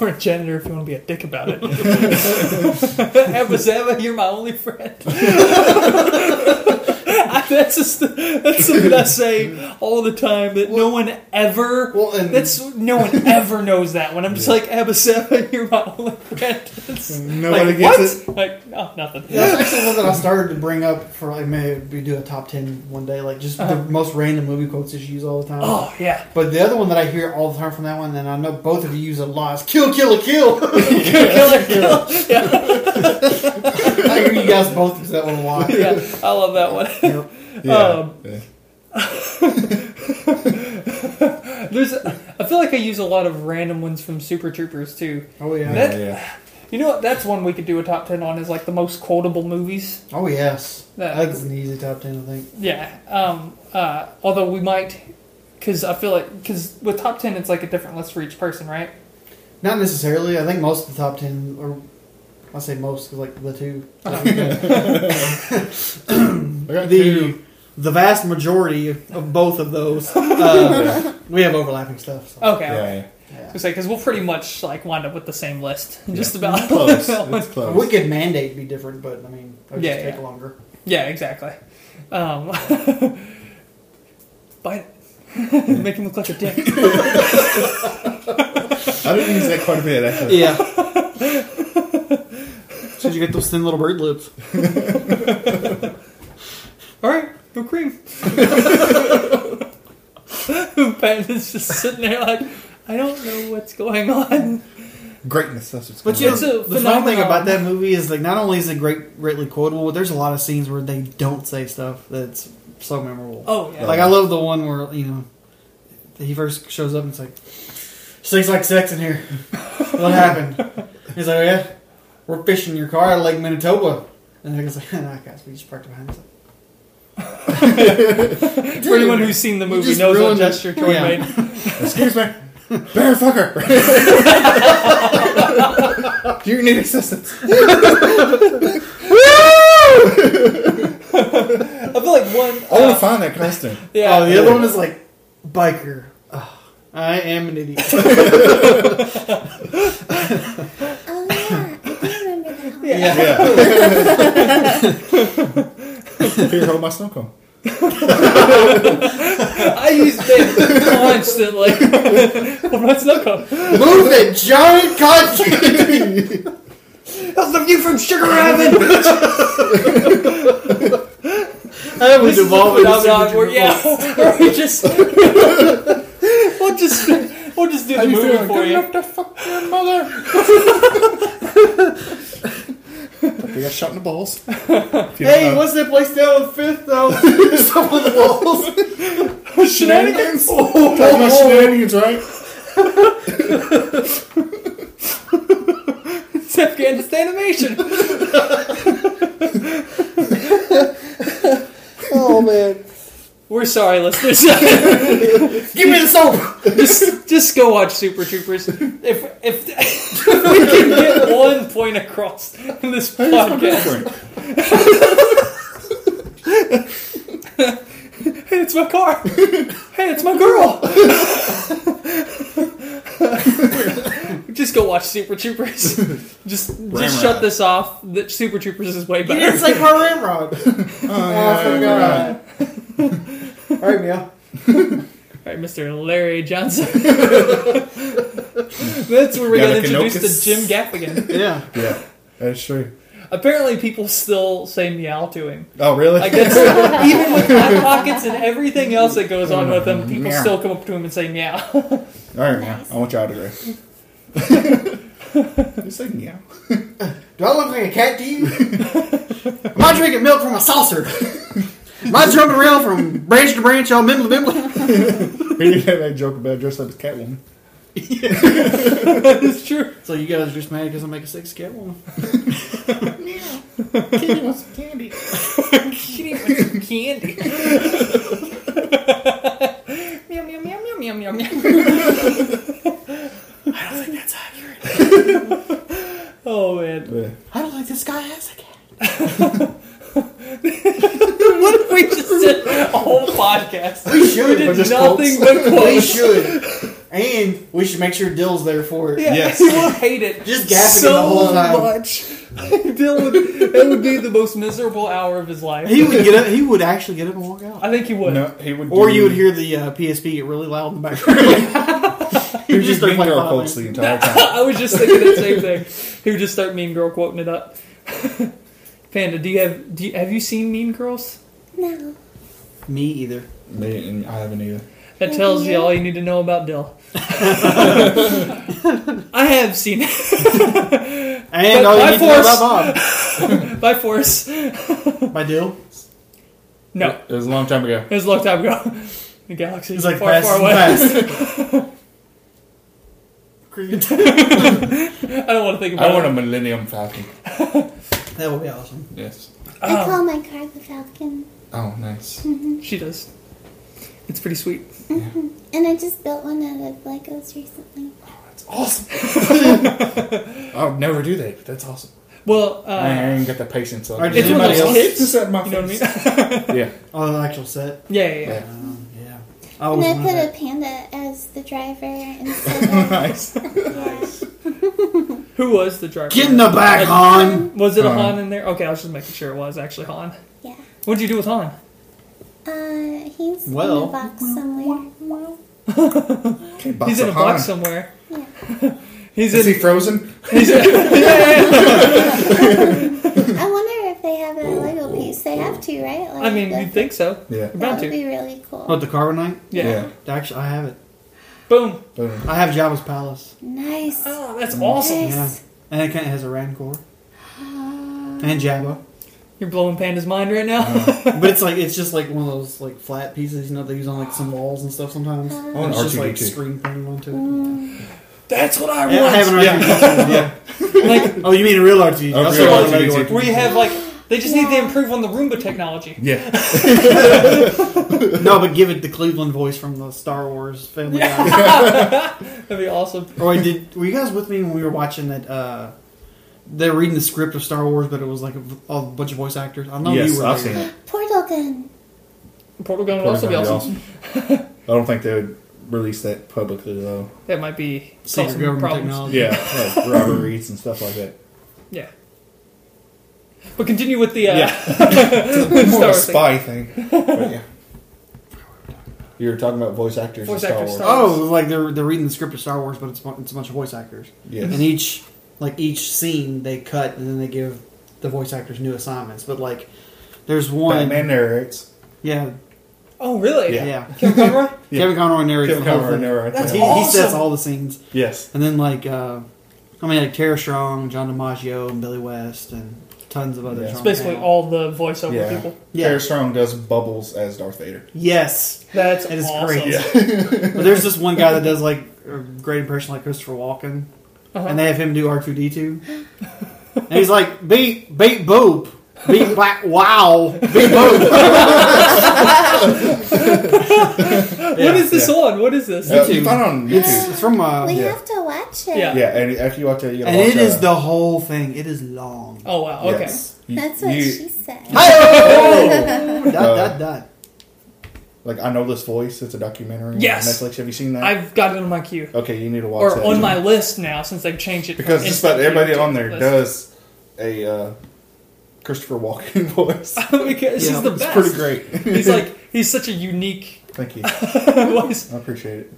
[SPEAKER 3] or a janitor if you want to be a dick about it. Abazava, you're my only friend. I- that's just that's something I say all the time that no one ever.
[SPEAKER 5] Well, and-
[SPEAKER 3] that's no one ever knows that when I'm just like Abazava, you're my only friend. It's
[SPEAKER 4] Nobody
[SPEAKER 3] like,
[SPEAKER 4] gets
[SPEAKER 3] what? Like no, nothing.
[SPEAKER 5] That's actually one that I started to bring up for like maybe we do a top ten one day, like just
[SPEAKER 3] Uh-huh.
[SPEAKER 5] the most random movie quotes that you use all the time.
[SPEAKER 3] Oh yeah.
[SPEAKER 5] But the other one that I hear all the time from that one, and I know both of you use it a lot, is "kill, kill, a kill."
[SPEAKER 3] Killer, killer.
[SPEAKER 5] I hear you guys both use that one a lot.
[SPEAKER 3] Yeah, I love that one.
[SPEAKER 4] Yeah.
[SPEAKER 3] Um,
[SPEAKER 4] Yeah.
[SPEAKER 3] There's, I feel like I use a lot of random ones from Super Troopers too.
[SPEAKER 5] Oh yeah.
[SPEAKER 3] that-
[SPEAKER 4] Yeah, yeah.
[SPEAKER 3] You know what? That's one we could do a top ten on is like the most quotable movies.
[SPEAKER 5] Oh yes.
[SPEAKER 3] That-
[SPEAKER 5] I think it's an easy top ten. I think.
[SPEAKER 3] Yeah. Um. Uh. Although we might, because I feel like because with top ten it's like a different list for each person, right?
[SPEAKER 5] Not necessarily. I think most of the top ten, or I say most, 'cause, like the two. that we did.
[SPEAKER 4] I got
[SPEAKER 5] the
[SPEAKER 4] two.
[SPEAKER 5] the vast majority of both of those, uh, we have overlapping stuff. So.
[SPEAKER 3] Okay.
[SPEAKER 4] Yeah, yeah.
[SPEAKER 3] Because we'll pretty much like wind up with the same list, just about.
[SPEAKER 4] Close. It's close.
[SPEAKER 5] We could mandate be different, but I mean, it would
[SPEAKER 3] Yeah,
[SPEAKER 5] just take
[SPEAKER 3] yeah.
[SPEAKER 5] longer.
[SPEAKER 3] Yeah, exactly. Um, but Make him look like a dick.
[SPEAKER 4] I didn't use that quite a bit. Actually.
[SPEAKER 5] Yeah. So you get those thin little bird lips.
[SPEAKER 3] All right, go cream. ben is just sitting there like, I don't know what's going on.
[SPEAKER 4] Greatness. That's what's
[SPEAKER 5] But
[SPEAKER 4] going
[SPEAKER 5] you know,
[SPEAKER 3] It's a
[SPEAKER 5] the fun thing
[SPEAKER 3] phenomenon.
[SPEAKER 5] about that movie is like not only is it great, greatly quotable, but there's a lot of scenes where they don't say stuff that's so memorable.
[SPEAKER 3] Oh yeah.
[SPEAKER 5] Like I love the one where you know he first shows up and it's like stinks like sex in here. what happened? He's like, "Oh, yeah, we're fishing your car out of Lake Manitoba, and the guy's like, nah, guys, we just parked it behind us.
[SPEAKER 3] For anyone
[SPEAKER 5] Uh,
[SPEAKER 3] who's seen the movie
[SPEAKER 5] just
[SPEAKER 3] knows what
[SPEAKER 5] ruined it.
[SPEAKER 3] gesture Troy
[SPEAKER 5] Yeah.
[SPEAKER 3] made.
[SPEAKER 4] on. Excuse me. Bear fucker. Do you need assistance?
[SPEAKER 3] I feel like one. uh,
[SPEAKER 4] I want to find Oh, that costume.
[SPEAKER 3] Yeah.
[SPEAKER 5] Oh, the other one is like biker. Ugh, I am an idiot.
[SPEAKER 7] Oh yeah, I do remember that one.
[SPEAKER 4] Yeah. Here, hold my snow cone.
[SPEAKER 3] I use that constantly. well, that's no cone.
[SPEAKER 5] Move it, giant country.
[SPEAKER 3] That's the view from Sugar Island.
[SPEAKER 5] I haven't
[SPEAKER 3] This is the
[SPEAKER 5] evolved into
[SPEAKER 3] phenomenon where yeah, where we just we'll just we'll just do the movie for you.
[SPEAKER 4] They got shot in the balls.
[SPEAKER 5] Hey, what's that place down on Fifth though? Some of the walls.
[SPEAKER 3] Shenanigans.
[SPEAKER 4] Talking about shenanigans, right?
[SPEAKER 3] It's Afghanistan animation.
[SPEAKER 5] Oh man,
[SPEAKER 3] We're sorry, listeners.
[SPEAKER 5] give me the soap.
[SPEAKER 3] just just go watch Super Troopers. If if we can get one point across in this podcast, hey, it's my car. Hey, it's my girl. just go watch Super Troopers. Just just shut
[SPEAKER 4] Ramrod.
[SPEAKER 3] this off. That Super Troopers is way better.
[SPEAKER 5] It's like my ramrod. Oh, I forgot. All right, meow.
[SPEAKER 3] All right, Mr. Larry Johnson. That's where we
[SPEAKER 4] Got
[SPEAKER 3] got
[SPEAKER 4] a
[SPEAKER 3] introduced
[SPEAKER 4] Canocus.
[SPEAKER 3] to Jim Gaffigan.
[SPEAKER 5] Yeah.
[SPEAKER 4] Yeah, that's true.
[SPEAKER 3] Apparently, people still say meow to him.
[SPEAKER 4] Oh, really?
[SPEAKER 3] Like that's even with hot pockets and everything else that goes on with him, people
[SPEAKER 4] Meow.
[SPEAKER 3] still come up to him and say meow.
[SPEAKER 4] All right, man. I want your autograph. Just like meow.
[SPEAKER 5] Do I look like a cat to you? Am I drinking milk from a saucer? Am I jumping around from branch to branch on Bimble to Bimble?
[SPEAKER 4] We did have that joke about dressed up as Catwoman.
[SPEAKER 3] it's true.
[SPEAKER 5] So you guys are just mad because I make a sexy cat woman?
[SPEAKER 4] Kitty wants some candy.
[SPEAKER 3] Kitty wants some candy. meow meow meow meow meow meow meow. I don't think that's accurate. oh man,
[SPEAKER 4] Yeah.
[SPEAKER 5] I don't think this guy has a cat.
[SPEAKER 3] what if we just did a whole podcast?
[SPEAKER 5] We should.
[SPEAKER 3] We
[SPEAKER 5] but
[SPEAKER 3] did
[SPEAKER 5] just
[SPEAKER 3] nothing
[SPEAKER 5] quotes.
[SPEAKER 3] but
[SPEAKER 5] We
[SPEAKER 3] quotes.
[SPEAKER 5] should. And we should make sure Dill's there for it.
[SPEAKER 3] Yeah,
[SPEAKER 4] Yes.
[SPEAKER 3] he will hate it.
[SPEAKER 5] Just gaffing
[SPEAKER 3] so
[SPEAKER 5] the whole time.
[SPEAKER 3] much. Dylan would, it would be the most miserable hour of his life.
[SPEAKER 5] He would get up. He would actually get up and walk out.
[SPEAKER 3] I think he would.
[SPEAKER 4] No, he would.
[SPEAKER 5] Or
[SPEAKER 4] do-
[SPEAKER 5] you would hear the uh, PSP get really loud in the background. he
[SPEAKER 4] He
[SPEAKER 5] would
[SPEAKER 4] would
[SPEAKER 5] just
[SPEAKER 4] just
[SPEAKER 5] start
[SPEAKER 4] mean
[SPEAKER 5] playing
[SPEAKER 4] girl
[SPEAKER 5] Wild
[SPEAKER 4] quotes
[SPEAKER 5] Wings.
[SPEAKER 4] the entire time.
[SPEAKER 3] I was just thinking the same thing. He would just start Mean Girl quoting it up. Panda, do you have do you, have you seen Mean Girls?
[SPEAKER 7] No.
[SPEAKER 5] Me either.
[SPEAKER 4] Me and I haven't either.
[SPEAKER 3] That tells you all you need to know about Dill. I have seen it
[SPEAKER 5] And
[SPEAKER 3] But
[SPEAKER 5] all
[SPEAKER 3] by
[SPEAKER 5] you need to know
[SPEAKER 3] force.
[SPEAKER 5] about
[SPEAKER 3] by force.
[SPEAKER 5] Bob. By Dill.
[SPEAKER 3] No,
[SPEAKER 4] It was a long time ago.
[SPEAKER 3] it was a long time ago. The galaxy
[SPEAKER 5] He's
[SPEAKER 3] is
[SPEAKER 5] like
[SPEAKER 3] far,
[SPEAKER 5] fast
[SPEAKER 3] far
[SPEAKER 5] and
[SPEAKER 3] away.
[SPEAKER 5] fast.
[SPEAKER 3] I don't want to think about
[SPEAKER 4] I want
[SPEAKER 3] it.
[SPEAKER 4] a Millennium Falcon.
[SPEAKER 5] that would be awesome.
[SPEAKER 4] Yes.
[SPEAKER 3] oh.
[SPEAKER 7] I call my car the Falcon,
[SPEAKER 4] Oh, nice.
[SPEAKER 3] She does. It's pretty sweet.
[SPEAKER 7] and I just built one out of Legos recently.
[SPEAKER 4] That's awesome. I'll never do that. but That's awesome.
[SPEAKER 3] Well,
[SPEAKER 4] I
[SPEAKER 3] uh,
[SPEAKER 4] ain't got the patience.
[SPEAKER 5] Alright,
[SPEAKER 4] On
[SPEAKER 5] did
[SPEAKER 3] it's one of
[SPEAKER 5] Anybody
[SPEAKER 3] those
[SPEAKER 5] else?
[SPEAKER 3] kids. You
[SPEAKER 4] at my
[SPEAKER 3] know what I mean?
[SPEAKER 4] face. Yeah.
[SPEAKER 5] On an actual set.
[SPEAKER 3] Yeah, yeah, yeah.
[SPEAKER 4] Yeah.
[SPEAKER 5] Um, yeah. I
[SPEAKER 7] And
[SPEAKER 5] always
[SPEAKER 7] I
[SPEAKER 5] wanted
[SPEAKER 7] put a
[SPEAKER 5] that.
[SPEAKER 7] panda as the driver instead of
[SPEAKER 4] nice.
[SPEAKER 3] Who was the driver?
[SPEAKER 5] Get in the back,
[SPEAKER 3] Like-
[SPEAKER 5] Han.
[SPEAKER 3] Was it a
[SPEAKER 4] Uh,
[SPEAKER 3] Han in there? Okay, I was just making sure it was actually Han.
[SPEAKER 7] yeah.
[SPEAKER 3] What'd you do with Han?
[SPEAKER 7] Uh, I he's
[SPEAKER 5] Well.
[SPEAKER 7] in a box somewhere.
[SPEAKER 3] He's in a box somewhere. He's
[SPEAKER 4] Uh, Is
[SPEAKER 3] in.
[SPEAKER 4] he frozen?
[SPEAKER 7] I wonder if they have that Lego piece. They have to, right? Like
[SPEAKER 3] I mean,
[SPEAKER 7] the-
[SPEAKER 3] you'd think so.
[SPEAKER 4] Yeah.
[SPEAKER 3] You're
[SPEAKER 7] that
[SPEAKER 3] bound
[SPEAKER 7] would
[SPEAKER 3] to.
[SPEAKER 7] be really cool.
[SPEAKER 5] What, the Carbonite?
[SPEAKER 3] Yeah.
[SPEAKER 4] Yeah.
[SPEAKER 5] Actually, I have it.
[SPEAKER 3] Boom.
[SPEAKER 4] Boom.
[SPEAKER 5] I have Jabba's Palace.
[SPEAKER 7] nice.
[SPEAKER 3] Oh, that's awesome.
[SPEAKER 7] Nice.
[SPEAKER 5] And it kind of has a Rancor.
[SPEAKER 7] Ah.
[SPEAKER 5] And Jabba.
[SPEAKER 3] You're blowing Panda's mind right now.
[SPEAKER 5] But it's like, it's just like one of those like flat pieces, you know, they use on like some walls and stuff sometimes.
[SPEAKER 7] Uh-huh.
[SPEAKER 4] Oh,
[SPEAKER 5] And it's just like
[SPEAKER 4] R2D2.
[SPEAKER 5] screen printing onto it.
[SPEAKER 3] that's what I
[SPEAKER 5] Yeah, I
[SPEAKER 3] want.
[SPEAKER 5] have an R2D2. Yeah.
[SPEAKER 3] like
[SPEAKER 5] Oh, you mean a real R2D2?
[SPEAKER 4] A
[SPEAKER 5] I was
[SPEAKER 4] real
[SPEAKER 5] talking about
[SPEAKER 4] R2D2.
[SPEAKER 5] Lego
[SPEAKER 3] we have like they just need to improve on the Roomba technology.
[SPEAKER 4] Yeah.
[SPEAKER 5] No, but give it the Cleveland voice from the Star Wars Family Guy.
[SPEAKER 3] That'd be awesome.
[SPEAKER 5] Or I did. Were you guys with me when we were watching that? uh They were reading the script of Star Wars, but it was like a, v- a bunch of voice actors. I
[SPEAKER 3] Oh,
[SPEAKER 5] know you
[SPEAKER 4] Yes,
[SPEAKER 5] were.
[SPEAKER 4] I've
[SPEAKER 5] there.
[SPEAKER 4] seen it.
[SPEAKER 7] Portal gun.
[SPEAKER 3] Portal gun would also be awesome.
[SPEAKER 4] I don't think they would release that publicly though.
[SPEAKER 3] That might be
[SPEAKER 5] Secret
[SPEAKER 3] causing
[SPEAKER 5] government
[SPEAKER 3] problems.
[SPEAKER 5] technology.
[SPEAKER 4] Yeah, like robberies and stuff like that.
[SPEAKER 3] Yeah. But continue with the uh,
[SPEAKER 4] Yeah.
[SPEAKER 3] Star
[SPEAKER 4] More of a
[SPEAKER 3] Wars thing.
[SPEAKER 4] spy thing. But yeah. You were talking about voice actors.
[SPEAKER 3] Voice
[SPEAKER 4] in Star
[SPEAKER 3] actors,
[SPEAKER 4] Wars.
[SPEAKER 3] Star-
[SPEAKER 5] Oh, like they're they're reading the script of Star Wars, but it's bu- it's a bunch of voice actors,
[SPEAKER 4] Yes.
[SPEAKER 5] and each like each scene they cut, and then they give the voice actors new assignments. But like, there's one.
[SPEAKER 4] Batman narrates.
[SPEAKER 5] Yeah,
[SPEAKER 3] Oh, really?
[SPEAKER 4] Yeah.
[SPEAKER 5] yeah.
[SPEAKER 3] Kevin Conroy?
[SPEAKER 4] Yeah.
[SPEAKER 5] Kevin Conroy narrates
[SPEAKER 4] Kevin
[SPEAKER 5] the whole
[SPEAKER 4] Conroy
[SPEAKER 5] thing.
[SPEAKER 4] narrates.
[SPEAKER 3] That's
[SPEAKER 4] Yeah.
[SPEAKER 5] He, he sets
[SPEAKER 3] Awesome.
[SPEAKER 5] all the scenes.
[SPEAKER 4] Yes.
[SPEAKER 5] And then like, uh, I mean, like Tara Strong, John DiMaggio, and Billy West, and tons of other.
[SPEAKER 4] Yeah.
[SPEAKER 5] strong
[SPEAKER 3] It's basically
[SPEAKER 5] talent.
[SPEAKER 3] all the voiceover
[SPEAKER 4] Yeah.
[SPEAKER 3] people.
[SPEAKER 5] Yeah.
[SPEAKER 4] Tara Strong does bubbles as Darth Vader.
[SPEAKER 5] Yes,
[SPEAKER 3] That's
[SPEAKER 5] It is
[SPEAKER 3] awesome.
[SPEAKER 5] great. but there's this one guy that does like a great impression, like Christopher Walken,
[SPEAKER 3] Uh-huh.
[SPEAKER 5] and they have him do R two D two, and he's like beat beat boop. Beat black wow. Beat boop.
[SPEAKER 3] What is this on? What is this?
[SPEAKER 4] Uh,
[SPEAKER 5] too.
[SPEAKER 4] you found it on YouTube.
[SPEAKER 5] It's from uh,
[SPEAKER 7] We
[SPEAKER 4] Yeah.
[SPEAKER 7] have to watch it.
[SPEAKER 3] Yeah.
[SPEAKER 4] Yeah, and after you watch that, you gotta
[SPEAKER 5] and
[SPEAKER 4] watch
[SPEAKER 5] it is
[SPEAKER 4] uh,
[SPEAKER 5] the whole thing. It is long.
[SPEAKER 3] Oh, wow. Okay.
[SPEAKER 4] yes. You-
[SPEAKER 7] That's what
[SPEAKER 4] you-
[SPEAKER 7] she said.
[SPEAKER 5] Dot
[SPEAKER 4] Uh,
[SPEAKER 5] dot dot.
[SPEAKER 4] Like I know this voice. It's a documentary
[SPEAKER 3] Yes.
[SPEAKER 4] on Netflix. Have you seen that?
[SPEAKER 3] I've got it on my queue.
[SPEAKER 4] okay, you need to watch
[SPEAKER 3] Or
[SPEAKER 4] that
[SPEAKER 3] on
[SPEAKER 4] too.
[SPEAKER 3] my list now since they've changed it. from
[SPEAKER 4] because just about
[SPEAKER 3] instant
[SPEAKER 4] everybody
[SPEAKER 3] queue to
[SPEAKER 4] on there
[SPEAKER 3] list.
[SPEAKER 4] does a uh, Christopher Walken voice.
[SPEAKER 3] because he's
[SPEAKER 5] Yeah,
[SPEAKER 3] the
[SPEAKER 4] it's
[SPEAKER 3] best.
[SPEAKER 4] pretty great.
[SPEAKER 3] he's like, he's such a unique
[SPEAKER 4] Thank you.
[SPEAKER 3] voice.
[SPEAKER 4] I appreciate it.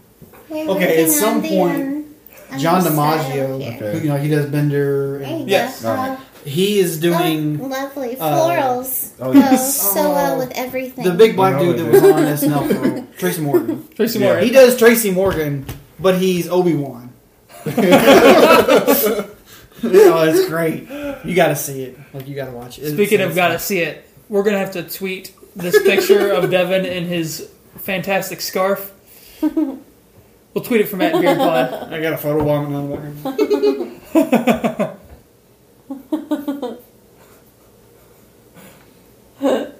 [SPEAKER 7] We're
[SPEAKER 5] Okay,
[SPEAKER 7] working
[SPEAKER 5] at some
[SPEAKER 7] on the,
[SPEAKER 5] point,
[SPEAKER 7] um, on
[SPEAKER 5] John
[SPEAKER 7] the style
[SPEAKER 5] DiMaggio,
[SPEAKER 7] here.
[SPEAKER 4] Okay.
[SPEAKER 5] Who, you know, he does Bender.
[SPEAKER 7] There you
[SPEAKER 5] And
[SPEAKER 7] go.
[SPEAKER 3] Yes.
[SPEAKER 4] All
[SPEAKER 7] Oh,
[SPEAKER 4] right.
[SPEAKER 5] he is doing
[SPEAKER 7] oh, lovely
[SPEAKER 5] uh,
[SPEAKER 7] florals
[SPEAKER 4] oh,
[SPEAKER 7] oh,
[SPEAKER 4] yes.
[SPEAKER 7] so well with everything.
[SPEAKER 5] the big black
[SPEAKER 4] I know it
[SPEAKER 5] dude that was
[SPEAKER 4] is.
[SPEAKER 5] on SNL for Tracy Morgan.
[SPEAKER 3] Tracy
[SPEAKER 4] Yeah.
[SPEAKER 3] Morgan.
[SPEAKER 5] He does Tracy Morgan, but he's Obi Wan. oh, it's great! You got to see it. Like you got to watch it. It's-
[SPEAKER 3] Speaking of
[SPEAKER 5] it's-
[SPEAKER 3] gotta see it, we're gonna have to tweet this picture of Devin in his fantastic scarf. We'll tweet it from at BeardPod.
[SPEAKER 5] I got a photo bombing on the background.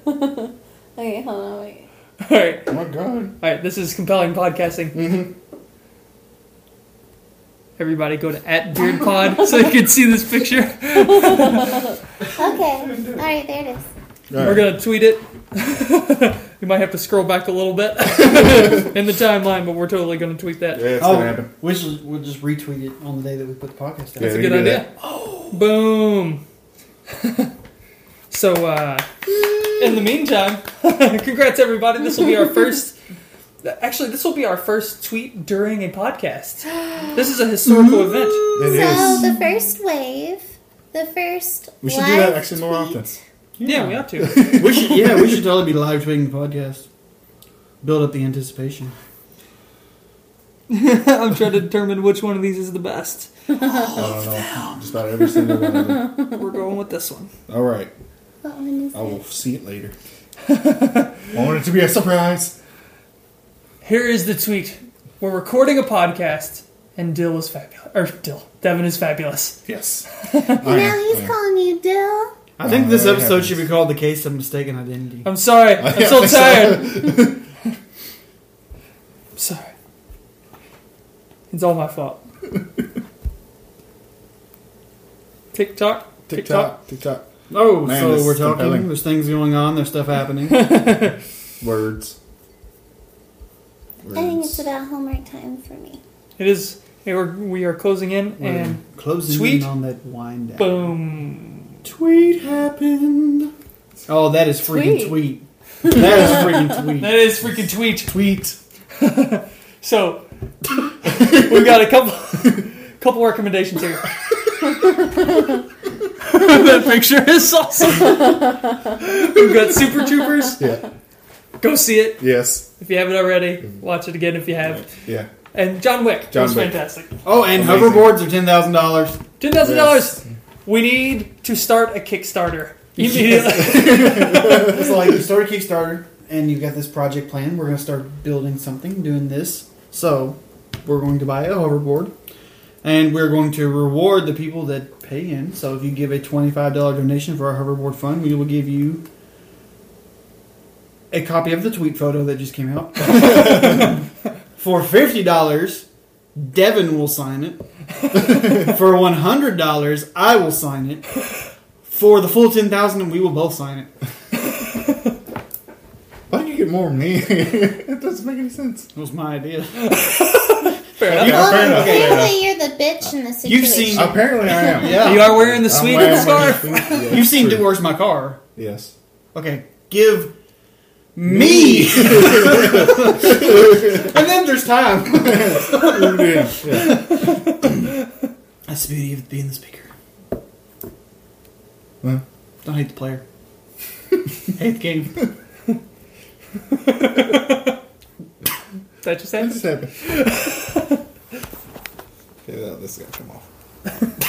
[SPEAKER 7] okay, hold on, wait.
[SPEAKER 3] All right,
[SPEAKER 4] Oh my god.
[SPEAKER 3] all right. This is compelling podcasting.
[SPEAKER 4] Mm-hmm.
[SPEAKER 3] Everybody, go to at BeardPod so you can see this picture.
[SPEAKER 7] Okay, all right, there it is.
[SPEAKER 3] We're gonna tweet it. you might have to scroll back a little bit in the timeline, but we're totally gonna tweet that.
[SPEAKER 4] Yeah, it's gonna
[SPEAKER 5] Oh,
[SPEAKER 4] happen.
[SPEAKER 5] which is- we'll just retweet it on the day that we put the podcast out.
[SPEAKER 4] Yeah,
[SPEAKER 3] That's a
[SPEAKER 4] you
[SPEAKER 3] good
[SPEAKER 4] do that. Oh.
[SPEAKER 3] idea. Boom. so, uh, in the meantime, congrats everybody. This will be our first. Actually, this will be our first tweet during a podcast. This is a historical event.
[SPEAKER 4] It
[SPEAKER 7] so
[SPEAKER 4] is.
[SPEAKER 7] Oh, the first wave, the first
[SPEAKER 4] We should do
[SPEAKER 7] live
[SPEAKER 4] that actually more
[SPEAKER 7] tweet.
[SPEAKER 4] often.
[SPEAKER 3] Yeah, we ought to.
[SPEAKER 5] We should, yeah, we should totally be live tweeting the podcast. Build up the anticipation.
[SPEAKER 3] I'm trying to determine which one of these is the best.
[SPEAKER 4] I don't know. Just about every single one of them.
[SPEAKER 3] We're going with this one.
[SPEAKER 4] All right.
[SPEAKER 7] What one is
[SPEAKER 4] I will
[SPEAKER 7] it?
[SPEAKER 4] see it later. I want it to be a surprise.
[SPEAKER 3] Here is the tweet. We're recording a podcast, and Dill is fabulous. Or Dill, Devin is fabulous.
[SPEAKER 4] Yes.
[SPEAKER 7] Now he's calling you Dill.
[SPEAKER 5] I think this
[SPEAKER 4] Uh, it
[SPEAKER 5] episode
[SPEAKER 4] happens.
[SPEAKER 5] should be called "The Case of Mistaken Identity."
[SPEAKER 3] I'm sorry. I'm so tired. I'm sorry. It's all my fault. Tick tock. Tick tock.
[SPEAKER 4] TikTok. TikTok.
[SPEAKER 5] Oh,
[SPEAKER 4] Man, this
[SPEAKER 5] so
[SPEAKER 4] is
[SPEAKER 5] we're talking.
[SPEAKER 4] compelling.
[SPEAKER 5] There's things going on. There's stuff happening.
[SPEAKER 4] Words.
[SPEAKER 7] I think it's about homework time for me.
[SPEAKER 3] It is. Hey, we're, we are closing in, and
[SPEAKER 5] Closing
[SPEAKER 3] Sweet.
[SPEAKER 5] in on that wind down.
[SPEAKER 3] boom.
[SPEAKER 5] Tweet happened. Oh, that is freaking
[SPEAKER 7] Tweet.
[SPEAKER 5] tweet.
[SPEAKER 15] That is freaking tweet.
[SPEAKER 3] That is freaking tweet.
[SPEAKER 4] Tweet.
[SPEAKER 3] So we've got a couple couple recommendations here. that picture is awesome. we've got Super Troopers.
[SPEAKER 4] Yeah.
[SPEAKER 3] Go see it
[SPEAKER 4] Yes.
[SPEAKER 3] if you haven't already. Watch it again if you have.
[SPEAKER 4] Yeah.
[SPEAKER 3] And John Wick.
[SPEAKER 4] John
[SPEAKER 3] was
[SPEAKER 4] Wick.
[SPEAKER 3] fantastic.
[SPEAKER 15] Oh, and
[SPEAKER 4] Amazing.
[SPEAKER 15] hoverboards are ten thousand dollars.
[SPEAKER 3] Ten thousand
[SPEAKER 4] Yes.
[SPEAKER 3] dollars. We need to start a Kickstarter.
[SPEAKER 5] It's like you start a Kickstarter and you've got this project plan. We're going to start building something, doing this. So we're going to buy a hoverboard and we're going to reward the people that pay in. So if you give a $25 donation for our hoverboard fund, we will give you a copy of the tweet photo that just came out. for $50, Devin will sign it. for $100, I will sign it. For the full 10000 we will both sign it.
[SPEAKER 4] Why do you get more than me? it doesn't make any sense.
[SPEAKER 5] It was my idea.
[SPEAKER 3] Fair enough.
[SPEAKER 4] Yeah, fair enough. fair enough.
[SPEAKER 7] Clearly, you're the bitch in the situation.
[SPEAKER 5] You've seen-
[SPEAKER 4] Apparently, I am.
[SPEAKER 5] Yeah.
[SPEAKER 3] You are wearing the
[SPEAKER 4] I'm
[SPEAKER 3] sweet
[SPEAKER 4] wearing
[SPEAKER 3] and the scarf.
[SPEAKER 4] my- Yeah,
[SPEAKER 5] You've seen
[SPEAKER 4] true.
[SPEAKER 5] Do Where's My Car?
[SPEAKER 4] Yes.
[SPEAKER 5] Okay, give me. and then there's time.
[SPEAKER 4] Yeah. yeah.
[SPEAKER 5] That's the beauty of being the speaker.
[SPEAKER 4] Well.
[SPEAKER 5] Don't hate the player. hate the game.
[SPEAKER 3] That just
[SPEAKER 4] What
[SPEAKER 3] happened.
[SPEAKER 4] just happened? okay, now this is gonna come off.